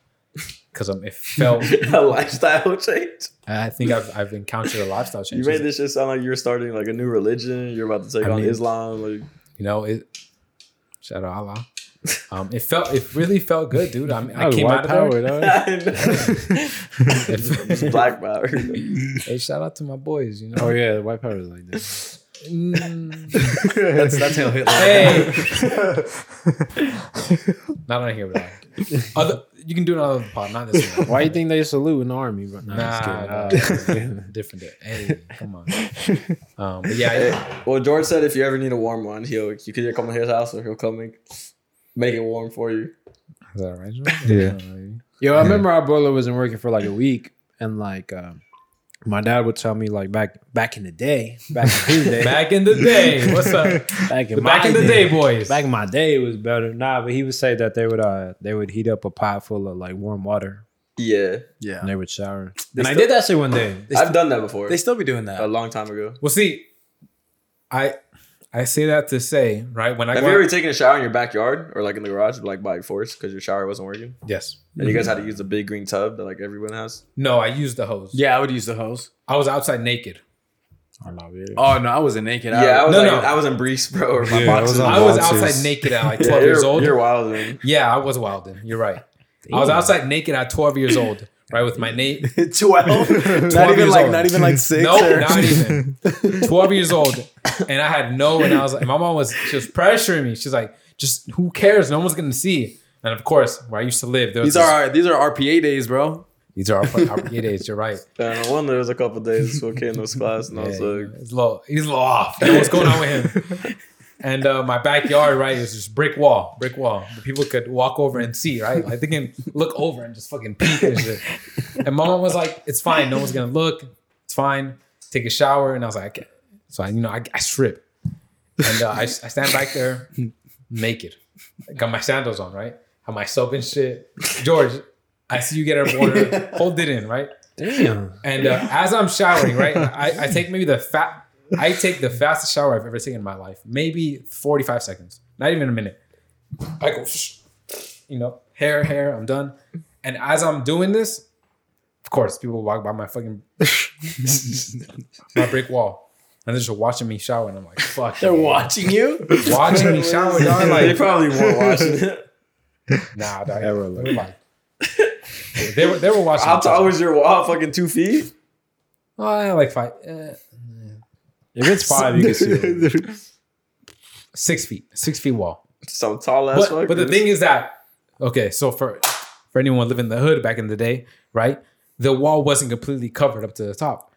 S1: because um, it felt.
S2: a lifestyle change.
S1: I think I've I've encountered a lifestyle
S2: You
S1: change.
S2: made this shit sound like you're starting like a new religion. You're about to take
S1: I
S2: on
S1: mean-
S2: Islam. Like,
S1: You know it. Shout out Allah. Um, it felt it really felt good, dude. I mean, I
S4: That's
S1: came
S4: white
S1: out of
S4: power,
S1: there.
S4: dog.
S2: it's black power.
S1: Hey, shout out to my boys. You know. Mm.
S4: Oh yeah, white power is like this.
S5: that's, that's how Hitler.
S1: Hey. not on here, bro. Other, you can do it on another pod, not this one.
S4: Why you think they salute in the army? But nah,
S1: Nah, nah,
S4: I'm just
S1: nah,
S4: kidding.
S1: nah, different. day. Hey, come on. Um, but yeah, I-
S2: Well, George said if you ever need a warm one, he'll you could either come to his house or he'll come and make it warm for you.
S1: is that right?
S7: Yeah.
S4: Yo, I remember our boiler wasn't working for like a week, and like um, my dad would tell me like back back in the day, back in his day,
S1: Back in the day, what's up?
S4: back in
S1: The back
S4: my
S1: in the day, boys.
S4: back in my day it was better. Nah, but he would say that they would uh they would heat up a pot full of like warm water
S2: Yeah,
S5: Yeah.
S4: and they would shower.
S5: They
S4: and I
S5: still-
S4: did that shit one day.
S5: They,
S2: I've
S5: st-
S2: done that before
S5: they still be doing that.
S2: a long time ago.
S1: Well, see, I I say that to say right when I
S2: Have
S1: go
S2: you
S1: out-
S2: ever taken a shower in your backyard or like in the garage, like by force, because your shower wasn't working,
S1: yes
S2: and you guys had to use the big green tub that like everyone has?
S1: no I used the hose.
S5: Yeah, I would use the hose.
S1: I was outside naked.
S5: Oh no, I wasn't naked.
S2: yeah, I was
S1: no,
S2: like,
S1: no.
S2: I was in briefs, bro, or my
S4: Yeah, I was
S2: boxes.
S4: on
S1: I was
S4: boxes.
S1: outside naked at like
S2: Yeah,
S1: 12 years
S2: you're,
S1: old.
S2: you're wild, man.
S1: Yeah, I was wild then. You're right. I was outside naked at 12 years old, right, with my name.
S5: Twelve. not
S1: 12
S5: even
S1: years
S5: like
S1: old.
S5: not even like six.
S1: No,
S5: or-
S1: not even. 12 years old. And I had no, and I was like, my mom was, she was pressuring me. She's like, just who cares? No one's going to see. And of course, where I used to live, there was
S5: These are our, these are RPA days, bro.
S1: these are our, our yeah, days. You're right.
S2: Uh, one there was a couple days this kid in this class, and I
S1: Yeah,
S2: was
S1: you
S2: like,
S1: know, it's low. He's low off. You know what's going on with him? And uh, my backyard, right, is just brick wall, brick wall. The people could walk over and see, right? Like they can look over and just fucking peek and shit. And my mom was like, "It's fine. No one's gonna look. It's fine. Take a shower." And I was like, okay. "So I, you know, I, I strip, and uh, I, I stand back there naked. I got my sandals on, right? Have my soap and shit. George, I see you get a water. Hold it in, right?
S4: Damn.
S1: And uh, as I'm showering, right, I, I take maybe the fat, I take the fastest shower I've ever taken in my life, maybe 45 seconds, not even a minute. I go, you know, hair, hair, I'm done. And as I'm doing this, of course, people walk by my fucking my brick wall, and they're just watching me shower, and I'm like, fuck,
S5: They're watching you.
S1: watching me shower, dog,
S2: they
S1: like,
S2: probably weren't watching it.
S1: nah, dog, they were like, they were they were watching.
S2: How
S1: me.
S2: tall was your wall? Fucking two feet.
S1: Oh, like five, eh,
S4: If it's five, you can see it.
S1: six feet, six feet wall.
S2: Some tall ass.
S1: but, but the thing is that okay so for for anyone living in the hood back in the day right the wall wasn't completely covered up to the top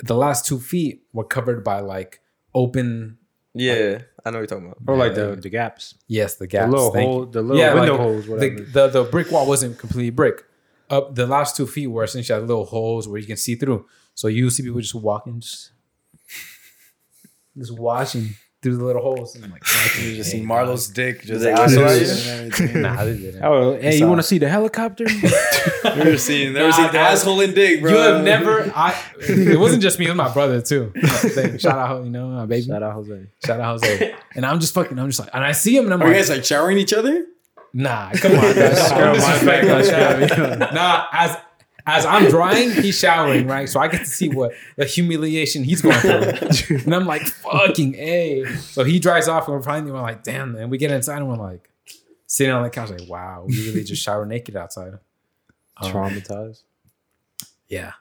S1: the last two feet were covered by like open
S2: yeah, I know what you're talking about.
S4: Or like the, the gaps.
S1: yes the
S4: The
S1: gaps
S4: little
S1: thank
S4: hole,
S1: you.
S4: the little
S1: Yeah,
S4: window
S1: like,
S4: holes, whatever.
S1: the, the the brick wall wasn't completely brick up the last two feet were essentially had little holes where you can see through so you see people just walking just just watching through the little holes and I'm like
S5: You just see Marlo's dick just
S2: they
S5: out
S2: whistle
S5: there
S2: at
S5: and
S2: you?
S5: everything.
S1: nah, they didn't.
S4: oh, hey, you want to see the helicopter?
S5: You were seeing there was
S1: Nah,
S5: an
S1: dog.
S5: asshole and dick, bro.
S1: You have never. I. It wasn't just me. It was my brother too. Shout out, you know, my baby. Shout
S4: Shout out Jose.
S1: out Jose. And I'm just fucking. I'm just like, and I see him, and I'm
S5: Are you
S1: like,
S5: guys like showering each other?
S1: nah, come on, guys.
S4: Scrub my back,
S1: Disrespect
S4: scrub
S1: like that. Nah, as as I'm drying, he's showering, right? So I get to see what the humiliation he's going through, and I'm like, fucking a. So he dries off, and we're finally we're like, damn, man. We get inside, and we're like, sitting on the couch, like, wow, we really just shower naked outside. Um,
S4: Traumatized.
S1: yeah.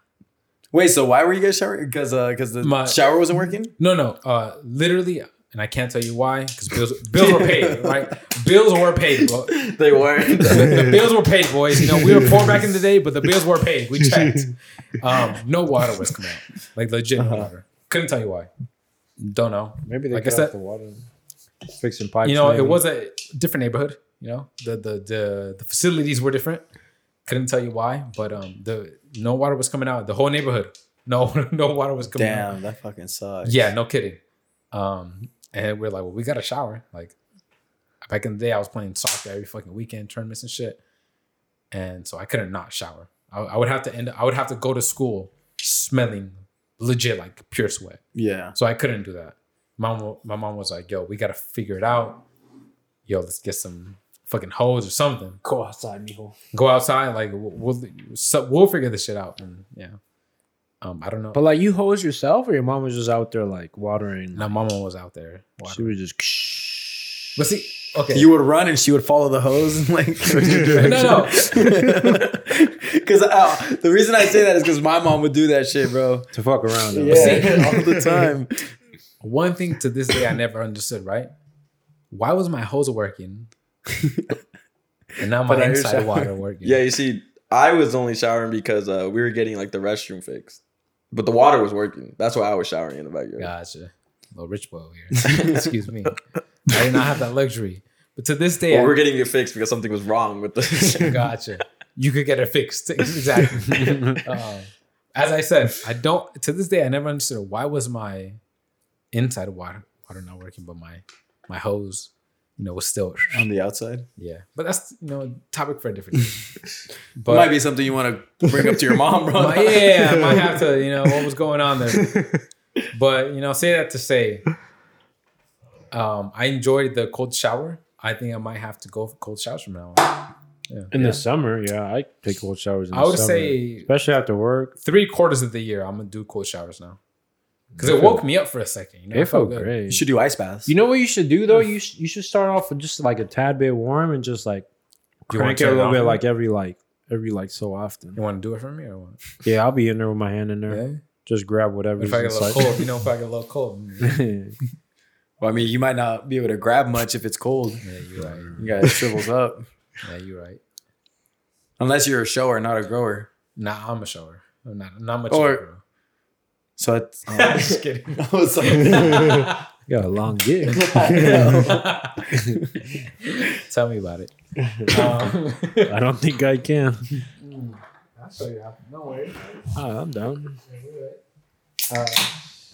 S5: Wait, so why were you guys showering? Because uh, because the
S1: My-
S5: shower wasn't working.
S1: No, no. Uh, literally, and I can't tell you why because bills bills were paid, right? Bills were paid. bro.
S2: They weren't.
S1: The bills were paid, boys. You know, we were poor back in the day, but the bills were paid. We checked. Um, no water was coming out, like legit no water. Couldn't tell you why. Don't know.
S4: Maybe they
S1: Like I
S4: cut
S1: said-
S4: off the water, fixing pipes.
S1: You know,
S4: maybe.
S1: it was a different neighborhood. You know, the the the, the facilities were different. Couldn't tell you why, but um, the no water was coming out. The whole neighborhood, no no water was coming out.
S5: Damn, that fucking sucks.
S1: Yeah, no kidding. Um, and we're like, well, we got a shower. Like back in the day, I was playing soccer every fucking weekend, tournaments and shit, and so I couldn't not shower. I, I would have to end. I would have to go to school smelling legit like pure sweat.
S5: Yeah.
S1: So I couldn't do that. Mom, wa- my mom was like, "Yo, we gotta figure it out. Yo, let's get some fucking hose or something.
S4: go outside, mijo.
S1: Go outside. Like we'll we'll, so we'll figure this shit out." And yeah, um, I don't know.
S4: But like you hose yourself, or your mom was just out there like watering.
S1: now, mama was out there.
S4: She
S1: watering.
S4: was just.
S1: But see, okay,
S5: You would run and she would follow the hose and like.
S1: no,
S5: Because uh, the reason I say that is because my mom would do that shit, bro.
S4: to fuck around. though.
S5: all the time.
S1: one thing to this day I never understood. Right? Why was my hose working, and now my
S5: But I hear
S1: inside
S5: shower.
S1: water working?
S2: Yeah, you see, I was only showering because uh, we were getting like the restroom fixed, but the water was working. That's why I was showering in the backyard.
S1: Gotcha. Little rich boy over here. Excuse me. I did not have that luxury. But to this day,
S2: Well,
S1: I-
S2: we're getting it fixed because something was wrong with the.
S1: gotcha. You could get it fixed. Exactly. um, as I said, I don't. To this day, I never understood why was my inside water water not working, but my my hose, you know, was still
S5: On the outside.
S1: yeah. But that's you know topic for a different. Day. But
S5: Might be something you want to bring up to your mom, bro.
S1: my- yeah, I might have to, you know, what was going on there. But you know, say that to say, um, I enjoyed the cold shower. I think I might have to go for cold showers from now on.
S4: In the summer, yeah, I take cold showers. In
S1: I
S4: the
S1: would
S4: summer.
S1: say
S4: especially after work,
S1: three quarters of the year, I'm gonna do cold showers now because it woke me up for a second. You Mm. know,
S4: it felt
S1: good.
S4: great.
S5: You should do ice baths.
S4: You know what you should do though? You sh- you should start off with just like a tad bit warm and just like
S1: You wanna
S4: crank it a
S1: turn it
S4: little bit
S1: on?
S4: like every like every like so often.
S1: You want to do it for me or what?
S4: Yeah, I'll be in there with my hand in there.
S1: Yeah.
S4: Just grab whatever.
S1: If I get a little cold, you know, if I get a little cold, mm,
S5: Well, I mean, you might not be able to grab much if it's cold.
S1: yeah, you're right.
S5: You got it shrivels up.
S1: Yeah, you're right.
S5: Unless you're a shower, not a grower.
S1: Nah, I'm a shower. I'm not. Not much.
S5: Or-
S1: Or,
S5: So that's
S1: just kidding.
S5: I was like,
S4: got a long gig.
S1: Tell me about it. Um,
S4: I don't think I can.
S1: no way.
S4: Ah, I'm down.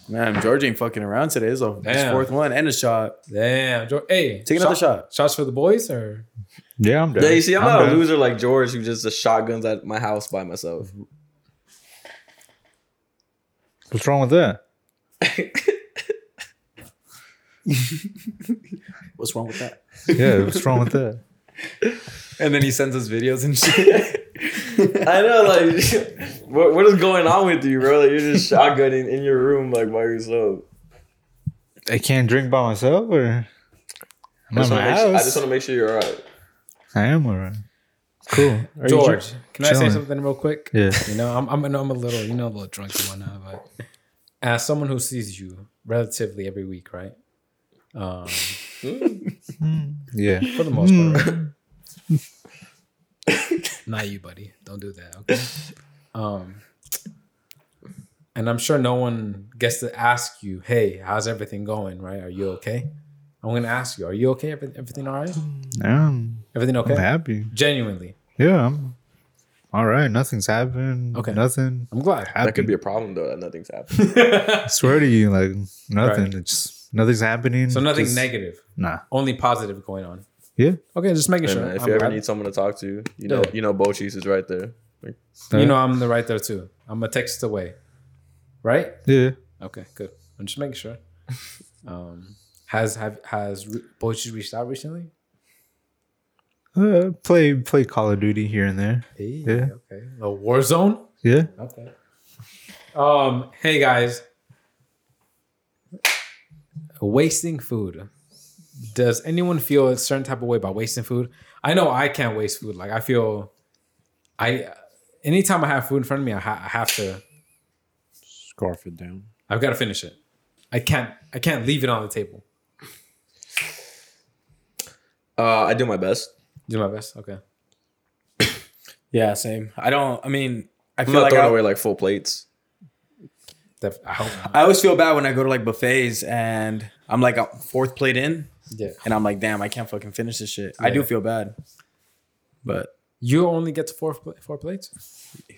S5: man, George ain't fucking around today. It's a his
S1: Damn.
S5: fourth one and a shot.
S1: Damn. Jo- Hey,
S5: Take another shot.
S1: shots for the boys or
S7: Yeah, I'm down.
S2: yeah, you see, I'm, not
S7: down.
S2: a loser like George who just shotguns at my house by myself.
S7: What's wrong with that?
S5: What's wrong with that?
S7: Yeah, what's wrong with that?
S5: And then he sends us videos and shit.
S2: I know, like, what, what is going on with you, bro? Like, you're just shotgunning in your room, like, by yourself.
S7: I can't drink by myself, or I'm
S2: I
S7: at
S2: just
S7: my
S2: wanna make su- I just
S7: house.
S2: want to make sure you're all right.
S7: I am alright. Cool.
S4: Are you
S1: George? Can I say
S7: chilling.
S1: something real quick?
S7: Yeah.
S1: You know, I'm I'm, I know I'm a little you know a little drunk and whatnot, but as someone who sees you relatively every week, right? Um,
S7: Yeah.
S1: for the most part.
S7: Hmm.
S1: right? Not you, buddy. Don't do that. Okay. Um, and I'm sure no one gets to ask you, "Hey, how's everything going? Right? Are you okay?" I'm gonna ask you, "Are you okay? Everything, everything all right?
S7: I'm,
S1: Everything
S7: I'm
S1: okay?"
S7: happy.
S1: Genuinely,
S7: Yeah, I'm all right. Nothing's happened.
S1: Okay.
S7: Nothing.
S1: I'm glad.
S7: Happened.
S2: That could be a problem, though, that nothing's happening.
S7: I swear to you, like nothing. It's nothing's happening.
S1: So nothing
S7: Just-
S1: negative,
S7: Nah.
S1: only positive going on.
S7: Yeah.
S1: Okay, just making
S2: Hey,
S1: sure.
S2: man, uh, if
S1: I'm
S2: you ever
S1: glad.
S2: need someone to talk to, you know,
S1: Yeah.
S2: you know, Bochis is right there. Like,
S1: you know, I'm the right there too. I'm a text away, right?
S7: Yeah.
S1: Okay, good. I'm just making sure. Um, has have has Re- Boichi reached out recently?
S7: Uh, play play Call of Duty here and there.
S1: Hey,
S7: Yeah.
S1: Okay. The Warzone.
S7: Yeah.
S1: Okay. Um. Hey guys. Wasting food. Does anyone feel a certain type of way about wasting food? I know I can't waste food. Like I feel, I anytime I have food in front of me, I, ha- I have to.
S4: Scarf it down.
S1: I've got to finish it. I can't. I can't leave it on the table.
S2: Uh, I do my best.
S1: Do my best. Okay.
S5: Yeah, same. I don't. I mean, I
S2: I'm
S5: feel
S2: not
S5: like
S2: throwing
S5: I,
S2: away like full plates.
S1: Def- I hope not.
S5: I always feel bad when I go to like buffets and I'm like a fourth plate in,
S1: Yeah.
S5: and I'm like, damn, I can't fucking finish this shit. I do
S1: Yeah.
S5: feel bad, but
S1: You only get to four pla- four plates.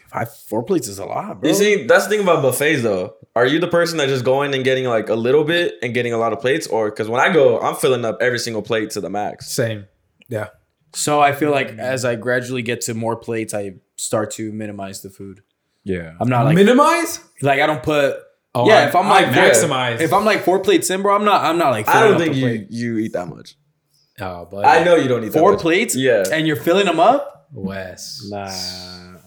S5: five four plates is a lot, bro.
S2: You see, that's the thing about buffets though. Are you the person that just going and getting like a little bit and getting a lot of plates, or because when I go, I'm filling up every single plate to the max.
S1: Same. Yeah.
S5: so I feel like as I gradually get to more plates, I start to minimize the food.
S3: Yeah.
S5: I'm not like
S1: Minimize.
S5: like I don't put.
S1: Oh,
S5: yeah,
S1: I-
S5: if I'm
S1: I
S5: like
S1: maximize.
S5: if I'm like four plates in, bro, I'm not. I'm not like.
S2: I
S5: filling
S2: don't
S5: up
S2: think
S5: the
S2: you
S5: plate.
S2: you eat that much.
S1: Oh, but
S2: I know you don't eat that
S5: four
S2: much.
S5: plates.
S2: Yeah.
S5: and you're filling them up.
S1: Wes.
S3: Nah,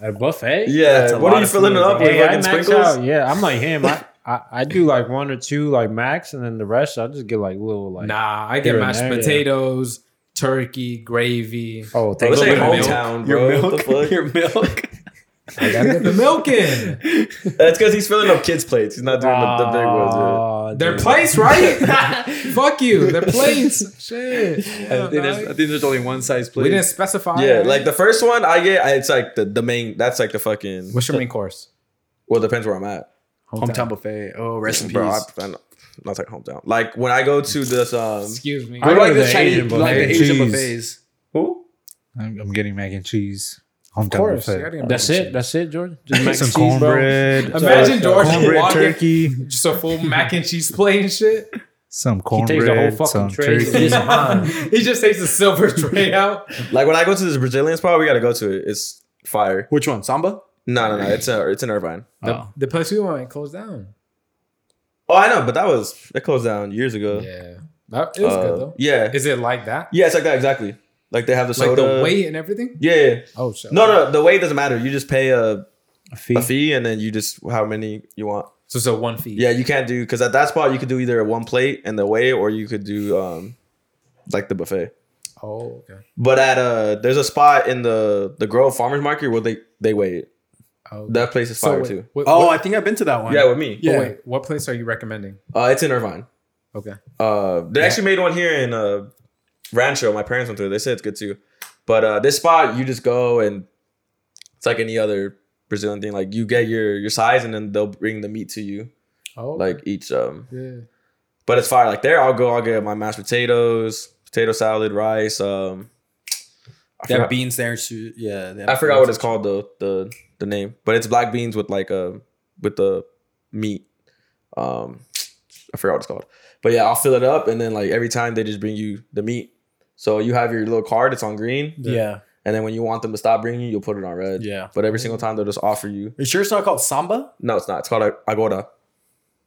S3: at a buffet.
S2: Yeah,
S5: That's a
S2: what
S5: lot
S2: are you
S5: of
S2: filling
S5: food.
S2: it up with?
S3: Hey, I
S2: Fucking
S3: max
S2: sprinkles?
S3: out. Yeah, I'm like him. I, I I do like one or two like max, and then the rest I just get like little like.
S1: Nah, I
S3: Here
S1: get
S3: and
S1: mashed
S3: there, yeah.
S1: potatoes, turkey, gravy.
S3: Oh,
S2: Bro,
S3: thank
S2: This
S1: Little
S2: ain't
S1: bit of milk.
S2: hometown, bro. What the fuck?
S5: Your milk.
S1: I gotta get the milk in.
S2: That's because he's filling up kids' plates. He's not doing the, the big ones. yeah.
S3: Aw,
S1: Their
S3: Ah, dude.
S1: plates, right? Fuck you. Their plates. Shit. Yeah,
S5: I think, there's,
S1: dog.
S5: I think there's only one size
S1: we didn't
S5: plate.
S1: specify.
S2: Yeah,
S1: right?
S2: like the first one I get, I- it's like the, the main. That's like the fucking.
S1: What's your main course?
S2: Well, depends where I'm at,
S5: Hometown buffet. Oh, recipes.
S2: bro. I, I know, not like hometown. Like when I go to this, um,
S1: Excuse me.
S5: I
S3: go
S5: like
S3: to
S5: the
S3: the
S5: Chinese,
S3: Asian
S5: like the
S7: buffet.
S5: Asian
S7: Jeez.
S5: buffets.
S2: who?
S7: I'm, I'm getting mac and cheese. Hometown
S1: Of course. you
S7: buffet.
S1: gotta get
S3: That's
S1: mac
S3: it.
S1: and cheese.
S3: That's it, Jordan. Just
S7: Some
S3: mac and cheese, bro.
S7: cornbread.
S1: Imagine George
S7: cornbread
S1: walking-
S7: turkey.
S1: Just a full mac and cheese plate and shit.
S7: Some
S3: He
S7: cornbread.
S3: takes the whole fucking
S7: some
S3: tray.
S7: turkey.
S3: It's just mine.
S1: he just takes a silver tray out.
S2: Like when I go to this Brazilian spot, we gotta go to it. It's fire.
S5: Which one? Samba?
S2: No, no, no. It's a, it's in Irvine.
S1: The, the place we went closed down.
S2: Oh, I know, but that was that closed down years ago. Yeah,
S1: Yeah.
S2: Uh,
S1: That, it was good though.
S2: yeah,
S1: Is it like that?
S2: yeah. It's like that exactly. Like they have the
S1: like
S2: soda.
S1: the weight and everything?
S2: Yeah, yeah.
S1: Oh shit.
S2: No, no. The weight doesn't matter. You just pay a,
S3: A fee.
S2: a fee, and then you just how many you want.
S1: So it's a one fee.
S2: Yeah, you can't do because at that spot you could do either one plate and the way, or you could do um like the buffet.
S1: Oh, okay.
S2: But at uh there's a spot in the the Grove Farmers Market where they they weigh it.
S1: Oh,
S2: That place is fire
S1: wait,
S2: too.
S1: wait,
S5: Oh,
S1: what,
S5: I think I've been to that one.
S2: Yeah, with me.
S1: oh,
S5: yeah.
S1: wait, what place are you recommending?
S2: Uh, it's in Irvine.
S1: Okay.
S2: Uh, they actually made one here in uh Rancho. My parents went through. They said it's good too. But uh this spot you just go and it's like any other Brazilian thing. Like you get your your size and then they'll bring the meat to you.
S1: Oh,
S2: Like each um
S1: yeah.
S2: But it's fire. Like there, I'll go. I'll get my mashed potatoes, potato salad, rice. Um, I
S5: They have
S2: forgot,
S5: beans there. and shoot- Yeah. they have
S2: I forgot
S5: beans.
S2: what it's called though. The the name, but it's black beans with like a with the meat. Um, I forgot what it's called. But yeah, I'll fill it up, and then like every time they just bring you the meat. So you have your little card. It's on green,
S5: Yeah.
S2: and then when you want them to stop bringing you, you'll put it on red.
S5: Yeah.
S2: But every single time they'll just offer you.
S5: You sure it's not called Samba?
S2: No, it's not. It's called a- Agora.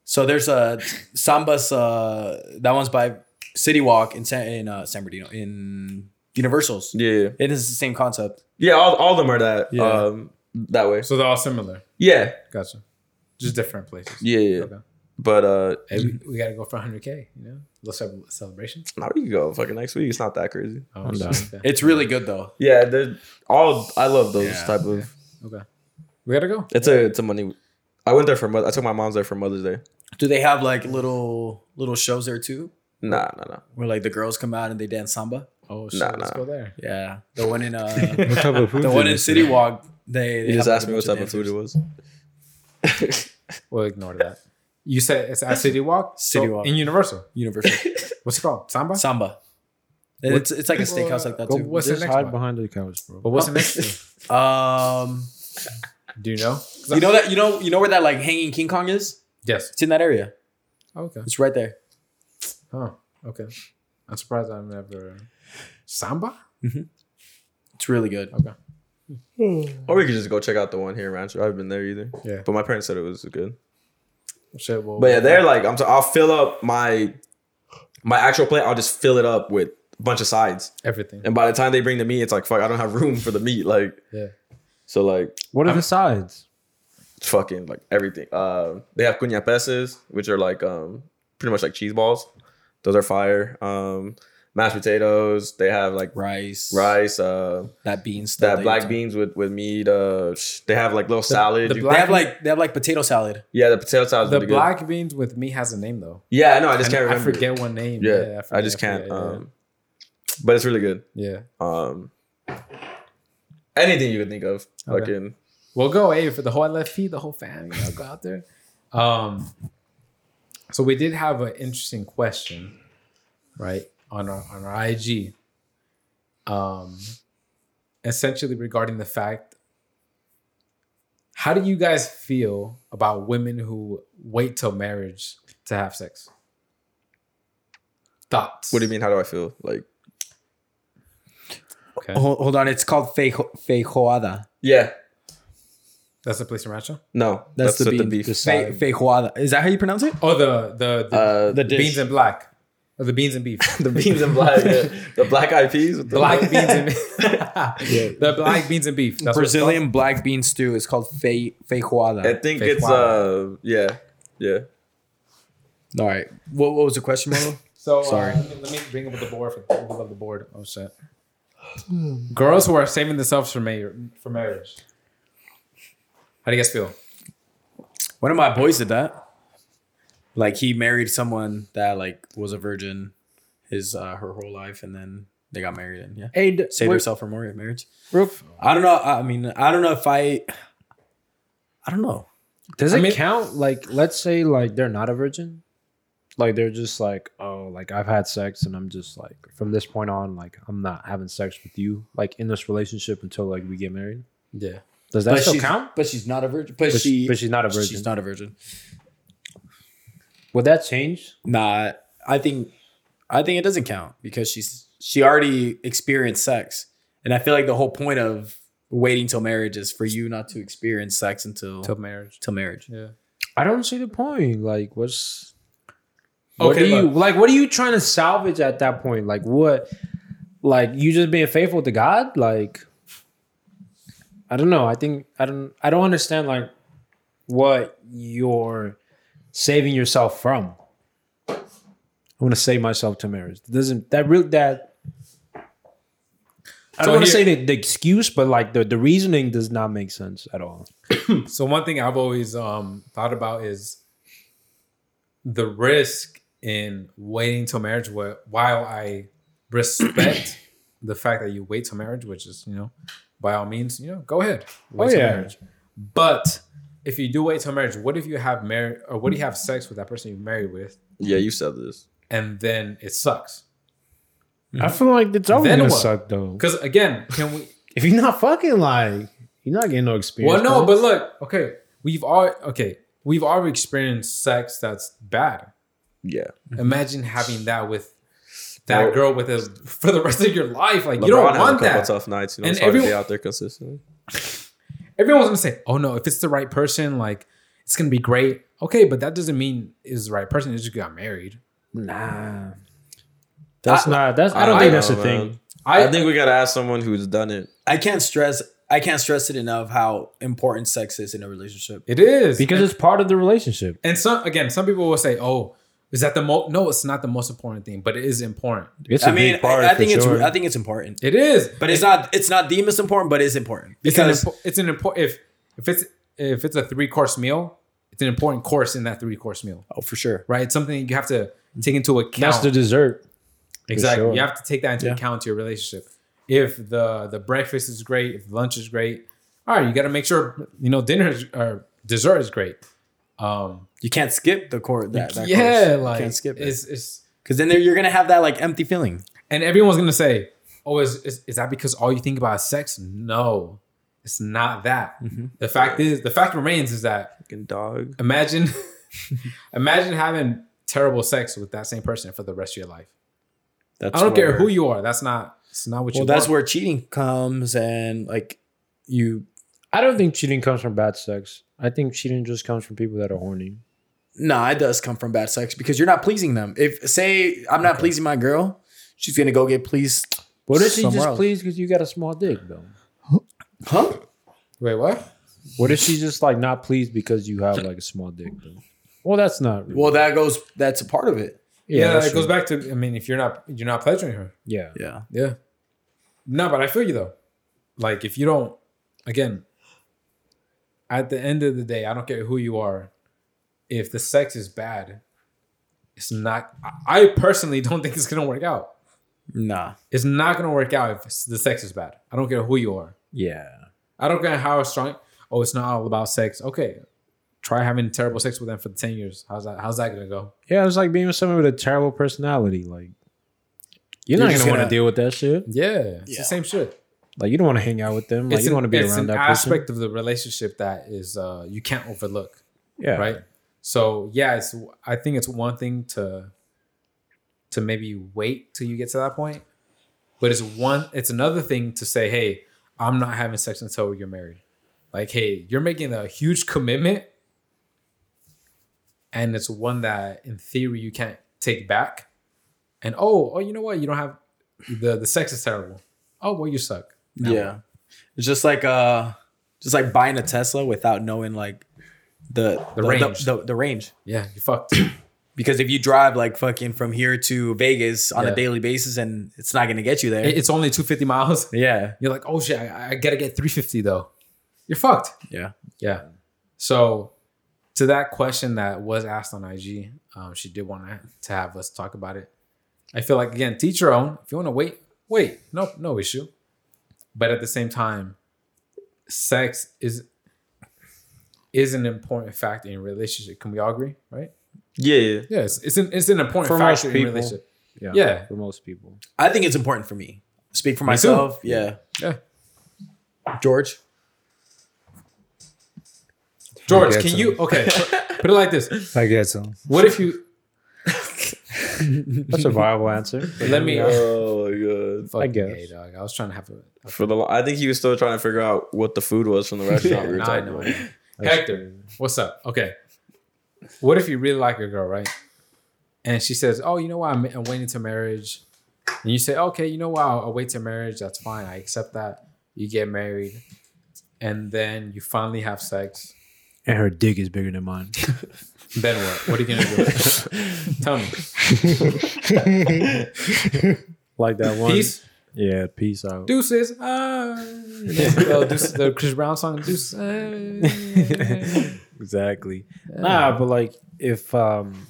S5: So there's a Samba's, uh, that one's by City Walk in San, in, uh, San Bernardino, in Universals.
S2: Yeah,
S5: It is the same concept.
S2: yeah. All, all of them are that. Um, that way.
S1: So they're all similar.
S2: Yeah,
S1: Gotcha. Just different places.
S2: yeah, yeah.
S1: Okay.
S2: But uh,
S1: Hey, we, we gotta go for 100k. You know, let's have a celebration.
S2: No, we can go fucking next week. It's not that crazy.
S1: Oh,
S3: I'm
S1: shit,
S3: down.
S1: Okay.
S5: It's really good though.
S2: Yeah, they're all. I love those
S5: Yeah.
S2: type of.
S1: okay, we gotta go.
S2: It's a it's a money. I went there for mother. I took my mom's there for Mother's Day.
S5: Do they have like little little shows there too,
S2: Nah, nah, nah.
S5: where like the girls come out and they dance samba?
S1: Oh shit,
S2: Nah,
S1: let's
S2: nah.
S1: go there.
S5: Yeah, the one in uh,
S7: What type of food?
S5: the
S7: is
S5: one in
S7: this?
S5: City Walk. They, they
S2: You just
S5: have, like,
S2: asked
S5: a
S2: me what
S5: bunch
S2: type of food it
S5: dancers.
S2: was.
S1: We'll ignore that. You said it's at City Walk.
S5: City
S1: So,
S5: Walk.
S1: in Universal.
S5: Universal
S1: What's it called? Samba.
S5: samba. It's it's like a steakhouse like that
S1: Go-
S5: too.
S1: what's the
S3: Just
S1: next
S3: hide
S1: one? Oh,
S3: behind the couch, bro.
S1: But what's the next one?
S5: Um,
S1: Do you know?
S5: you know that you know you know where that like hanging King Kong is?
S1: Yes.
S5: It's in that area.
S1: Okay.
S5: It's right there.
S1: Oh, okay. I'm surprised I've never Samba.
S5: It's really good.
S1: Okay.
S2: Or we could just go check out the one here in Rancho. I haven't been there either.
S1: Yeah.
S2: But my parents said it was good.
S1: Shit. Well,
S2: But yeah, they're like I'm. T- I'll fill up my my actual plate. I'll just fill it up with a bunch of sides.
S1: everything.
S2: And by the time they bring the meat, it's like fuck. I don't have room for the meat. Like
S1: Yeah.
S2: So like
S3: What are the sides?
S2: fucking like everything. Uh, they have cuña peces, which are like um pretty much like cheese balls. Those are fire. Um, mashed potatoes. They have like
S5: Rice,
S2: rice. Uh,
S5: that beans,
S2: that black beans with with meat. Uh, sh- they have like little salad.
S1: the
S2: You-
S1: black-
S5: They have like they have like potato salad.
S2: yeah, the potato salad.
S1: The
S2: really
S1: black beans with me has a name though.
S2: Good. Yeah, I know. I
S1: And
S2: just can't remember.
S1: I forget one name.
S2: Yeah,
S1: I,
S2: I,
S1: forget-
S2: just
S1: forget,
S2: can't.
S1: yeah, yeah.
S2: Um, but it's really good.
S1: Yeah.
S2: Um, anything you could think of, fucking
S1: We'll go, hey, for the whole left feed, the whole family. I'll go out there. Um, so we did have an interesting question, right, on our on our IG. Um, essentially regarding the fact, how do you guys feel about women who wait till marriage to have sex? Thoughts.
S2: what do you mean? How do I feel? Like,
S5: Hold, hold on, it's called fejo, feijoada.
S2: yeah,
S1: That's the place in Rancho.
S2: no,
S5: That's, the,
S2: what
S5: bean. Fe, feijoada. Is that how you pronounce it?
S1: Oh, the the, the,
S2: Uh,
S1: the beans and black, or the beans and beef.
S2: the beans and black, yeah. the black eyed peas, with the
S1: black beans and the black beans and beef. That's what it's called.
S5: Brazilian black bean stew is called fe, feijoada.
S2: I think
S1: Fake
S2: it's uh,
S1: flower.
S2: yeah, yeah.
S5: All right. What, what was the question, Marlo?
S1: So
S5: Sorry.
S1: sorry. let, me, let me bring up the board. For, bring up the board. Oh shit. Girls who are saving themselves for mar- for marriage. How do you guys feel?
S5: One of my boys did that. Like he married someone that like was a virgin his uh, her whole life, and then they got married, and yeah,
S3: Hey, d-
S5: saved
S3: wait,
S5: herself for more marriage.
S3: real-
S5: I don't know. I mean, I don't know if I. I don't know.
S3: Does
S1: I
S3: it
S1: mean-
S3: count? Like, let's say like they're not a virgin, like they're just like, oh, like I've had sex and I'm just like, from this point on, like I'm not having sex with you, like in this relationship until like we get married.
S1: Yeah.
S3: Does that still
S5: she's,
S3: count?
S5: But she's not a virgin. But,
S3: But,
S5: she.
S3: she, but she's not a virgin.
S5: She's not a virgin.
S3: Would that change?
S5: Nah, I think, I think it doesn't count because she's she already experienced sex, and I feel like the whole point of waiting till marriage is for you not to experience sex until
S1: Till marriage.
S5: till marriage.
S1: Yeah.
S3: I don't see the point. Like, what's what
S1: Okay.
S3: do you
S1: look,
S3: like? What are you trying to salvage at that point? Like, what? Like you just being faithful to God? Like, I don't know. I think I don't. I don't understand like what you're saving yourself from. I want to save myself to marriage. It doesn't that really that? I
S1: So
S3: don't want to
S1: here-
S3: say the, the excuse, but like the, the reasoning does not make sense at all.
S1: so one thing I've always um, thought about is the risk in waiting till marriage. wh- While I respect the fact that you wait till marriage, which is you know, by all means, you know, go ahead, wait till
S3: yeah.
S1: marriage. But if you do wait till marriage, what if you have married or what do you have sex with that person you married with,
S2: Yeah, you said this.
S1: and then it sucks?
S3: I feel like it's always
S1: Then
S3: gonna
S1: what?
S3: suck though.
S1: Because again, can we?
S3: If you're not fucking like, you're not getting no experience.
S1: Well, no,
S3: bro.
S1: but look, okay, we've all okay, we've already experienced sex that's bad.
S2: Yeah,
S1: Imagine having that with that
S2: Well-
S1: girl with us for the rest of your life. Like you
S2: LeBron
S1: don't
S2: had
S1: want
S2: a couple
S1: that.
S2: tough nights. You know,
S1: And
S2: it's hard to
S1: everyone-
S2: be out there consistently.
S1: Everyone's gonna say, "Oh no, if it's the right person, like it's gonna be great." Okay, but that doesn't mean is the right person. You just got married.
S3: Nah. That's
S1: I-
S3: not that's I don't
S2: I
S3: think
S2: know,
S3: that's the
S2: man.
S3: thing.
S2: I, think we gotta ask someone who's done it.
S5: I can't stress I can't stress it enough how important sex is in a relationship.
S1: it is
S3: Because it's part of the relationship.
S1: and some again, some people will say, "Oh, is that the most?" No, it's not the most important thing, but it is important.
S3: It's a
S5: I mean,
S3: big part
S5: I, I
S3: for
S5: think
S3: sure.
S5: it's I think it's important,
S1: It is,
S5: but it's not it's not the most important, but it's important
S1: it's an
S5: because
S1: impo- it's an important if if it's if it's a three course meal, it's an important course in that three course meal,
S5: oh for sure.
S1: right? It's something you have to take into account.
S3: that's the dessert.
S1: exactly.
S3: sure.
S1: You have to take that into account to your relationship. If the the breakfast is great, if lunch is great, all right, you got to make sure you know dinner is, or dessert is great. Um,
S5: You can't skip the court that, that
S1: yeah,
S5: course.
S1: like
S5: you can't skip it
S1: it's it's
S5: because then there- you're gonna have that like empty feeling.
S1: and everyone's gonna say, "Oh, is is, is that because all you think about is sex?" No, it's not that.
S5: Mm-hmm.
S1: The fact is, the fact remains is that
S2: Fucking dog.
S1: imagine imagine having terrible sex with that same person for the rest of your life
S5: That's
S1: i don't care
S5: where-
S1: who you are that's not it's not what
S5: Well,
S1: you
S5: that's
S1: want.
S5: where cheating comes and like you.
S3: I don't think cheating comes from bad sex. I think cheating just comes from people that are horny.
S5: Nah, it does come from bad sex because you're not pleasing them. If say I'm not pleasing my girl, she's gonna go get pleased.
S3: What if she
S5: Somewhere
S3: just
S5: else.
S3: pleased because you got a small dick though?
S5: Huh?
S1: wait what
S3: What if she's just like not pleased because you have like a small dick though? Well, that's not
S5: Well, that goes. That's a part of it.
S1: yeah,
S3: that's
S1: it goes
S3: true.
S1: back to i mean if you're not you're not pleasuring her
S3: Yeah.
S5: Yeah.
S1: yeah no but i feel you though like if you don't again at the end of the day i don't care who you are if the sex is bad it's not i I personally don't think it's gonna work out
S5: Nah.
S1: It's not gonna work out if it's- the sex is bad. I don't care who you are.
S3: Yeah.
S1: I don't care how strong. Oh, it's not all about sex. Okay, try having terrible sex with them for ten years. How's that? How's that gonna go?
S3: Yeah, it's like being with someone with a terrible personality. Like, you're, not
S5: just
S3: gonna, want
S5: gonna-
S3: to deal with that shit.
S1: Yeah, it's the same shit.
S3: Like, you don't want to hang out with them. Like,
S1: it's
S3: you don't want to
S1: an,
S3: be
S1: it's
S3: around
S1: an
S3: that person.
S1: aspect of the relationship that is uh, you can't overlook.
S3: Yeah.
S1: Right. So yeah, it's I think it's one thing to to maybe wait till you get to that point, but it's one it's another thing to say, hey, I'm not having sex until you're married. Like, hey, you're making a huge commitment, and it's one that in theory you can't take back. And oh, oh, you know what? You don't have the the sex is terrible. Oh well, you suck.
S5: Yeah. It's just like uh just like buying a Tesla without knowing like the
S1: The range.
S5: The, the range.
S1: Yeah, you fucked.
S5: Because if you drive like fucking from here to Vegas on
S1: Yeah.
S5: a daily basis and it's not gonna get you there.
S1: It- it's only 250 miles.
S5: yeah.
S1: You're like, oh shit, I, I gotta get 350 though. You're fucked.
S5: Yeah.
S1: Yeah. So, to that question that was asked on IG, um, she did want to to have us talk about it. I feel like again, teach your own. If you want to wait, wait. No, no issue. But at the same time, sex is is an important factor in relationship. Can we all agree, right?
S2: Yeah, yeah.
S1: Yes, it's an it's an important
S3: For most
S1: factor in
S3: people.
S1: relationship.
S3: Yeah.
S1: Yeah.
S3: For most people.
S5: I think it's important for me. Speak for
S1: Me too.
S5: myself. Yeah.
S1: Yeah.
S5: George.
S1: George,
S7: get
S1: can
S7: to
S1: you okay? Put it like this.
S7: I guess so.
S1: What if you
S3: That's a viable answer.
S1: let me?
S2: Oh my god.
S1: Fuck,
S3: I guess.
S1: hey, dog. I was trying to have a.
S2: For the lo- I think he was still trying to figure out what the food was from the restaurant we were
S1: Nah, I
S2: talking
S1: know.
S2: about.
S1: Hector, what's up? Okay. What if you really like a girl, right? And she says, "Oh, you know what? I'm, I'm waiting to marriage." And you say, "Okay, you know what? I'll, I'll wait to marriage. That's fine. I accept that." You get married, and then you finally have sex.
S3: And her dick is bigger than mine.
S1: Then what? What are you gonna do? Tell me.
S3: Like that one.
S1: Peace,
S3: Yeah, peace out.
S1: deuces. Ah, the, deuces, the Chris Brown song, deuces. ah.
S3: exactly. Nah, but like if um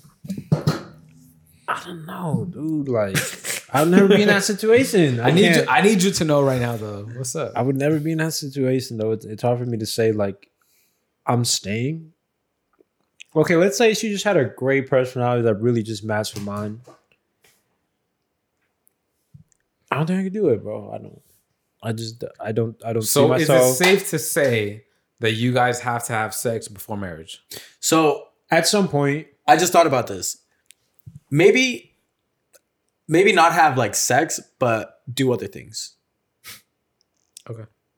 S3: I don't know, dude. Like I've never been in that situation. I,
S1: I need
S3: can't-
S1: you. I need you to know right now, though. What's up?
S3: I would never be in that situation though. It's, it's hard for me to say like I'm staying. Okay, let's say she just had a great personality that really just matched with mine. I don't think I could do it, bro. I don't. I just I don't I don't see
S1: So is
S3: myself
S1: it safe to say that you guys have to have sex before marriage?
S5: So
S3: at some point.
S5: I just thought about this. Maybe maybe not have like sex, but do other things.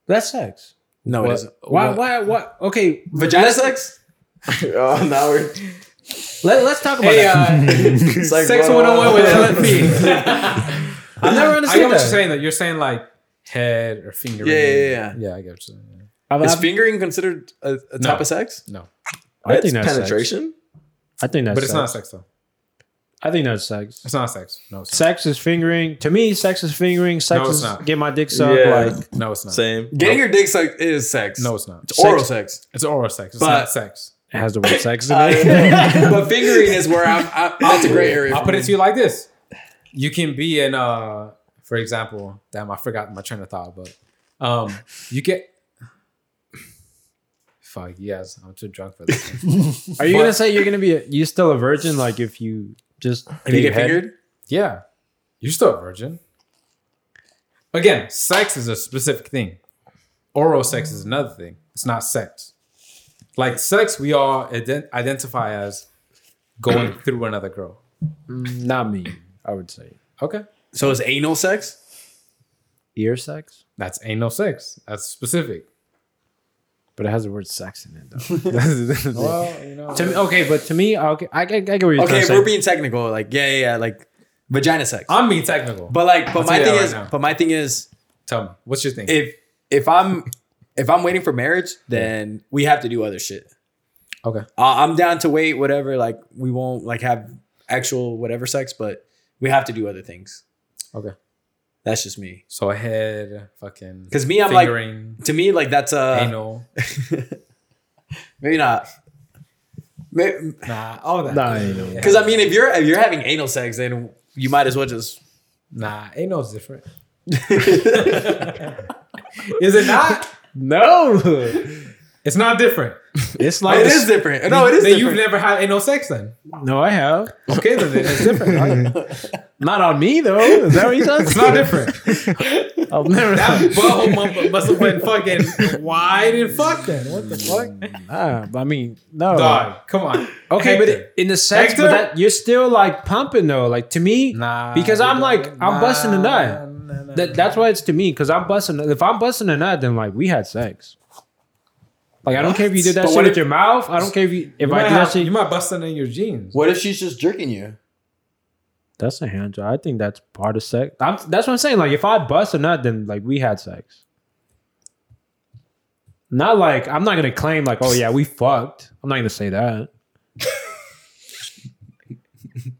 S3: That's sex.
S5: No,
S1: What-
S5: it isn't.
S3: Why?
S1: what-
S3: Why? What? Okay,
S5: Vagina sex?
S2: oh, now we're
S3: let, let's talk about
S1: Hey,
S3: that.
S1: uh,
S2: it's like,
S1: sex
S2: whoa.
S1: 101 with LFP.
S3: I never
S1: I get
S3: understood
S1: what you're
S3: that.
S1: saying, though. You're saying like head or finger.
S5: Yeah, yeah, yeah.
S1: Yeah, I get what you're saying. yeah.
S3: I've-
S5: Is
S3: I've-
S5: fingering considered a, a
S1: No.
S5: type of sex?
S3: I
S2: That's
S3: think that's penetration.
S2: penetration.
S3: I think that's.
S1: But it's
S3: sex.
S1: not sex, though.
S3: I think that's sex.
S1: It's not sex. No, it's not.
S3: Sex is fingering. To me, sex is fingering. Sex
S1: No, it's
S3: is
S1: not.
S3: get my dick sucked.
S2: Yeah.
S3: Like
S1: No, it's not.
S2: Same.
S5: Getting your dick sucked is sex.
S1: No, it's not.
S5: it's oral sex.
S1: It's oral sex. It's
S5: But-
S1: not sex.
S3: it has the word sex in
S5: I
S3: it.
S5: know. but fingering is where I'm. I, that's a gray area.
S1: I'll
S5: for
S1: put it
S5: me.
S1: to you like this. You can be in uh for example, damn I forgot my train of thought, but um you get fuck yes, I'm too drunk for this.
S3: Are you
S1: But-
S3: gonna say you're gonna be a, you still a virgin? Like if you just
S5: If you
S3: gave
S5: get
S3: head?
S5: fingered,
S1: Yeah. You're still a virgin. Again, sex is a specific thing. Oral sex is another thing. It's not sex. Like sex, we all ident- identify as going through another girl.
S3: Not me. I would say
S1: Okay.
S5: so is anal sex?
S3: ear sex,
S1: That's anal sex. That's specific.
S3: but it has the word sex in it. Though.
S1: Well, you know.
S3: to me, okay, but to me, okay, I, I, I get what you're
S5: Okay,
S3: trying to
S5: if
S3: say.
S5: we're being technical. Like yeah, yeah, yeah like vagina sex.
S1: I'm being technical. But
S5: but like, but
S1: Let's
S5: my
S1: do that
S5: thing
S1: right
S5: is,
S1: now.
S5: but my thing is,
S1: tell me, what's your thing?
S5: if if I'm if I'm waiting for marriage, then we have to do other shit.
S1: Okay.
S5: Uh, I'm down to wait, whatever. Like we won't like have actual whatever sex, but we have to do other things.
S1: Okay.
S5: That's just me.
S1: so a head, fucking.
S5: 'Cause me, I'm like-
S1: fingering,
S5: To me, like that's uh
S1: anal.
S5: maybe not. Because
S1: Nah, all that.
S3: Nah, I know.
S5: I mean, if you're if you're having anal sex, then you might as well just
S1: Nah, ain't no different. Is it not?
S3: No,
S1: It's not different.
S3: it's like
S2: different. No, it is
S1: Then you've never had anal sex then.
S3: no. I have
S1: Okay, then it's different. right?
S3: not on me though. Is that what you said?
S1: It's not different.
S3: I've never.
S1: That butthole mump- must have went fucking wide and fuck then. What the fuck?
S3: Nah, but I mean, no.
S1: Dog, come on.
S3: Okay,
S1: Hector.
S3: but in the sex,
S1: Hector?
S3: but that you're still like pumping though. Like to me,
S1: Nah,
S3: because I'm
S1: dude,
S3: like I'm
S1: nah,
S3: busting a nut.
S1: nah, nah,
S3: That, that's why it's to me because I'm busting. If I'm busting a nut, then like we had sex. Like I don't care if you did that
S5: But
S3: shit
S5: what
S3: with
S5: if-
S3: your mouth. I don't care if you if
S1: You
S3: I
S1: might,
S3: did that
S1: have,
S3: shit.
S1: you might bust it in your jeans.
S8: What if she's just jerking you?
S3: That's a hand job. I think that's part of sex. I'm, that's what I'm saying. Like if I bust a nut, then like we had sex. Not like I'm not gonna claim like oh yeah we fucked. I'm not gonna say that.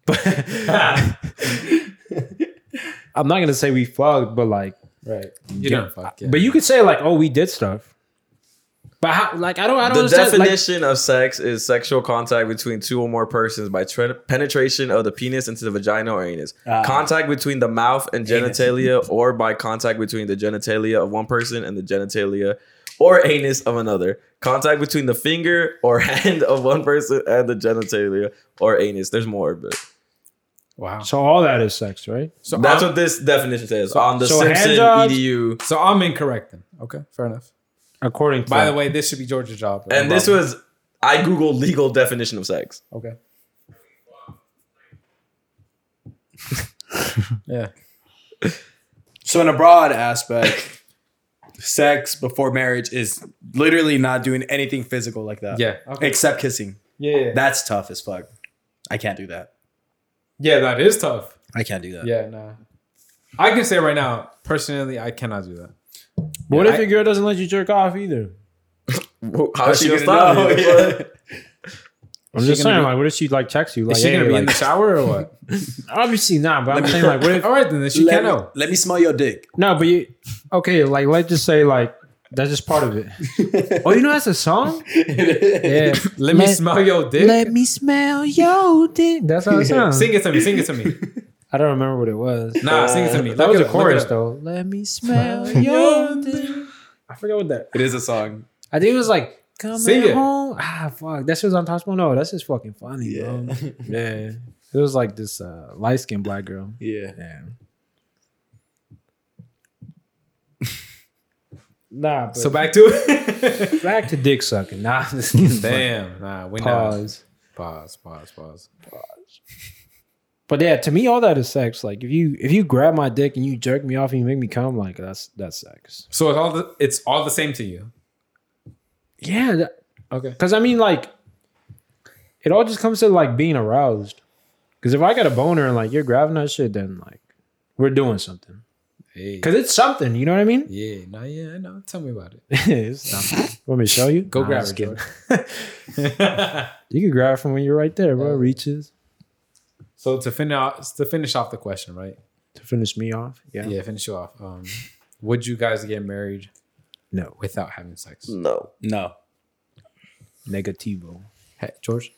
S3: but I'm not gonna say we fucked, but like
S1: Right. You don't fuck. Yeah.
S3: but you could say like oh we did stuff. But how, like I don't I don't
S2: The
S3: understand. like-
S2: definition of sex is sexual contact between two or more persons by tre- penetration of the penis into the vagina or anus.
S3: Ah.
S2: contact between the mouth and genitalia, or by contact between the genitalia of one person and the genitalia or anus of another. Contact between the finger or hand of one person and the genitalia or anus. There's more, but
S1: wow.
S3: so all that is sex, right?
S1: So
S2: that's
S1: I'm,
S2: what this definition says on the
S3: Uh-huh. so
S2: Simpson E
S3: handjobs-
S2: EDU.
S1: so I'm incorrect then. Okay, fair enough.
S3: According to
S1: By the
S3: that.
S1: way, this should be Georgia job.
S2: And this was I googled legal definition of sex.
S1: okay. yeah.
S5: So in a broad aspect, sex before marriage is literally not doing anything physical like that.
S1: Yeah. Okay.
S5: Except kissing.
S1: Yeah. Yeah.
S5: That's tough as fuck. I can't do that.
S1: yeah, that is tough.
S5: I can't do that.
S1: Yeah, nah. I can say right now, personally, I cannot do that.
S3: what
S1: Yeah,
S3: if
S1: I-
S3: your girl doesn't let you jerk off either?
S2: How she gonna
S5: gonna
S2: stop?
S5: know?
S2: you?
S5: Yeah.
S3: I'm
S1: Is she
S3: just
S1: gonna
S3: saying,
S1: be-
S3: like, what if she like texts you? Like,
S1: Is she
S3: hey,
S1: gonna be in
S3: like-
S1: the shower or what?
S3: obviously not. But I'm saying, like, what if?
S1: All right, then she
S5: Let,
S1: can't
S5: me,
S1: know.
S5: let me smell your dick.
S3: No, but you okay? Like, let's just say, like, that's just part of it. oh, you know, that's a song.
S1: Yeah, let me
S3: Let-
S1: smell your dick.
S3: me smell your dick. That's how it sounds.
S1: Sing it to me. Sing it to me.
S3: I don't remember what it was.
S1: Nah, sing it to me.
S3: That was
S1: Look it
S3: a
S1: up, look
S3: chorus
S1: it up.
S3: though. Let me smell your dick. I forgot what that.
S2: It is a song.
S3: I think it was like coming
S1: Sing it.
S3: home. Ah, fuck. That's just on top of no. That's just fucking funny, bro. Yeah. It was like this uh, light skinned black girl.
S5: Yeah.
S3: Nah, but
S1: So back to it.
S3: back to dick sucking. Nah,
S1: Damn. Nah, we know.
S3: pause.
S1: Pause. Pause. Pause.
S3: But yeah, to me, all that is sex. Like if you if you grab my dick and you jerk me off and you make me come, like that's that's sex.
S1: So it's all the it's all the same to you.
S3: Yeah,
S1: Okay.
S3: because I mean, like it all just comes to like being aroused. Because if I got a boner and like you're grabbing that shit, then like we're doing something.
S1: Hey.
S3: Because it's something, you know what I mean?
S1: Yeah. No. Yeah. No. Tell me about it.
S3: it's something. Want me to show you?
S1: Go
S3: Nah,
S1: grab
S3: just
S1: it.
S3: kidding.
S1: George.
S3: You can grab it from when you're right there,
S1: Uh,
S3: bro. Reaches
S1: so to finish off, to finish off the question, right?
S3: to finish me off. Yeah.
S1: Yeah. Finish you off. Um, would you guys get married
S3: No,
S1: without having sex?
S2: No.
S5: No.
S3: negativo.
S1: Hey, George.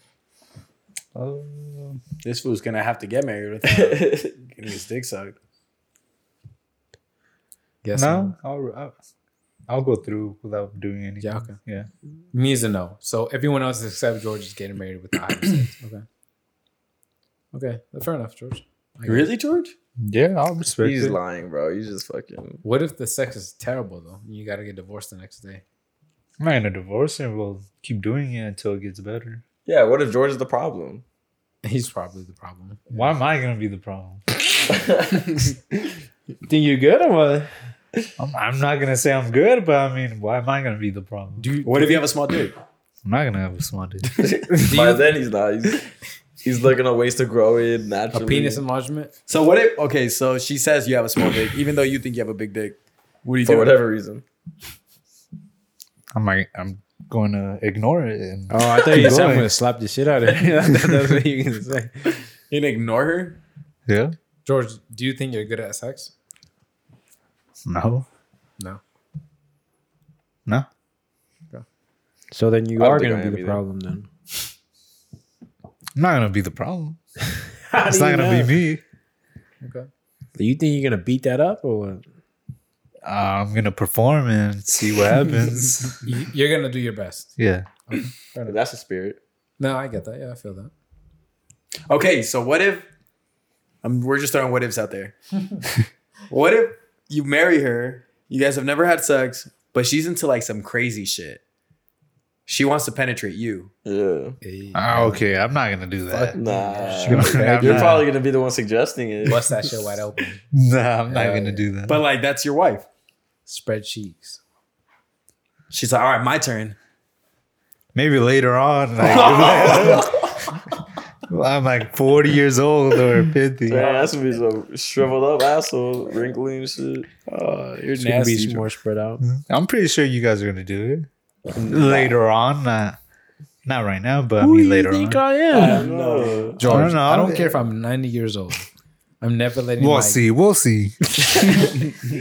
S5: This fool's gonna have to get married without getting his dick sucked.
S1: Yes.
S7: No, I'll, I'll I'll go through without doing anything.
S1: Yeah, okay.
S7: Yeah.
S1: Me is a no. So everyone else except George is getting married without having sex. Okay. Okay. Fair enough, George. I get it.
S5: Really, George?
S7: Yeah, I'll respect
S2: He's
S7: it.
S2: lying, bro. You just fucking
S1: What if the sex is terrible though? You got to get divorced the next day.
S7: I'm not gonna divorce him. We'll keep doing it until it gets better.
S2: Yeah, what if George is the problem?
S1: He's probably the problem.
S7: Why am I gonna be the problem?
S3: Think you good or what?
S7: I'm, I'm not gonna say I'm good, but I mean, why am I gonna be the problem?
S5: What if you have a small dick?
S7: I'm not gonna have a small dick.
S2: By then he's not. He's, he's looking at ways to grow it naturally.
S1: A penis enlargement.
S5: So what if okay, so she says you have a small dick, even though you think you have a big dick. What do you
S2: for
S5: do?
S2: whatever reason.
S7: I'm like, I'm going to ignore it. And
S3: Oh, I thought you said I'm
S7: Going.
S3: gonna slap the shit out of you. That's what you gonna say.
S5: You gonna ignore her?
S7: yeah,
S1: George, do you think you're good at sex?
S7: no,
S1: No.
S7: no.
S3: So then you
S2: I don't
S3: are
S2: think
S3: gonna
S2: I
S3: be
S2: am
S3: the
S2: either.
S3: problem then.
S7: I'm not gonna be the problem. it's not gonna be me.
S1: Okay.
S3: You think you're gonna beat that up or what?
S7: Uh, I'm gonna perform and see what happens.
S1: You- You're gonna do your best.
S7: yeah.
S2: That's the spirit.
S1: No, I get that. Yeah, I feel that.
S5: Okay, so what if um, we're just throwing what ifs out there? what if you marry her? You guys have never had sex, but she's into like some crazy shit. She wants to penetrate you.
S2: Yeah.
S7: Ah, okay, I'm not gonna do that.
S2: Nah.
S7: You're not-
S2: You're probably gonna be the one suggesting it.
S1: Bust that shit wide open.
S7: Nah, I'm not gonna do that.
S5: But like that's your wife.
S1: Spread cheeks.
S5: She's like, all right, my turn.
S7: Maybe later on, like, I'm like 40 years old or 50.
S2: Man, that's gonna be so shriveled up asshole, wrinkly and shit.
S1: You're
S3: It's gonna be more spread out.
S7: I'm pretty sure you guys are gonna do it later on. Not, not right now, but I mean later on.
S3: I am?
S2: No.
S1: George, I
S7: I
S1: don't,
S7: don't know.
S1: care if I'm 90 years old. I'm never letting.
S7: We'll
S1: my-
S7: see. We'll see.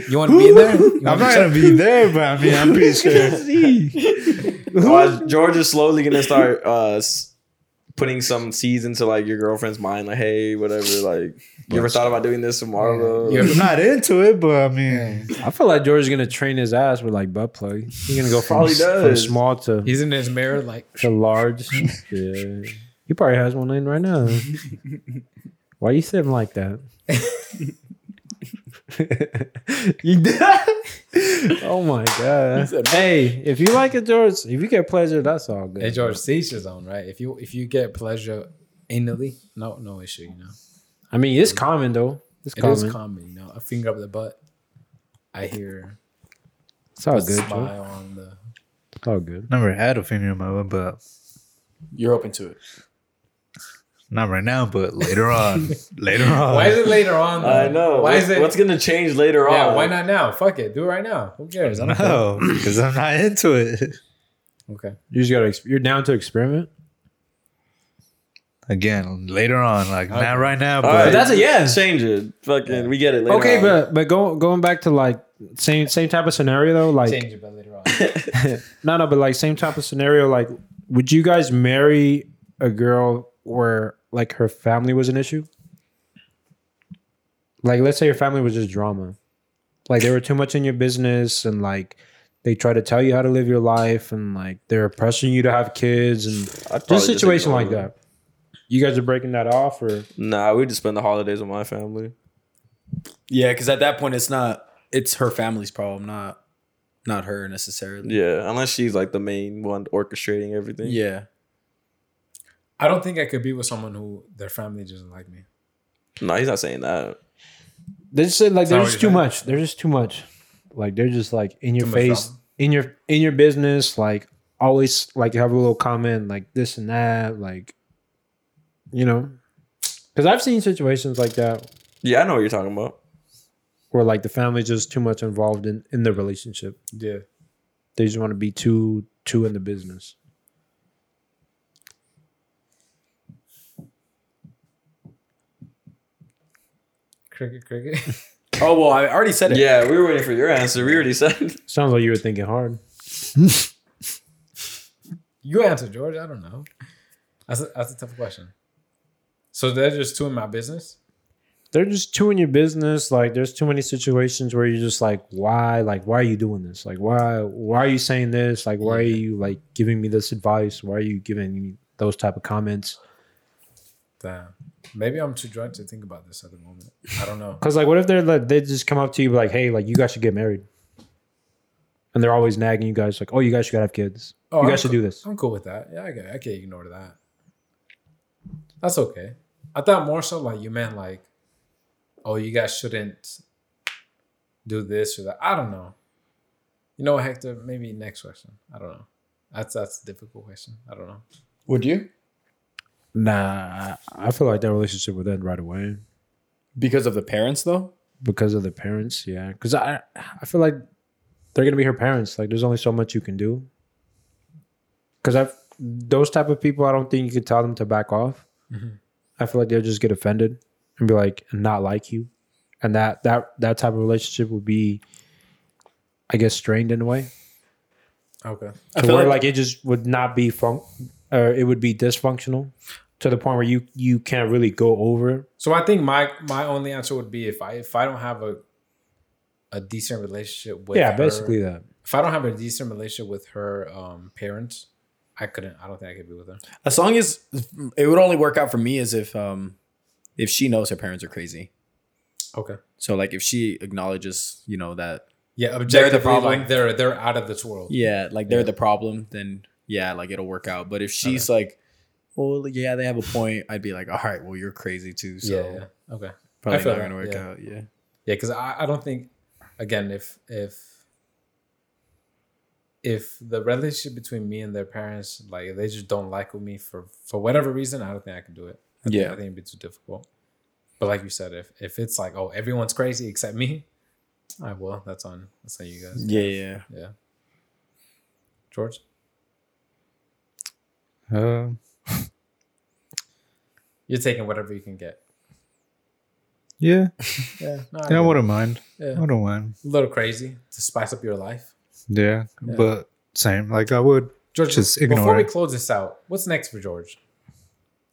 S1: You want to be in there? You
S7: I'm
S1: wanna
S7: not gonna be there, but I mean, I'm pretty sure.
S2: Why- George is slowly gonna start uh s- putting some seeds into like your girlfriend's mind, like, hey, whatever, like you ever thought about doing this tomorrow?
S1: Yeah.
S7: I'm not into it, but I mean,
S3: I feel like George is gonna train his ass with like butt plug. He's gonna go from,
S2: Probably
S3: from
S2: does.
S3: small to,
S1: He's in his mirror, like
S3: to large. yeah. He probably has one in right now. Why you sitting like that? You did- oh my god! Hey, if you like it, George, if you get pleasure, that's all good.
S1: hey George, seize your zone, right? If you if you get pleasure anally, no no issue, you know.
S3: I mean, it's common though. It's
S1: It is
S3: common.
S1: common, you know. A finger up the butt. I hear
S3: It's all
S1: a
S3: Oh, good. George.
S1: smile on the.
S3: It's all good.
S7: never had a finger in my butt, but
S5: You're open to it.
S7: not right now, but later on. later on.
S1: Why is it later on? Though?
S2: I know.
S1: Uh, Why
S2: What's-
S1: is it?
S2: What's gonna change later on?
S1: yeah, why not now? Fuck it, do it right now. Who cares? I don't care.
S7: No, because I'm not into it.
S1: Okay.
S3: You just gotta. Exp- you're down to experiment.
S7: Again, later on, like not right now,
S2: All right,
S7: but
S2: that's a yes. Change it. Fucking, we get it later.
S3: okay,
S2: on.
S3: but but go, going back to like same same type of scenario though. Like
S1: Change it, but later on.
S3: no no, but like same type of scenario. Like, would you guys marry a girl where like her family was an issue? Like, let's say your family was just drama. Like they were too much in your business, and like they try to tell you how to live your life, and like they're pressuring you to have kids, and
S2: I'd probably
S3: just a situation
S2: ignore
S3: like
S2: them.
S3: that. You guys are breaking that off, or
S2: Nah, we just spend the holidays with my family.
S5: Yeah, because at that point it's not it's her family's problem, not not her necessarily.
S2: Yeah, unless she's like the main one orchestrating everything.
S5: Yeah.
S1: I don't think I could be with someone who their family doesn't like me.
S2: No, he's not saying that.
S3: They just said like
S1: not
S3: they're
S1: what
S3: just
S1: you're
S3: too
S1: saying.
S3: much. They're just too much. Like they're just like in your
S1: Too much
S3: face,
S1: drama.
S3: in your in your business. Like always, like you have a little comment, like this and that, like you know. Because I've seen situations like that
S2: Yeah, I know what you're talking about.
S3: where like the family's just too much involved in in the relationship.
S1: Yeah.
S3: They just want to be too too in the business.
S1: Cricket, cricket.
S5: Oh well, I already said it.
S2: Yeah, we were waiting for your answer. We already said.
S3: Sounds like you were thinking hard.
S1: You answer, George. I don't know. That's a, that's a tough question. So they're just two in my business.
S3: They're just too in your business. Like there's too many situations where you're just like, why? Like why are you doing this? Like why? Why are you saying this? Like why are you like giving me this advice? Why are you giving me those type of comments?
S1: Damn. Maybe I'm too drunk to think about this at the moment. I don't know.
S3: Because like what if they're like they just come up to you like, hey, like you guys should get married, and they're always nagging you guys like, oh, you guys should have kids.
S1: Oh,
S3: you
S1: I'm
S3: guys should
S1: cool-
S3: do this.
S1: I'm cool with that. Yeah, I get it. I can't ignore that. That's okay. I thought more so like you meant like, oh, you guys shouldn't do this or that. I don't know. You know what, Hector? Maybe next question. I don't know. That's that's a difficult question. I don't know.
S5: Would you?
S3: Nah, I feel like that relationship would end right away.
S5: Because of the parents though?
S3: because of the parents yeah because i i feel like they're gonna be her parents like there's only so much you can do because i've those type of people i don't think you could tell them to back off
S1: Mm-hmm.
S3: i feel like they'll just get offended and be like and not like you and that that that type of relationship would be i guess strained in a way
S1: Okay.
S3: to where like, it just would not be fun or it would be dysfunctional
S4: to the point where you you can't really go over.
S1: So I think my my only answer would be if I if I don't have a a decent relationship with
S4: yeah,
S1: her-
S4: basically that.
S1: if I don't have a decent relationship with her um parents, I couldn't. I don't think I could be with her.
S5: As long as it would only work out for me is if um if she knows her parents are crazy.
S1: Okay.
S5: So like if she acknowledges, you know, that
S1: Yeah, objectively,
S5: problem.
S1: like they're they're out of this world.
S5: yeah, like they're the problem, then yeah, like it'll work out. But if she's like, well, yeah, they have a point, I'd be like, all right, well, you're crazy too. So
S1: yeah, yeah. Okay. I
S5: probably
S1: feel
S5: not
S1: that,
S5: gonna work
S1: yeah.
S5: out. Yeah.
S1: Yeah, because I, I don't think again if if if the relationship between me and their parents like if they just don't like with me for for whatever reason, I don't think I can do it. I think,
S5: Yeah.
S1: I think it'd be too difficult. But like you said, if if it's like oh everyone's crazy except me, I will. That's on that's on you guys.
S5: Yeah, yeah.
S1: Yeah. George.
S7: Um,
S1: You're taking whatever you can get.
S7: yeah,
S1: Yeah, no, I
S7: yeah, I
S1: get it.
S7: wouldn't mind.
S1: Yeah.
S7: I wouldn't mind.
S1: a little crazy to spice up your life.
S7: Yeah,
S1: Yeah.
S7: but same. Like I would.
S1: George,
S7: Just
S1: before
S7: ignore
S1: we
S7: it.
S1: close this out, what's next for George?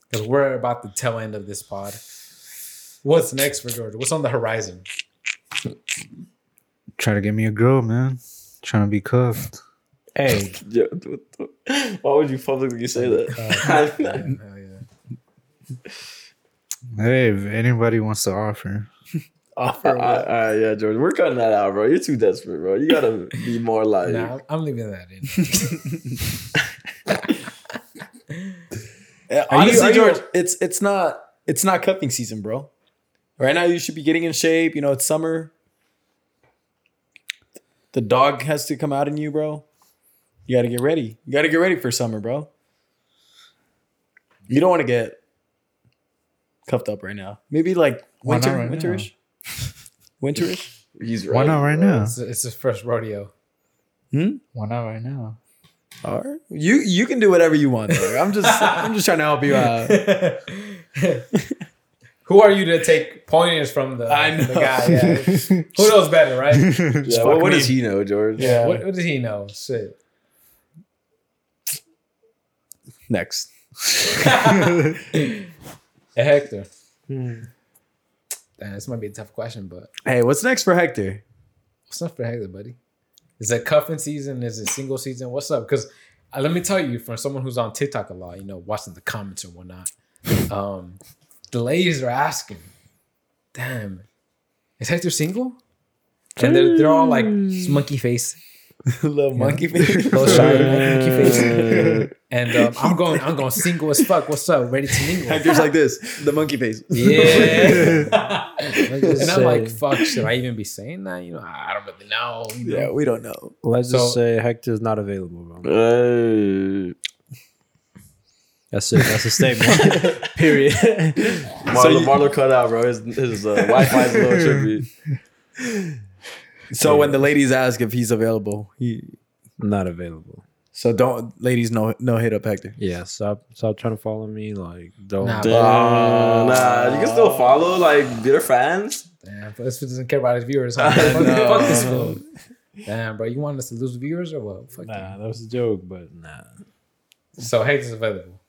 S1: Because we're about the tail end of this pod. What's next for George? What's on the horizon?
S7: Try to get me a girl, man. Trying to be cuffed.
S4: Hey,
S2: Yeah, what the- Why would you publicly say that?
S1: Yeah, hell yeah.
S7: Hey, if anybody wants to offer,
S2: All right, all right, yeah, George, we're cutting that out, bro. You're too desperate, bro. You gotta be more like.
S1: Nah, I'm leaving that in.
S5: Yeah,
S1: Are you-
S5: Uh, honestly,
S1: are you-
S5: George, it's it's not it's not cuffing season, bro. Right now, you should be getting in shape. You know, it's summer. The dog has to come out in you, bro. You got to get ready. You got to get ready for summer, bro. You don't want to get cuffed up right now. Maybe like
S7: Why not
S5: winter,
S7: right now?
S5: winterish, winterish.
S2: He's right.
S7: why not right
S2: bro.
S7: now?
S1: It's, it's his first rodeo.
S7: Why not right now?
S5: All right, you you can do whatever you want. Dog. I'm just I'm just trying to help you
S1: Uh,
S5: out.
S1: Who are you to take pointers from the,
S5: I know.
S1: the guy? Yeah. Who knows better, right?
S2: Yeah, what, what does he know, George?
S5: Yeah.
S1: What, what does he know? Shit.
S5: Next,
S1: Hey, Hector.
S3: Hmm,
S1: Damn, this might be a tough question, but
S5: hey, what's next for Hector?
S1: What's up for Hector, buddy? Is it cuffing season? Is it single season? What's up? Because uh, let me tell you, from someone who's on TikTok a lot, you know, watching the comments and whatnot, um, the ladies are asking, "Damn, is Hector single?" And they're, they're all like monkey face,
S5: Little monkey
S1: little shy, monkey face. And um, I'm going, I'm going single as fuck. What's up? Ready to mingle?
S5: Hector's like this, the monkey face.
S1: Yeah. and I'm like, fuck, should I even be saying that? You know, I I don't really know. You know?
S5: Yeah, we don't know.
S4: let's just
S1: So-
S4: say Hector's not available, bro.
S2: Hey.
S4: That's it. That's a statement. Period.
S2: Marlo, Marlo cut out, bro. His, his uh, Wi-Fi's a little trippy.
S5: So when the ladies ask if he's available, he
S4: not available.
S5: so don't ladies no no hit up Hector.
S4: Yeah, stop stop trying to follow me. Like don't
S1: Nah,
S2: Uh, nah, you can still follow, like, their fans.
S1: Damn, but this fool doesn't care about his viewers. Huh?
S2: I
S1: fuck,
S2: know.
S1: fuck this fool. Damn, bro, you want us to lose viewers or what? Fuck
S4: nah, that was a joke, but nah.
S1: you. So Hector's available.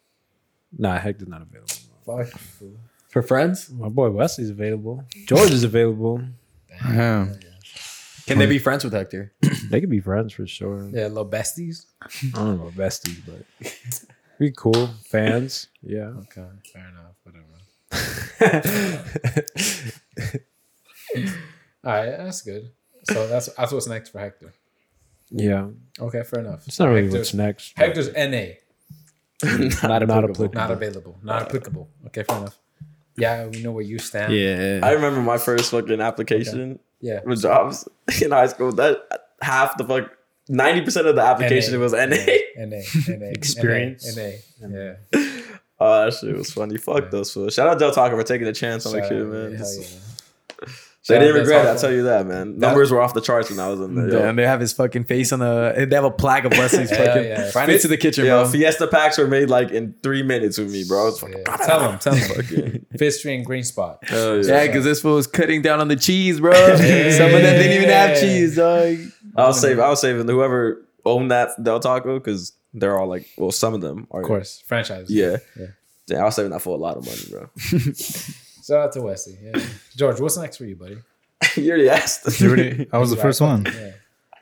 S4: Nah, Hector's not available.
S1: Fuck you, fool.
S5: For friends?
S4: My boy Wesley's available. George is available.
S7: Yeah.
S5: Can they be friends with Hector?
S4: They could be friends for sure.
S1: Yeah, little besties.
S4: I don't know, besties, but we cool. Fans. Yeah.
S1: Okay, fair enough. Whatever. All right, that's good. So that's that's what's next for Hector.
S4: Yeah.
S1: Okay, fair enough.
S4: It's not really
S1: Hector-
S4: what's next. but
S1: Hector's NA,
S4: not, not applicable.
S1: not available, not applicable. Okay, fair enough. Yeah, we know where you stand.
S2: I
S5: Yeah.
S2: remember my first fucking application
S1: yeah.
S2: for jobs in high school. That half the fuck, ninety percent of the application was NA.
S1: NA, NA,
S4: Experience.
S1: NA, yeah.
S2: Oh, that shit was funny. Fuck those fools. Shout out Del Taco for taking a chance on the
S1: Shout
S2: kid,
S1: out,
S2: man.
S1: hell yeah.
S2: They
S1: Shout out
S2: didn't
S1: Del
S2: regret it, I
S1: Taco.
S2: tell you that, man. Numbers were off the charts when I was in there. yo.
S5: And they have his fucking face on the. They have a plaque of Wesley's
S1: Hell
S5: fucking
S1: yeah.
S5: right into the kitchen,
S2: Yo,
S5: bro.
S2: Fiesta packs were made like in three minutes with me, bro. I was fucking
S1: Yeah. tell him, tell him. Fistry and green spot.
S2: hell
S5: Yeah, because this fool was cutting down on the cheese, bro. Some of them didn't even have cheese, dog.
S2: I was saving. I was saving whoever owned that Del Taco because they're all like, well, some of them are.
S1: Of course, franchise.
S2: Yeah.
S1: Yeah.
S2: Damn, I was saving that for a lot of money, bro.
S1: Shout out to Wesley. Yeah. George, what's next for you, buddy?
S2: you already asked.
S7: I was the first one.
S1: Yeah.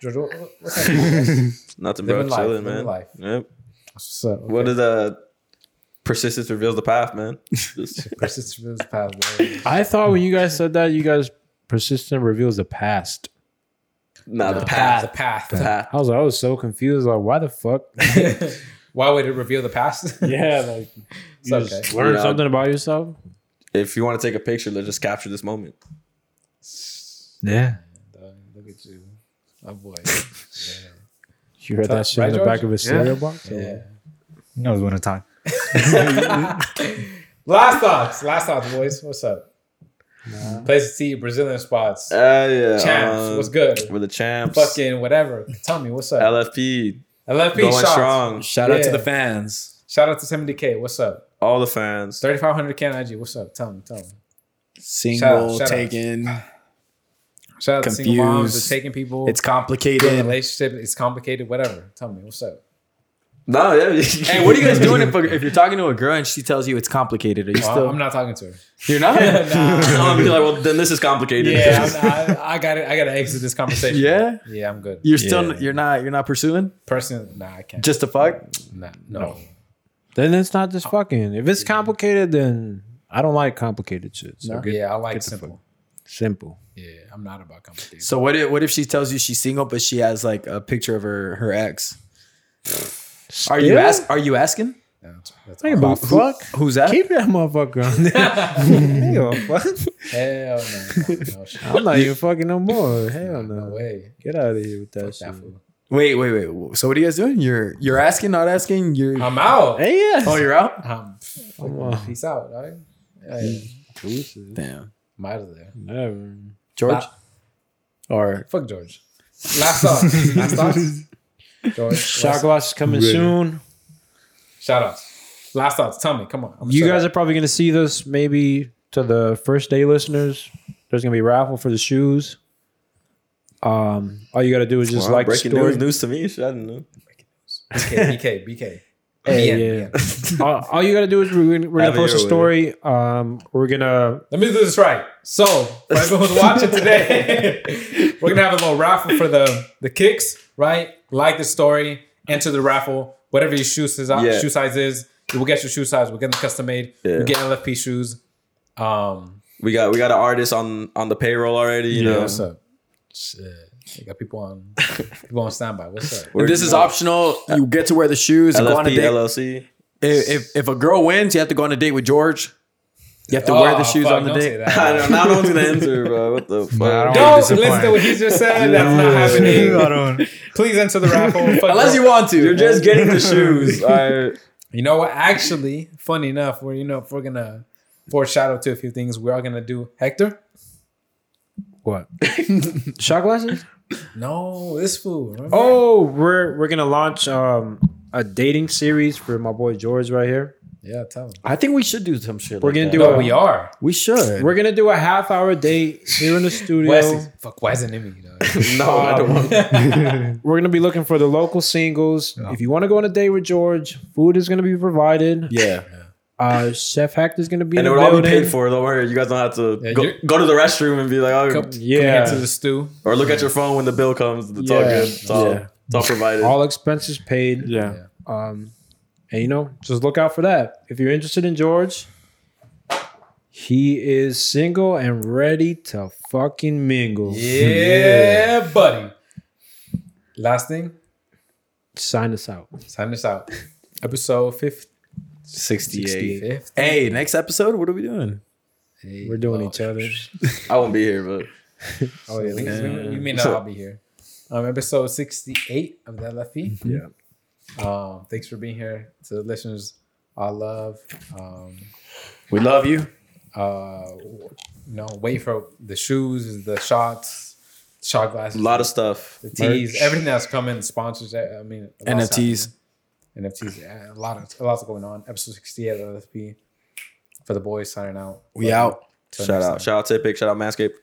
S1: George, what, what's next? For you, man?
S2: Nothing, bro.
S1: Living life,
S2: Chilling,
S1: living
S2: man.
S1: life.
S2: Yep.
S1: So, okay.
S2: What is the persistence reveals the path, man?
S1: persistence reveals the past? Bro.
S3: I thought when you guys said that, you guys persistent reveals the past.
S2: nah, Uh, the
S1: Path.
S2: path.
S1: The path.
S2: path.
S3: I was I was so confused. Like, why the fuck?
S1: Why would it reveal the past?
S3: yeah, like
S1: it's okay.
S3: learn
S2: Yeah.
S3: something about yourself.
S2: If you want to take a picture, let's just capture this moment.
S7: Yeah.
S1: Dog, Uh, Look at you. Oh boy.
S3: You
S1: Right,
S3: heard that shit in the
S1: George?
S3: back of his stereo box.
S1: Yeah.
S7: He knows when to talk.
S1: Last thoughts. Last thoughts, boys. What's up? Places to see Brazilian spots.
S2: Uh, yeah.
S1: Champs.
S2: um,
S1: what's good?
S2: We're the champs.
S1: Fucking whatever. Tell me what's up.
S2: LFP
S1: LFP
S2: going
S1: shots.
S2: strong.
S5: Shout out to
S1: Yeah.
S5: the fans.
S1: Shout out to 70K. What's up?
S2: All the fans.
S1: 3500K on IG. What's up? Tell me. Tell me.
S5: Single
S1: shout out.
S5: taken.
S1: Shout out to single moms,
S5: Confused.
S1: the taking people.
S5: It's
S1: Your
S5: complicated.
S1: relationship. It's complicated. Whatever. Tell me what's up.
S2: No, yeah.
S5: Hey, what are you guys doing if, if you're talking to a girl and she tells you it's complicated? Are you
S1: Well,
S5: still?
S1: Oh, I'm not talking to her.
S5: you're not.
S2: No, I'm like, well, then this is complicated.
S1: Yeah, I'm not, I got to I got to exit this conversation.
S5: Yeah?
S1: yeah, I'm good.
S5: You're still. You're not. You're not pursuing.
S1: Personally, nah, I can't.
S5: Just a fuck.
S1: nah, no.
S3: Then it's not
S1: Oh.
S3: just fucking. If it's complicated, then I don't like complicated shit. So
S1: No.
S3: get
S1: yeah, I like
S3: get the
S1: simple.
S3: fuck. simple.
S1: Yeah, I'm not about complicated.
S5: So what? If, what if she tells you she's single but she has like a picture of her her ex? Are you
S3: Still?
S5: ask? Are you asking?
S1: No, that's- that's
S3: Ain't about fuck.
S5: Who's that?
S3: Keep that motherfucker on there. Hell, fuck.
S1: Hell no. No, shit.
S3: I'm not even fucking no more. Hell
S1: no
S3: no.
S1: way.
S3: Get out of here with that shit.
S1: That fool.
S5: Wait, wait, wait. w- So what are you guys doing? You're you're asking, not asking. You're
S1: I'm out.
S3: Hey, yes.
S5: oh, you're out.
S1: Um,
S3: Come on.
S1: peace out. All right? Hey,
S5: Damn,
S1: I'm out of there.
S3: Never.
S5: George. Or
S1: Fuck George. Last thoughts. Last thoughts. George.
S3: Shot glass is coming soon.
S1: Shout outs. Last thoughts. Tell me. Come on. I'm
S3: You
S1: shut
S3: guys
S1: up.
S3: are probably going to see this maybe to the first day listeners. There's going to be a raffle for the shoes. Um, all you got to do is just
S2: Wow,
S3: like the
S2: breaking
S3: story.
S2: news, news to me. Shit, I didn't know.
S1: BK, BK, BK. BN,
S3: Hey, yeah. all, all you got to do is we're, gonna- we're going
S2: Have
S3: to
S2: it
S3: post a
S2: your way.
S3: story. Um, we're going to
S1: Let me do this right. So, for everyone who's watching today, we're gonna have a little raffle for the the kicks, right? Like the story, enter the raffle. Whatever your shoe size,
S2: Yeah.
S1: shoe size is, you will get your shoe size. We're getting them custom made.
S2: Yeah.
S1: You get LFP shoes. Um,
S2: We got we got an artist on on the payroll already. You know,
S1: what's up? Shit. You got people on people on standby. What's up?
S2: We're-
S5: this is optional. You get to wear the shoes and go on a
S2: LFP
S5: date.
S2: LLC.
S5: if, if if a girl wins, you have to go on a date with George. You have to wear the
S1: Oh,
S5: shoes
S1: fuck,
S5: on the
S1: don't say
S5: date.
S1: that.
S2: I don't know. Now no one's gonna answer, bro. What the fuck?
S1: Don't listen
S7: disappointed.
S1: to what he just said. That's not
S7: I
S1: happening.
S7: don't.
S1: Please enter the raffle. Fuck
S5: Unless you want to.
S2: You're just getting the shoes. All right.
S1: You know what? Actually, funny enough, we're you know if we're gonna foreshadow to a few things. We are gonna do Hector.
S3: what? Shot glasses?
S1: No, this fool. remember?
S3: Oh, we're we're gonna launch um a dating series for my boy George right here.
S1: yeah, tell him.
S5: I think we should do some shit.
S3: We're gonna do
S1: No,
S3: a
S1: we are.
S5: We should.
S3: we're gonna do a half hour date here in the studio. Um,
S1: Wesley, fuck, why isn't it me? dog?
S2: No, I don't want.
S3: We're gonna be looking for the local singles. If you want to go on a date with George, food is gonna be provided.
S5: yeah.
S3: Uh, Chef Hack is gonna be
S2: And it
S3: in the
S2: would all
S3: building.
S2: be paid for. Don't worry. You guys don't have to
S1: Yeah,
S2: go,
S1: you're-
S2: go to the restroom and be like, oh,
S1: Come,
S3: Yeah.
S1: come into the stew.
S2: or look at your phone when the bill comes. It's all
S3: Yeah.
S2: good. It's all,
S5: Yeah.
S2: it's all provided.
S3: All expenses paid.
S5: Yeah.
S3: Um, and you know, just look out for that. If you're interested in George, he is single and ready to fucking mingle.
S1: Yeah, buddy. Last thing,
S3: Sign us out.
S1: sign this out. Episode 50,
S5: 68.
S1: 50.
S5: Hey, next episode, what are we doing?
S3: We're doing
S1: Oh,
S3: each other.
S2: I won't be here, but
S1: Oh, yeah. we- You may not all be here. Um, episode 68 of the LFP. Yeah. Um, thanks for being here to the listeners. I love. Um,
S5: We love you.
S1: uh, w- no, wait for the shoes, the shots, shot
S2: a
S1: glasses,
S2: lot of stuff.
S1: the tees, everything that's coming, sponsors. I I mean, a lot's
S5: NFTs.
S1: happening. NFTs, yeah, a lot of a lot's going on. Episode 68 of LFP for the boys signing out.
S5: We out.
S1: Till
S2: Shout
S1: next
S2: out.
S1: time.
S2: Shout out Tipic. Shout out Manscaped.